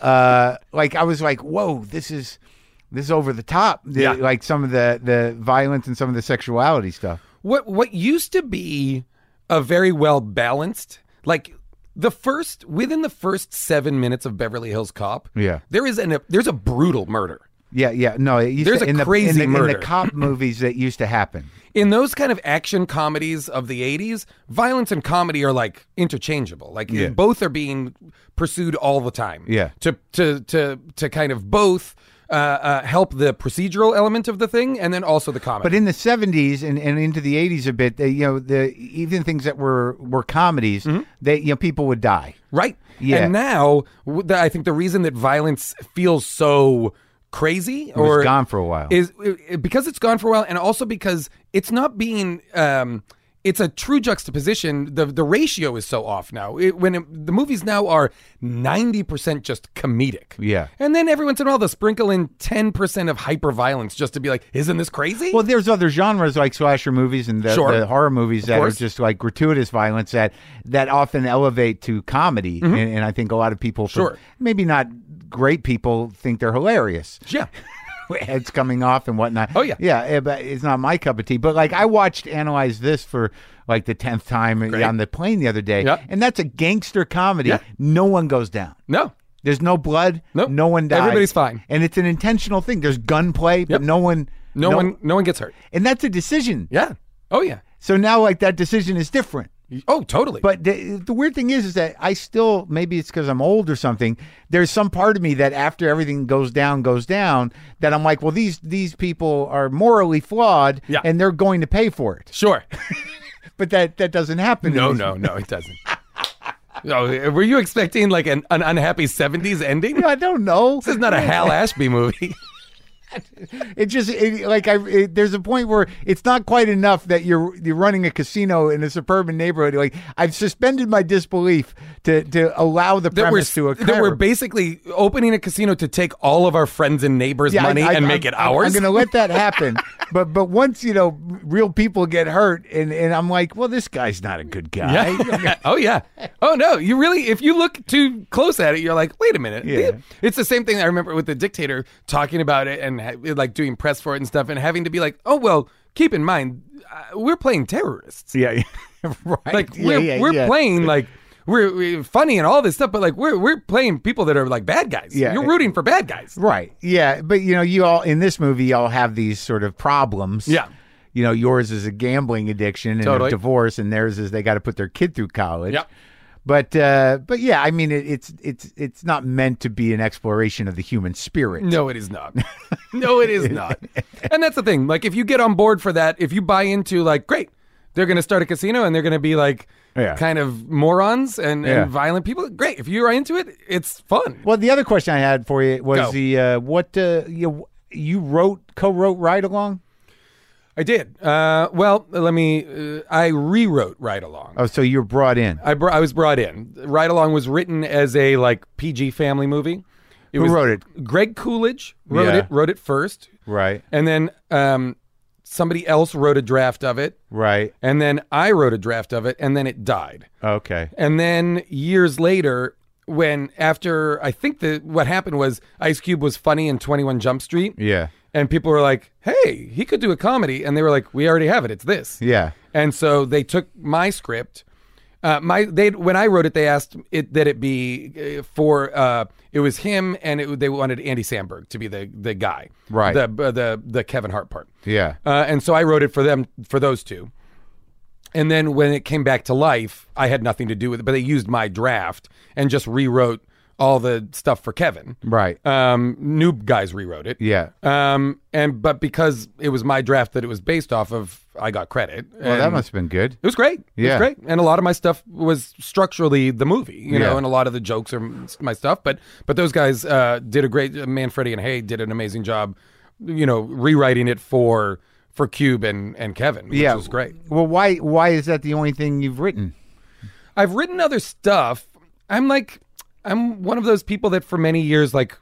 S1: uh, like I was like, whoa, this is this is over the top. The-
S2: Yeah.
S1: Like some of the the violence and some of the sexuality stuff.
S2: what what used to be a very well balanced like the first within the first seven minutes of Beverly Hills Cop,
S1: Yeah.
S2: there is an there's a brutal murder.
S1: Yeah, yeah. No, it used
S2: There's
S1: to,
S2: a
S1: in the,
S2: crazy
S1: in the, in the
S2: murder.
S1: cop movies that used to happen.
S2: In those kind of action comedies of the '80s, violence and comedy are like interchangeable. Like both are being pursued all the time.
S1: Yeah.
S2: to to to to kind of both uh, uh, help the procedural element of the thing, and then also the comedy.
S1: But in the seventies and, and into the eighties a bit, they, you know, the even things that were were comedies,
S2: Mm-hmm.
S1: they you know people would die.
S2: Right.
S1: Yeah.
S2: And now, w- the, I think the reason that violence feels so crazy
S1: It was
S2: or
S1: gone for a while.
S2: is it- it- because it's gone for a while, and also because it's not being. Um, it's a true juxtaposition. The the ratio is so off now. It, when it, the movies now are ninety percent just comedic,
S1: Yeah.
S2: and then every once in a while they'll sprinkle in ten percent of hyper violence just to be like, isn't this crazy?
S1: Well, there's other genres like slasher movies and the,
S2: Sure.
S1: the horror movies that are
S2: course.
S1: just like gratuitous violence that that often elevate to comedy, and, and I think a lot of people,
S2: Mm-hmm.
S1: from-
S2: Sure.
S1: maybe not great people, think they're hilarious.
S2: yeah,
S1: Heads coming off and whatnot.
S2: Oh, yeah.
S1: yeah, eh, but it's not my cup of tea. But like I watched Analyze This for like the tenth time on the plane the other day,
S2: Yeah.
S1: and that's a gangster comedy.
S2: Yeah.
S1: No one goes down.
S2: no,
S1: There's no blood.
S2: Nope.
S1: No one dies.
S2: Everybody's fine.
S1: And it's an intentional thing. There's gunplay, but
S2: Yep.
S1: no one.
S2: no, one, no one gets hurt.
S1: And that's a decision.
S2: Yeah, oh yeah,
S1: So now, like that decision is different.
S2: oh totally.
S1: But the, the weird thing is, is that I still maybe it's because I'm old or something. There's some part of me that after everything goes down, goes down, that I'm like, well, these these people are morally flawed,
S2: Yeah.
S1: and they're going to pay for it.
S2: sure.
S1: But that that doesn't happen. in
S2: No,
S1: these-
S2: no, no, it doesn't. No, were you expecting like an, an unhappy '70s ending?
S1: I don't know.
S2: This is not a Hal Ashby movie.
S1: It just it, like I it, there's a point where it's not quite enough that you're you're running a casino in a suburban neighborhood. Like I've suspended my disbelief to to allow the
S2: That we're,
S1: premise to occur.
S2: that we're basically opening a casino to take all of our friends and neighbors'
S1: Yeah, I-
S2: money
S1: I-
S2: and
S1: I'm-
S2: make it
S1: I'm-
S2: ours.
S1: I'm, going to let that happen. but but once you know real people get hurt, and and I'm like, well, this guy's not a good guy.
S2: Yeah. oh yeah. Oh no. You really, if you look too close at it, you're like, wait a minute.
S1: Yeah.
S2: It's the same thing I remember with the dictator talking about it and ha- like doing press for it and stuff, and having to be like, oh well, keep in mind, uh, we're playing terrorists.
S1: Yeah, right.
S2: Like
S1: Yeah,
S2: we're
S1: yeah,
S2: we're
S1: yeah.
S2: playing like. We're, we're funny and all this stuff, but like we're we're playing people that are like bad guys.
S1: Yeah.
S2: you're rooting for bad guys.
S1: Right. Yeah. But you know, you all in this movie, you all have these sort of problems.
S2: Yeah.
S1: You know, yours is a gambling addiction and
S2: Totally.
S1: a divorce, and theirs is they got to put their kid through college.
S2: Yep.
S1: But uh, but yeah, I mean, it, it's it's it's not meant to be an exploration of the human spirit.
S2: No, it is not. No, it is not. And that's the thing. Like, if you get on board for that, if you buy into, like, great, they're going to start a casino and they're going to be like
S1: Yeah.
S2: kind of morons and,
S1: Yeah.
S2: and violent people, great. If you are into it, it's fun.
S1: Well, the other question I had for you was
S2: Go.
S1: the uh, what uh, you you wrote co-wrote ride along.
S2: I did. Uh, well, let me. Uh, I rewrote Ride Along.
S1: Oh, so you're brought in.
S2: I, br- I was brought in. Ride Along was written as a like PG family movie. It
S1: Who
S2: was-
S1: wrote it?
S2: Greg Coolidge wrote
S1: Yeah.
S2: it. Wrote it first,
S1: Right.
S2: and then um, somebody else wrote a draft of it.
S1: Right.
S2: And then I wrote a draft of it, and then it died.
S1: Okay.
S2: And then years later, when after I think that what happened was Ice Cube was funny in 21 Jump Street,
S1: Yeah.
S2: and people were like, hey, he could do a comedy. And they were like, we already have it, it's this.
S1: Yeah.
S2: And so they took my script. Uh, my they when I wrote it, they asked it that it be uh, for uh, it was him and it, they wanted Andy Samberg to be the the guy,
S1: Right.
S2: The uh, the the Kevin Hart part.
S1: Yeah.
S2: Uh, and so I wrote it for them, for those two. And then when it came back to life, I had nothing to do with it, but they used my draft and just rewrote all the stuff for Kevin.
S1: Right.
S2: Um, new guys rewrote it.
S1: Yeah.
S2: Um, and but because it was my draft that it was based off of, I got credit.
S1: Well, that
S2: And-
S1: must have been good.
S2: it was great.
S1: Yeah.
S2: It was great. And a lot of my stuff was structurally the movie, you
S1: Yeah.
S2: know, and a lot of the jokes are m- my stuff. But but those guys uh, did a great Manfredi and Hay did an amazing job, you know, rewriting it for for Cube and and Kevin, which
S1: yeah,
S2: was great.
S1: Well, why why is that the only thing you've written?
S2: I've written other stuff. I'm like I'm one of those people that for many years like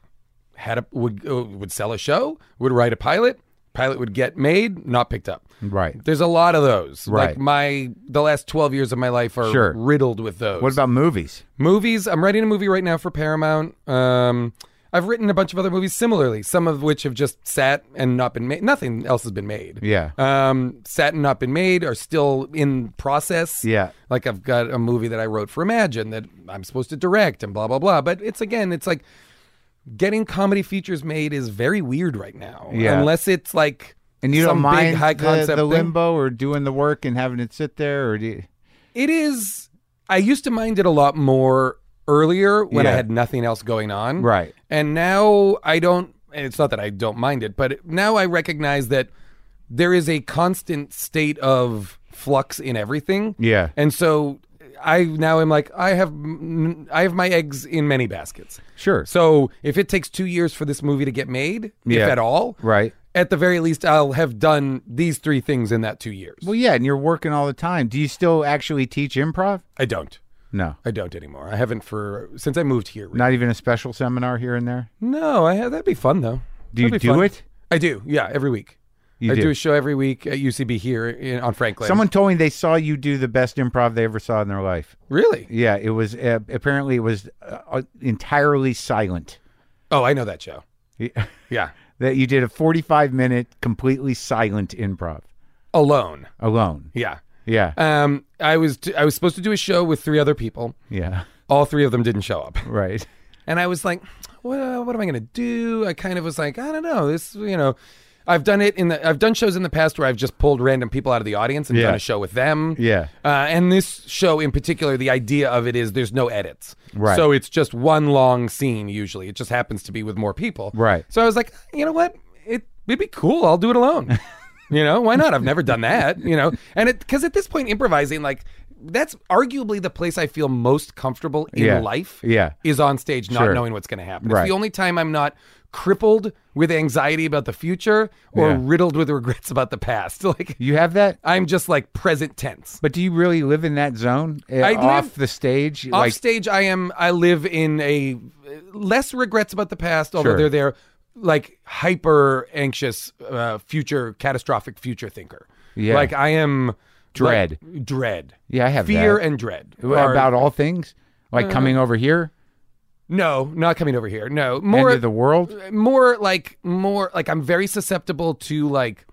S2: had a would uh, would sell a show, would write a pilot, pilot would get made, not picked up.
S1: Right.
S2: There's a lot of those.
S1: Right.
S2: Like my the last 12 years of my life are
S1: Sure.
S2: riddled with those.
S1: What about movies?
S2: Movies. I'm writing a movie right now for Paramount. Um, I've written a bunch of other movies similarly, some of which have just sat and not been made. Nothing else has been made.
S1: Yeah.
S2: Um, sat and not been made are still in process.
S1: Yeah.
S2: Like I've got a movie that I wrote for Imagine that I'm supposed to direct and blah blah blah. But it's again, it's like getting comedy features made is very weird right now.
S1: Yeah.
S2: Unless it's like
S1: And you
S2: some
S1: don't mind
S2: big high
S1: the,
S2: concept
S1: the
S2: thing.
S1: limbo or doing the work and having it sit there, or do you,
S2: it is i used to mind it a lot more earlier when i
S1: Yeah.
S2: had nothing else going on
S1: Right.
S2: and now i don't and it's not that i don't mind it but now i recognize that there is a constant state of flux in everything
S1: Yeah.
S2: and so i now am like i have m- i have my eggs in many baskets
S1: Sure.
S2: so if it takes two years for this movie to get made
S1: Yeah.
S2: if at all
S1: Right.
S2: at the very least i'll have done these three things in that two years
S1: Well, yeah, and you're working all the time. Do you still actually teach improv?
S2: i don't
S1: No,
S2: I don't anymore. I haven't for since I moved here.
S1: not even a special seminar here and there.
S2: No, I have, that'd be fun though.
S1: Do you
S2: That'd be
S1: do
S2: fun.
S1: it?
S2: I do. Yeah, every week.
S1: You
S2: I
S1: do.
S2: do. a show every week at UCB here in, on Franklin.
S1: Someone told me they saw you do the best improv they ever saw in their life.
S2: really?
S1: Yeah, it was uh, apparently it was uh, entirely silent.
S2: Oh, I know that show.
S1: Yeah.
S2: Yeah,
S1: that you did a 45 minute completely silent improv
S2: alone.
S1: alone.
S2: Yeah.
S1: Yeah.
S2: Um, I was t- I was supposed to do a show with three other people.
S1: Yeah.
S2: All three of them didn't show up,
S1: Right.
S2: and I was like, "Well, what am I going to do?" I kind of was like, "I don't know." This, you know, I've done it in the I've done shows in the past where I've just pulled random people out of the audience and
S1: Yeah.
S2: done a show with them.
S1: Yeah.
S2: Uh, and this show in particular, the idea of it is there's no edits.
S1: Right.
S2: So it's just one long scene usually. It just happens to be with more people.
S1: Right.
S2: So I was like, you know what? It, it'd be cool. I'll do it alone. you know, why not? I've never done that, you know? And it, because at this point, improvising, like, that's arguably the place I feel most comfortable in
S1: Yeah.
S2: life
S1: Yeah.
S2: is on stage not
S1: Sure.
S2: knowing what's going to happen.
S1: Right.
S2: It's the only time I'm not crippled with anxiety about the future or
S1: Yeah.
S2: riddled with regrets about the past. Like,
S1: You have that?
S2: I'm just like present tense.
S1: But do you really live in that zone? Uh,
S2: I live-
S1: off the stage?
S2: Off stage, I am. I live in a less regrets about the past, although
S1: Sure.
S2: they're there. like hyper anxious uh, future catastrophic future thinker.
S1: Yeah.
S2: Like I am
S1: Dread.
S2: like, dread.
S1: Yeah, I have
S2: Fear
S1: that.
S2: and Uh, dread. are-
S1: about all things, like coming over here,
S2: no, not coming over here. No.
S1: end
S2: More
S1: of the world.
S2: uh, more like more like I'm very susceptible to like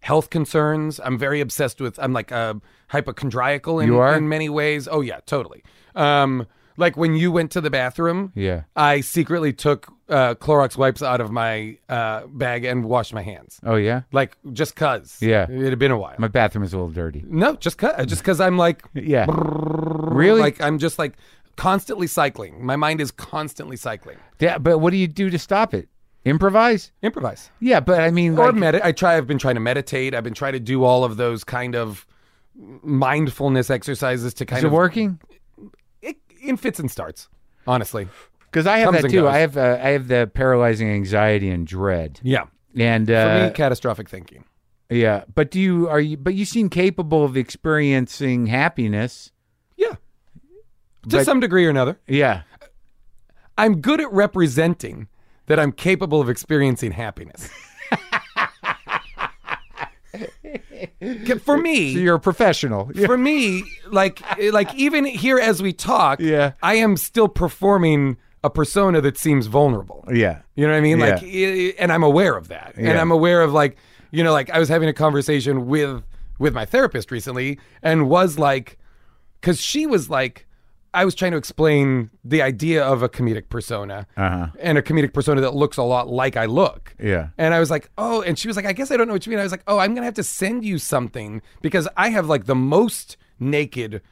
S2: health concerns. I'm very obsessed with I'm like uh, hypochondriacal in,
S1: You are?
S2: in many ways. Oh yeah, totally. Um like when you went to the bathroom,
S1: Yeah.
S2: I secretly took uh, Clorox wipes out of my uh, bag and washed my hands.
S1: Oh yeah,
S2: Like just cuz.
S1: Yeah.
S2: It had been a while.
S1: my bathroom is a little dirty.
S2: no, just cuz just cuz I'm like
S1: Yeah, really.
S2: like I'm just like constantly cycling. My mind is constantly cycling.
S1: yeah, but what do you do to stop it? Improvise.
S2: Improvise.
S1: Yeah, but I mean,
S2: or
S1: like,
S2: medit. I try. I've been trying to meditate. I've been trying to do all of those kind of mindfulness exercises to kind
S1: is it
S2: of
S1: working?
S2: It, in fits and starts. Honestly,
S1: Because I have
S2: Comes
S1: that
S2: and
S1: too.
S2: goes.
S1: I have uh, I have the paralyzing anxiety and dread.
S2: yeah.
S1: And
S2: For
S1: uh,
S2: me, catastrophic thinking.
S1: yeah, but do you are you? But you seem capable of experiencing happiness.
S2: Yeah, to
S1: But-
S2: some degree or another.
S1: Yeah,
S2: I'm good at representing that I'm capable of experiencing happiness. For me,
S1: so you're a professional. Yeah.
S2: for me, like eh, like even here as we talk,
S1: Yeah.
S2: I am still performing a persona that seems vulnerable.
S1: yeah.
S2: You know what I mean?
S1: Yeah.
S2: Like, i- and I'm aware of that, and
S1: Yeah.
S2: I'm aware of like, you know, like I was having a conversation with with my therapist recently, and was like, because she was like, I was trying to explain the idea of a comedic persona
S1: Uh-huh.
S2: and a comedic persona that looks a lot like I look.
S1: Yeah.
S2: And I was like, oh, and she was like, I guess I don't know what you mean. I was like, oh, I'm gonna have to send you something because I have like the most naked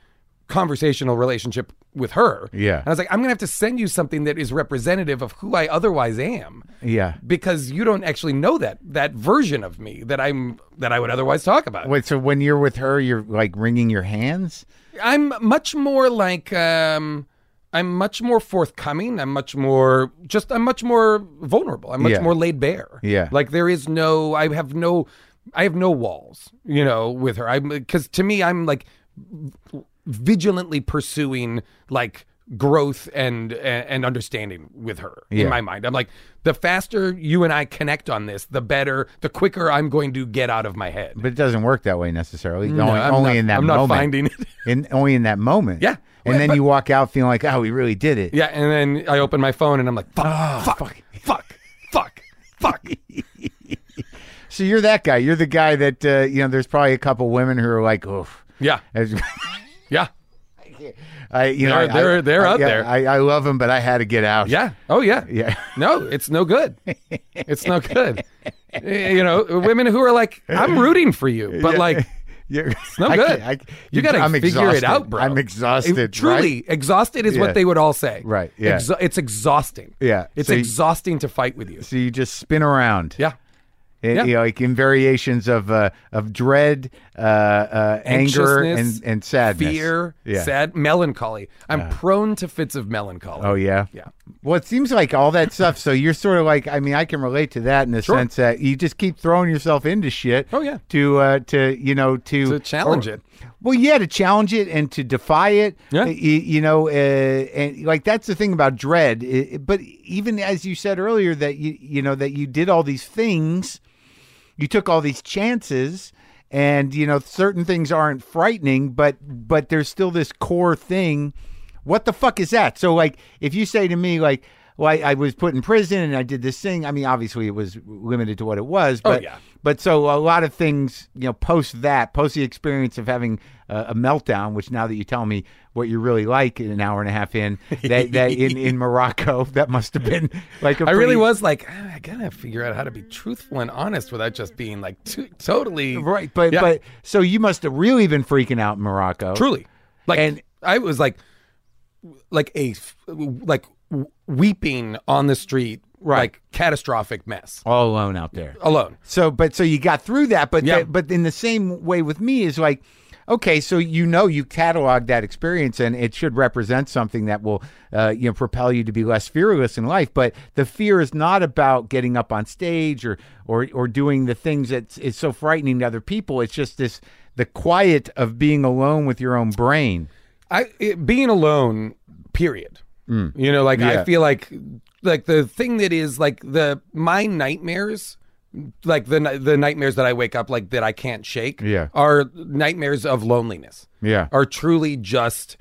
S2: conversational relationship with her.
S1: Yeah.
S2: And I was like, I'm gonna have to send you something that is representative of who I otherwise am.
S1: Yeah.
S2: Because you don't actually know that that version of me that I'm that I would otherwise talk about.
S1: Wait, so when you're with her, you're like wringing your hands?
S2: I'm much more like um I'm much more forthcoming. I'm much more just I'm much more vulnerable. I'm much
S1: Yeah.
S2: more laid bare.
S1: Yeah.
S2: Like there is no I have no I have no walls, you know, with her. I'm cuz to me I'm like vigilantly pursuing like growth and and understanding with her
S1: Yeah.
S2: in my mind. I'm like the faster you and I connect on this, the better, the quicker I'm going to get out of my head.
S1: But it doesn't work that way necessarily. only
S2: I'm
S1: only
S2: not-
S1: in that
S2: I'm not
S1: moment.
S2: finding it.
S1: In, only in that moment.
S2: Yeah.
S1: And then you walk out feeling like, oh, we really did it.
S2: Yeah, and then I open my phone and I'm like, fuck,
S1: Ah,
S2: fuck, fuck, fuck, fuck.
S1: So you're that guy. You're the guy that, uh, you know, there's probably a couple women who are like, oof.
S2: Yeah,
S1: As-
S2: yeah,
S1: I, you know,
S2: They're-
S1: I-
S2: they're- they're
S1: I-
S2: out
S1: yeah,
S2: there.
S1: I, I love them, but I had to get out.
S2: yeah. Oh yeah.
S1: Yeah.
S2: No, it's no good. It's no good. you know, women who are like, I'm rooting for you, but like,
S1: You're, it's
S2: no good. You gotta
S1: I'm
S2: figure it
S1: exhausted.
S2: out, bro.
S1: I'm exhausted.
S2: It- truly, exhausted is
S1: Yeah.
S2: what they would all say.
S1: Right, yeah.
S2: Exha- it's exhausting.
S1: Yeah,
S2: It's
S1: so you-
S2: exhausting to fight with you.
S1: right? So you just spin around.
S2: Yeah.
S1: It-
S2: Yeah.
S1: you know, like in variations of uh, of dread, uh, uh, anger, and
S2: Anxiousness,
S1: and sadness,
S2: Fear,
S1: Yeah.
S2: sad, melancholy. I'm prone to fits of melancholy.
S1: Oh yeah,
S2: Yeah.
S1: Well, it seems like all that stuff. So you're sort of like, I mean, I can relate to that in the
S2: Sure.
S1: sense that you just keep throwing yourself into shit.
S2: Oh, yeah.
S1: To uh, to you know to
S2: To challenge
S1: or-
S2: it.
S1: Well, yeah, to challenge it and to defy it.
S2: Yeah.
S1: Y- You, know, uh, and like that's the thing about dread. I- but even as you said earlier, that you you know that you did all these things you took all these chances and you know certain things aren't frightening but but there's still this core thing what the fuck is that so like if you say to me like well I, I was put in prison and i did this thing i mean obviously it was limited to what it was but
S2: Oh, yeah.
S1: but so a lot of things you know post that post the experience of having uh, a meltdown which now that you tell me what you really like in an hour and a half in that, that in, in morocco that must have been like a
S2: I really
S1: pretty-
S2: was like, "Ah, I gotta figure out how to be truthful and honest without just being like too, totally
S1: Right, but
S2: Yeah.
S1: but so you must have really been freaking out in Morocco.
S2: truly. Like,
S1: And-
S2: I was like, like a f- like w- weeping on the street,
S1: Right.
S2: like catastrophic mess
S1: all alone out there.
S2: alone.
S1: So, but so you got through that, but
S2: Yeah.
S1: that- but in the same way with me is like, okay, so you know you cataloged that experience, and it should represent something that will, uh, you know, propel you to be less fearless in life. But the fear is not about getting up on stage or or or doing the things that is so frightening to other people. It's just this the quiet of being alone with your own brain.
S2: I it, being alone, period. You know, like I
S1: Mm. Yeah.
S2: feel like like the thing that is like the my nightmares like the ni- the nightmares that I wake up like that I can't shake
S1: Yeah.
S2: are nightmares of loneliness.
S1: Yeah.
S2: Are truly just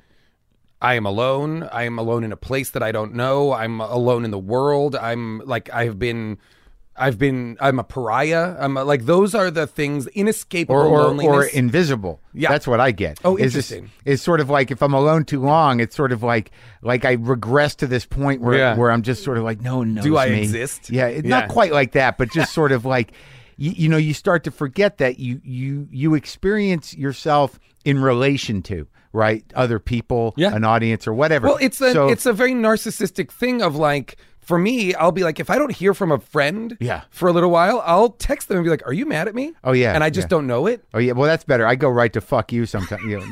S2: I am alone. I am alone in a place that I don't know. I'm alone in the world. I'm like I've been I've been I'm a pariah. I'm a, like those are the things inescapable
S1: or, or, or
S2: loneliness.
S1: invisible.
S2: Yeah.
S1: that's what I get.
S2: Oh,
S1: Is this-
S2: interesting.
S1: It's sort of like if I'm alone too long, it's sort of like like I regress to this point where
S2: Yeah.
S1: where I'm just sort of like, no, no,
S2: Do I exist?
S1: Yeah, it-
S2: Yeah.
S1: not quite like that, but just sort of like you, you know, you start to forget that you you you experience yourself in relation to right other people,
S2: Yeah.
S1: an audience, or whatever.
S2: Well, it's a
S1: So-
S2: it's a very narcissistic thing of like for me, I'll be like if I don't hear from a friend
S1: Yeah.
S2: for a little while, I'll text them and be like, "Are you mad at me?"
S1: Oh, yeah,
S2: and I just
S1: yeah.
S2: don't know it.
S1: Oh yeah, well that's better. I go right to fuck you sometimes. You know.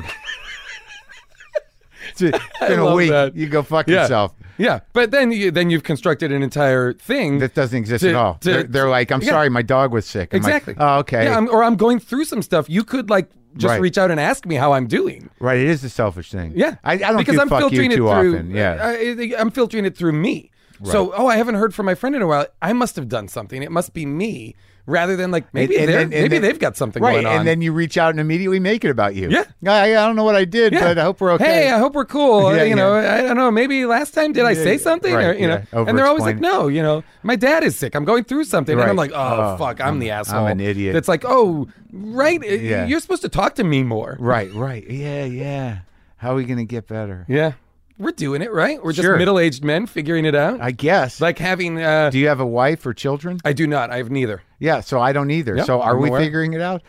S1: it's been, it's been a
S2: love
S1: week.
S2: that.
S1: You go fuck
S2: Yeah.
S1: yourself.
S2: Yeah, but then you then you've constructed an entire thing
S1: That doesn't exist
S2: To-
S1: at all.
S2: to-
S1: they're, they're like, I'm
S2: yeah.
S1: sorry, my dog was sick. I'm like,
S2: exactly.
S1: oh, okay.
S2: Yeah, I'm, or I'm going through some stuff. You could like just
S1: Right.
S2: reach out and ask me how I'm doing.
S1: right. It is a selfish thing.
S2: Yeah,
S1: I, I don't
S2: because
S1: do
S2: I'm
S1: fuck you
S2: filtering
S1: too
S2: it through. uh,
S1: often. Yeah.
S2: I, I'm filtering it through me. So, oh, I haven't heard from my friend in a while. I must have done something. It must be me, rather than like maybe
S1: and
S2: they're
S1: then- and
S2: maybe
S1: then-
S2: they've got something
S1: right.
S2: going on.
S1: And then you reach out and immediately make it about you.
S2: Yeah.
S1: I, I don't know what I did, but I hope we're okay.
S2: Hey, uh, I hope we're cool.
S1: Yeah,
S2: you know, I don't know. Maybe last time did I say something? Or,
S1: right,
S2: you know,
S1: yeah.
S2: and they're always like,
S1: Overexplain.
S2: no, you know, my dad is sick. I'm going through something, and I'm
S1: Right.
S2: like, oh,
S1: Oh,
S2: fuck, I'm the asshole.
S1: an idiot.
S2: It's like, oh, right,
S1: Yeah.
S2: you're supposed to talk to me more.
S1: Right. Right. Yeah. Yeah. How are we gonna get better?
S2: Yeah, we're doing it right. We're just
S1: Sure.
S2: middle-aged men figuring it out.
S1: I guess.
S2: like having, uh,
S1: do you have a wife or children?
S2: I do not. I have neither.
S1: Yeah. So I don't either.
S2: Yeah,
S1: so are
S2: I'm
S1: we
S2: aware.
S1: figuring it out?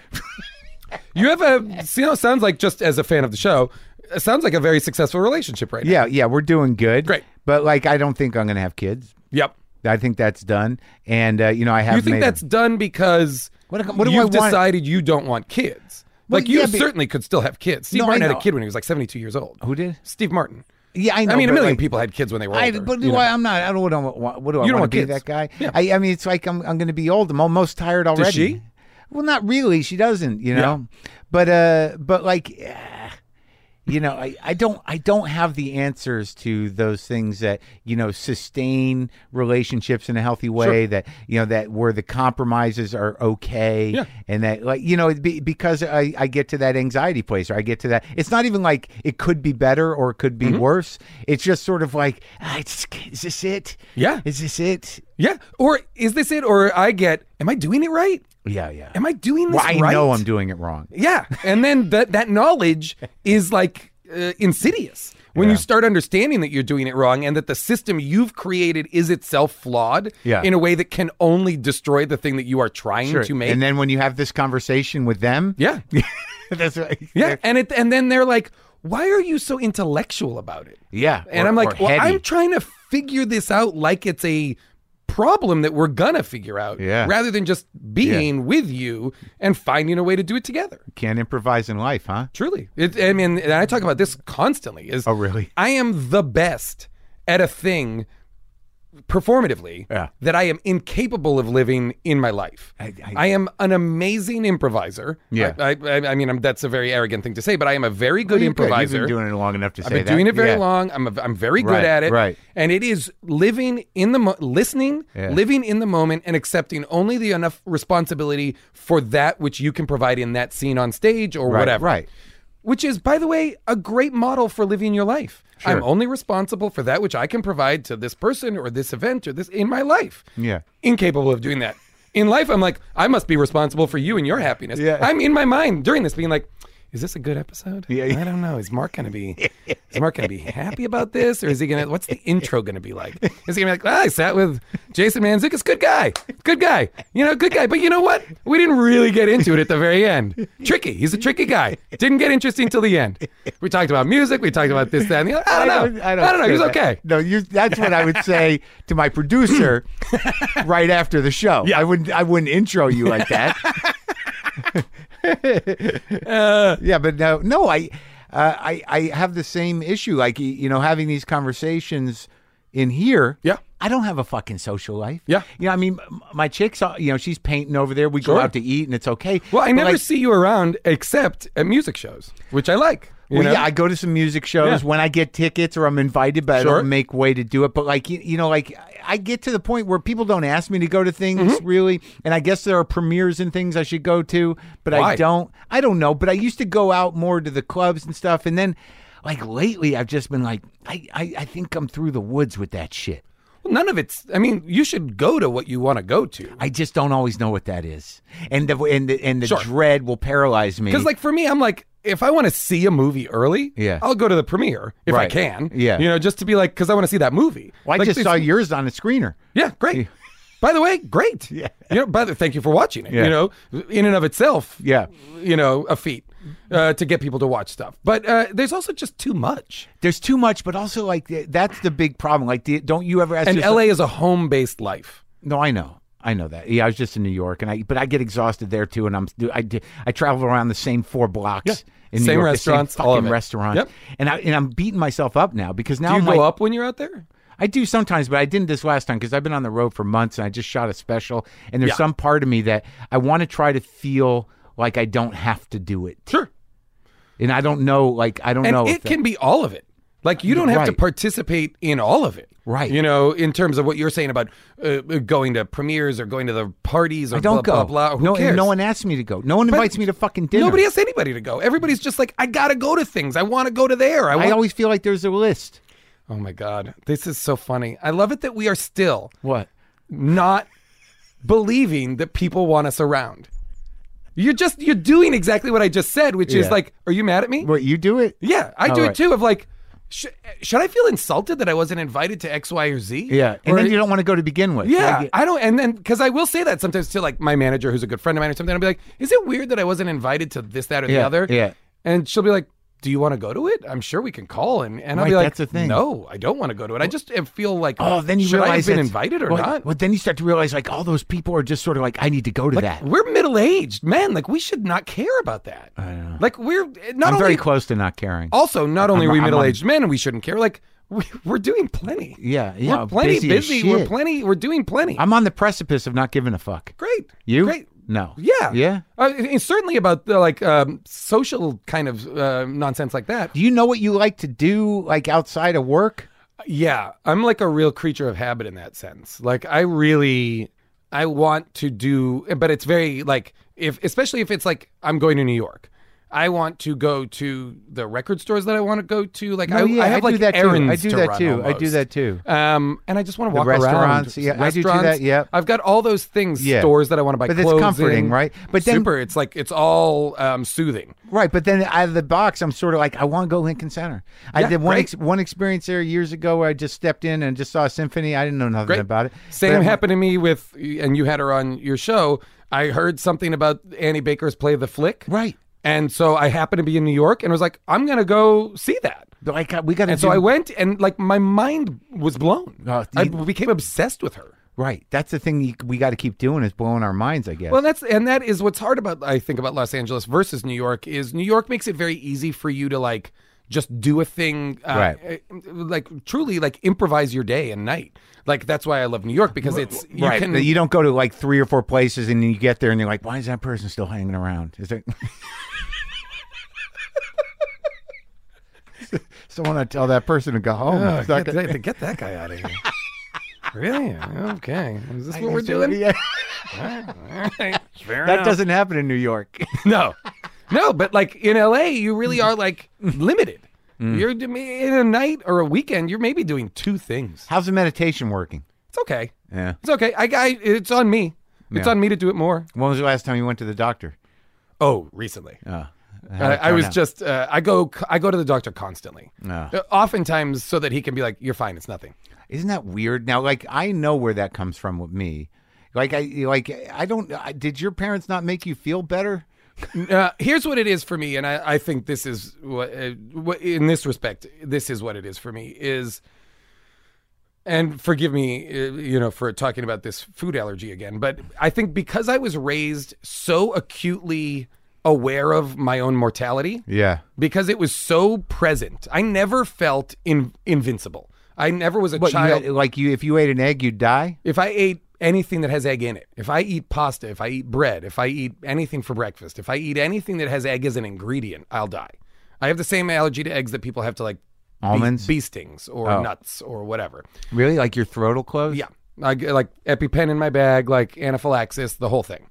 S2: You have a, you know, sounds like just as a fan of the show, it sounds like a very successful relationship right now.
S1: yeah. Yeah. We're doing good.
S2: Great.
S1: But like, I don't think I'm gonna have kids.
S2: Yep.
S1: I think that's done. And uh, you know, I have.
S2: You think
S1: made
S2: that's done because
S1: What- what do I
S2: you've
S1: want?
S2: decided you don't want kids? Like
S1: Well,
S2: you
S1: yeah, but-
S2: certainly could still have kids. Steve
S1: No, I
S2: Martin had a
S1: know.
S2: kid when he was like seventy-two years old.
S1: who did?
S2: Steve Martin.
S1: Yeah, I know.
S2: I mean, a
S1: but,
S2: million
S1: like,
S2: people had kids when they were
S1: I,
S2: older.
S1: but
S2: you know?
S1: why I'm not. I don't. What do I want? What do I
S2: don't
S1: want
S2: want
S1: to be?
S2: kids.
S1: That guy.
S2: Yeah.
S1: I, I mean, it's like I'm. I'm going to be old. I'm almost tired already.
S2: she?
S1: Well, not really. She doesn't. You know. But uh. But like. eh, You know, I, I don't I don't have the answers to those things that you know sustain relationships in a healthy way that you know that where the compromises are okay
S2: Yeah.
S1: and that like you know it'd be, because I, I get to that anxiety place or i get to that it's not even like it could be better or it could
S2: Mm-hmm.
S1: be worse it's just sort of like ah, it's, is this it
S2: Yeah.
S1: is this it
S2: yeah. Or is this it? Or I get, am I doing it right?
S1: yeah yeah
S2: Am I doing this
S1: well, i
S2: right?
S1: know i'm doing it wrong
S2: Yeah, and then that that knowledge is like uh, insidious. When you start understanding that you're doing it wrong and that the system you've created is itself flawed
S1: Yeah.
S2: in a way that can only destroy the thing that you are trying to make.
S1: and then when you have this conversation with them
S2: yeah.
S1: that's right
S2: Yeah, and it and then they're like, "Why are you so intellectual about it?"
S1: yeah
S2: And
S1: or-
S2: I'm
S1: or
S2: like, "Well,
S1: heady.
S2: I'm trying to figure this out like it's a problem that we're gonna figure out,
S1: Yeah.
S2: rather than just being with you and finding a way to do it together."
S1: can't improvise in life huh
S2: Truly, it, I mean, and I talk about this constantly. Is
S1: Oh, really?
S2: I am the best at a thing performatively
S1: Yeah.
S2: that I am incapable of living in my life.
S1: I- I-
S2: am an amazing improviser.
S1: Yeah.
S2: I, I, I mean, I'm, that's a very arrogant thing to say, but I am a very good
S1: Well, you're
S2: improviser.
S1: you've been doing it long enough to
S2: I've
S1: say
S2: been
S1: that.
S2: doing it very
S1: Yeah.
S2: long. I'm a, I'm very good
S1: Right,
S2: at it.
S1: right.
S2: And it is living in the mo- listening,
S1: Yeah.
S2: living in the moment, and accepting only the enough responsibility for that which you can provide in that scene on stage or
S1: Right,
S2: whatever.
S1: right.
S2: Which is, by the way, a great model for living your life. I'm only responsible for that which I can provide to this person or this event or this in my life.
S1: Yeah.
S2: Incapable of doing that. In life, I'm like, I must be responsible for you and your happiness.
S1: Yeah.
S2: I'm in my mind during this being like, is this a good episode?
S1: Yeah, yeah.
S2: I don't know. Is Mark gonna be is Mark gonna be happy about this, or is he gonna? What's the intro gonna be like? Is he gonna be like, ah, I sat with Jason Manzukis, good guy, good guy, you know, good guy. But you know what? We didn't really get into it at the very end. Tricky. He's a tricky guy. Didn't get interesting till the end. We talked about music. We talked about this, that, and the other. I don't know. I don't, know. He
S1: say
S2: was
S1: that.
S2: okay.
S1: No, you, that's what I would say to my producer right after the show. I wouldn't. I wouldn't intro you like that. yeah, but no, no. I, uh, I, I have the same issue. Like y- you know, having these conversations in here.
S2: Yeah.
S1: I don't have a fucking social life.
S2: Yeah.
S1: you know, I mean, m- my chick's. uh, You know, she's painting over there. We
S2: Sure.
S1: go out to eat, and it's okay.
S2: Well, I
S1: But,
S2: never
S1: like,
S2: see you around except at music shows, which I like. you
S1: well,
S2: know?
S1: yeah, I go to some music shows
S2: Yeah.
S1: when I get tickets or I'm invited, but I
S2: Sure.
S1: don't make way to do it. But like you, you know, like I- I get to the point where people don't ask me to go to things
S2: Mm-hmm.
S1: really, and I guess there are premieres and things I should go to, but
S2: Why?
S1: I don't. I don't know, but I used to go out more to the clubs and stuff, and then like lately I've just been like, I I, I think I'm through the woods with that shit.
S2: Well, none of it's. I mean, you should go to what you want to go to.
S1: I just don't always know what that is, and the and the, and the
S2: Sure.
S1: dread will paralyze me.
S2: Because like for me, I'm like, if I want to see a movie early,
S1: Yeah.
S2: I'll go to the premiere if I
S1: Right.
S2: can.
S1: Yeah.
S2: you know, just to be like, because I want to see that movie.
S1: well, I
S2: Like,
S1: just
S2: this-
S1: saw yours on a screener.
S2: Yeah, great. By the way, great. Yeah. You know, by the thank you for watching it.
S1: Yeah.
S2: You know, in and of itself.
S1: Yeah.
S2: You know, a feat uh, to get people to watch stuff. But uh, there's also just too much.
S1: There's too much, but also like th- that's the big problem. Like, the, don't you ever ask?
S2: And
S1: yourself-
S2: LA is a home based life.
S1: no, I know, I know that. Yeah, I was just in New York, and I but I get exhausted there too, and I'm I, do- I travel around the same four blocks. In New
S2: Same
S1: York, the
S2: restaurants,
S1: same
S2: all of
S1: fucking
S2: it.
S1: restaurants,
S2: Yep.
S1: and I and I'm beating myself up now because now
S2: Do you
S1: I'm
S2: go
S1: like,
S2: up when you're out there?
S1: I do sometimes, but I didn't this last time because I've been on the road for months and I just shot a special. And there's
S2: Yeah.
S1: some part of me that I want to try to feel like I don't have to do it,
S2: Sure.
S1: and I don't know, like I don't
S2: And
S1: know. if
S2: it
S1: that-
S2: can be all of it. Like you don't have to
S1: Right.
S2: participate in all of it.
S1: Right.
S2: You know, in terms of what you're saying about uh, going to premieres or going to the parties or
S1: I don't
S2: blah,
S1: go.
S2: blah, blah. Who
S1: no, and
S2: cares?
S1: no one asks me to go. No one invites me to fucking dinner.
S2: Nobody asks anybody to go. Everybody's just like, I gotta go to things. I want to go to there. I want.
S1: I always feel like there's a list.
S2: oh my god, this is so funny. I love it that we are still
S1: What?
S2: not believing that people want us around. You're just you're doing exactly what I just said, which is
S1: Yeah.
S2: like, are you mad at me?
S1: What you do it?
S2: Yeah, I
S1: Oh,
S2: do it
S1: right.
S2: too. Of like, sh- should I feel insulted that I wasn't invited to X, Y, or Z?
S1: Yeah, and
S2: Or-
S1: then you don't want to go to begin with.
S2: yeah,
S1: Like,
S2: I don't. And then because I will say that sometimes to like my manager, who's a good friend of mine, or something, I'll be like, "Is it weird that I wasn't invited to this, that, or the
S1: Yeah,
S2: other?"
S1: yeah.
S2: And she'll be like, "Do you want to go to it? I'm sure we can call." And and I'll be
S1: Right,
S2: like,
S1: that's the thing.
S2: "No, I don't want to go to it. I just uh, feel like
S1: Oh, then you
S2: should
S1: realize
S2: I have been
S1: that's-
S2: invited or
S1: well,
S2: not."
S1: Well, then you start to realize like all those people are just sort of like I need to go to that.
S2: We're middle aged men. Like we should not care about that. I know. Like we're eh, not
S1: I'm
S2: only
S1: very close to not caring.
S2: also not only are
S1: I'm-
S2: we
S1: I'm-
S2: middle aged men and we shouldn't care. Like we, we're doing plenty.
S1: Yeah, yeah,
S2: We're plenty busy.
S1: busy as
S2: We're
S1: shit.
S2: plenty. We're doing plenty.
S1: I'm on the precipice of not giving a fuck.
S2: great.
S1: You?
S2: Great.
S1: No.
S2: Yeah.
S1: Yeah.
S2: Uh, and certainly about the like um, social kind of uh, nonsense like that.
S1: Do you know what you like to do like outside of work?
S2: Yeah, I'm like a real creature of habit in that sense. Like I really I want to do but it's very like if especially if it's like I'm going to New York. I want to go to the record stores that I want to go to. Like I,
S1: No, Oh, yeah,
S2: I have
S1: do
S2: like
S1: that too.
S2: errands
S1: I do
S2: to
S1: that
S2: run
S1: too. I do
S2: almost.
S1: that too.
S2: Um, and I just want to walk
S1: restaurants,
S2: around.
S1: yeah, I do do that,
S2: Restaurants.
S1: yep.
S2: I've got all those things.
S1: Yeah.
S2: Stores that I want to buy.
S1: But it's
S2: clothes
S1: comforting,
S2: in.
S1: right? But then-
S2: super. It's like it's all um, soothing.
S1: Right, but then out of the box, I'm sort of like, I want to go Lincoln Center. I
S2: Yeah,
S1: did one
S2: great.
S1: ex- one experience there years ago where I just stepped in and just saw a symphony. I didn't know nothing
S2: Great.
S1: about it.
S2: Same
S1: But I-
S2: happened to me with, and you had her on your show. I heard something about Annie Baker's play The Flick.
S1: Right.
S2: And so I happened to be in New York and was like, I'm going to go see that.
S1: But I got, we got to
S2: And so I went and like my mind was blown.
S1: Oh,
S2: I
S1: you-
S2: became obsessed with her.
S1: Right, that's the thing you, we got to keep doing is blowing our minds. I guess.
S2: Well, that's and that is what's hard about I think about Los Angeles versus New York is New York makes it very easy for you to like just do a thing, uh,
S1: Right.
S2: uh, Like truly, like improvise your day and night. Like that's why I love New York because it's you
S1: right,
S2: can
S1: but you don't go to like three or four places and you get there and you're like, why is that person still hanging around? Is there? Someone to tell that person to go home.
S2: Oh,
S1: It's not
S2: get,
S1: gonna-
S2: that- get that guy out of here. really? Okay. Is this what
S1: Yeah,
S2: we're
S1: so-
S2: doing?
S1: yeah.
S2: All right. Fair
S1: that
S2: enough.
S1: doesn't happen in New York.
S2: no, no. But like in LA, you really are like limited.
S1: Mm.
S2: You're d- in a night or a weekend. You're maybe doing two things.
S1: How's the meditation working?
S2: It's okay.
S1: Yeah.
S2: It's okay. I, I it's on me. It's
S1: Yeah.
S2: on me to do it more.
S1: When was the last time you went to the doctor?
S2: Oh, recently.
S1: Uh,
S2: I, I was just uh, I go I go to the doctor constantly,
S1: Ah.
S2: Uh, oftentimes so that he can be like, "You're fine. It's nothing."
S1: Isn't that weird? Now, like I know where that comes from with me. Like I like I don't. I, did your parents not make you feel better?
S2: Uh, here's what it is for me, and I, I think this is what, uh, what in this respect, this is what it is for me is. And forgive me, uh, you know, for talking about this food allergy again, but I think because I was raised so acutely aware of my own mortality,
S1: Yeah.
S2: because it was so present, I never felt in, invincible. I never was a
S1: But you
S2: child.
S1: had- like you, if you ate an egg, you'd die.
S2: If I ate anything that has egg in it, if I eat pasta, if I eat bread, if I eat anything for breakfast, if I eat anything that has egg as an ingredient, I'll die. I have the same allergy to eggs that people have to like bee-
S1: Almonds?
S2: bee, stings, or
S1: Oh.
S2: nuts, or whatever.
S1: Really? Like your throat will close?
S2: Yeah, I get, like EpiPen in my bag, like anaphylaxis, the whole thing.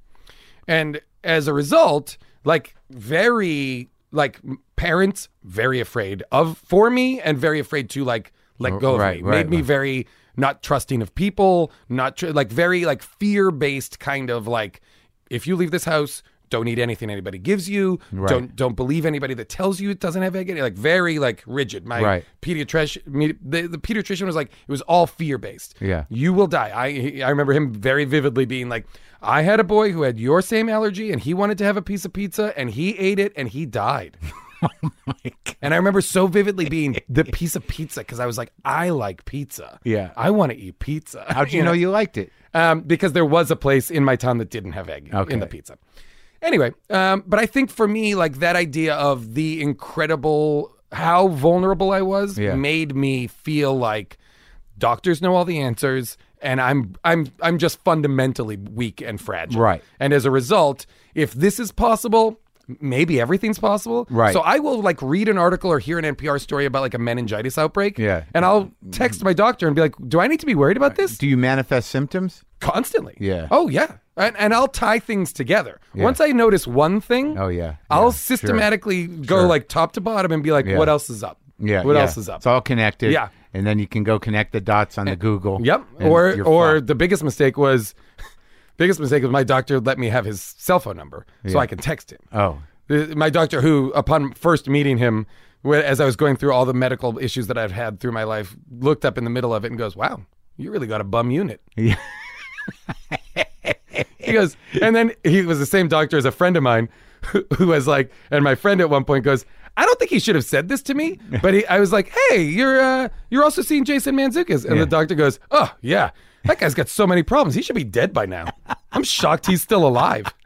S2: And as a result, like very like m- parents very afraid of for me and very afraid to like let go of
S1: Oh, right,
S2: me.
S1: right,
S2: Made me very not trusting of people, not tr- like very like fear based kind of like if you leave this house don't eat anything anybody gives you. Don't don't believe anybody that tells you it doesn't have egg. in it. Like very like rigid. My
S1: Right.
S2: pediatrician me- the, the pediatrician was like it was all fear based
S1: Yeah.
S2: you will die i he- i remember him very vividly being like i had a boy who had your same allergy and he wanted to have a piece of pizza and he ate it and he died
S1: Oh
S2: and i remember so vividly being the piece of pizza because i was like i like pizza
S1: Yeah.
S2: i want to eat pizza
S1: How'd you know you liked it?
S2: um, because there was a place in my town that didn't have egg
S1: Okay.
S2: in the pizza. Anyway, um, but I think for me, like that idea of the incredible how vulnerable I was
S1: Yeah.
S2: made me feel like doctors know all the answers, and I'm I'm I'm just fundamentally weak and fragile.
S1: Right.
S2: And as a result, if this is possible. Maybe everything's possible.
S1: Right.
S2: So I will like read an article or hear an NPR story about like a meningitis outbreak.
S1: Yeah.
S2: And I'll text my doctor and be like, "Do I need to be worried about this?"
S1: Do you manifest symptoms?
S2: constantly.
S1: Yeah.
S2: Oh yeah. And, and I'll tie things together. Once I notice one thing,
S1: Oh, yeah.
S2: I'll
S1: Yeah,
S2: systematically go like top to bottom and be like, what else is up?
S1: Yeah.
S2: What
S1: yeah.
S2: else is up?
S1: It's all connected.
S2: Yeah.
S1: And then you can go connect the dots on the Google.
S2: yep.
S1: and
S2: Or
S1: you're
S2: or
S1: fucked.
S2: the biggest mistake was, biggest mistake was my doctor let me have his cell phone number so I can text him.
S1: Oh.
S2: The- My doctor, who upon first meeting him, wh- as I was going through all the medical issues that I've had through my life, looked up in the middle of it and goes, "Wow, you really got a bum unit."
S1: Yeah.
S2: he goes, and then he was the same doctor as a friend of mine, who, who was like, and my friend at one point goes, "I don't think he should have said this to me," but he, I was like, "Hey, you're uh, you're also seeing Jason Manzukis," and the doctor goes, "Oh yeah, that guy's got so many problems. He should be dead by now. I'm shocked he's still alive."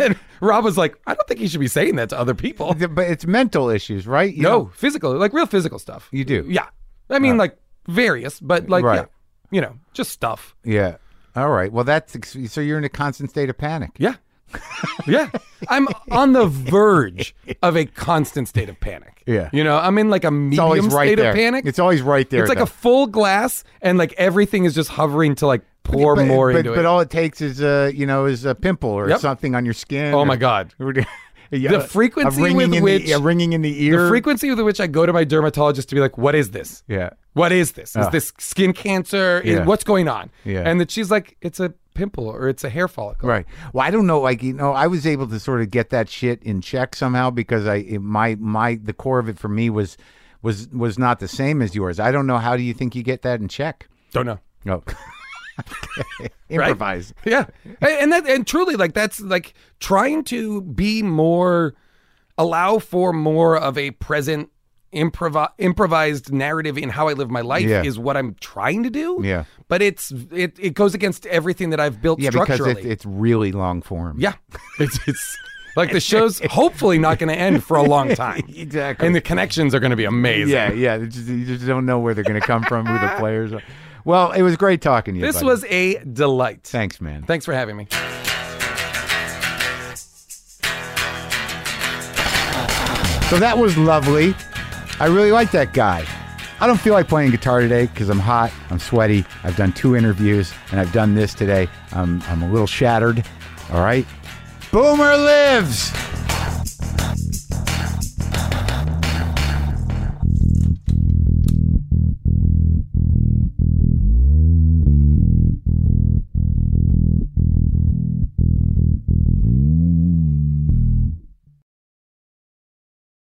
S2: And Rob was like, "I don't think he should be saying that to other people."
S1: Th- But it's mental issues, right? You
S2: No,
S1: don't-
S2: physical, like real physical stuff.
S1: You do?
S2: Yeah. I mean, like various, but like,
S1: Right.
S2: yeah, you know, just stuff.
S1: Yeah. All right. Well, that's ex- so you're in a constant state of panic.
S2: Yeah. yeah. I'm on the verge of a constant state of panic.
S1: Yeah.
S2: You know, I'm in like a
S1: It's
S2: medium
S1: always right
S2: state
S1: there.
S2: of panic.
S1: It's always right there.
S2: It's like
S1: though.
S2: a full glass and like everything is just hovering to like pour
S1: but,
S2: more
S1: but,
S2: into
S1: but
S2: it.
S1: all it takes is a you know is a pimple or
S2: Yep.
S1: something on your skin.
S2: oh
S1: or-
S2: my God.
S1: or-
S2: The
S1: yeah,
S2: frequency
S1: a ringing
S2: with
S1: in
S2: which-
S1: the, e, a ringing in the ear.
S2: The frequency with which I go to my dermatologist to be like, what is this?
S1: yeah.
S2: What is this? Is
S1: Ah.
S2: this skin cancer? Is-
S1: Yeah.
S2: what's going on?
S1: Yeah.
S2: And that she's like, it's a pimple or it's a hair follicle.
S1: Right. Well, I don't know. Like you know, I was able to sort of get that shit in check somehow because I it, my my the core of it for me was was was not the same as yours. I don't know. How do you think you get that in check?
S2: Don't know.
S1: No. Improvise.
S2: Yeah, and and that and truly, like that's like trying to be more, allow for more of a present improv improvised narrative in how I live my life
S1: Yeah.
S2: is what I'm trying to do.
S1: Yeah.
S2: but it's it it goes against everything that I've built
S1: Yeah, because
S2: structurally.
S1: it, it's really long form.
S2: yeah, it's it's. Like the show's hopefully not going to end for a long time.
S1: Exactly.
S2: And the connections are going to be amazing.
S1: Yeah, yeah. You just, you just don't know where they're going to come from, who the players are. Well, it was great talking to you.
S2: This
S1: buddy.
S2: was a delight.
S1: Thanks, man.
S2: Thanks for having me.
S1: So that was lovely. I really like that guy. I don't feel like playing guitar today because I'm hot, I'm sweaty, I've done two interviews, and I've done this today. I'm, I'm a little shattered. All right. Boomer lives!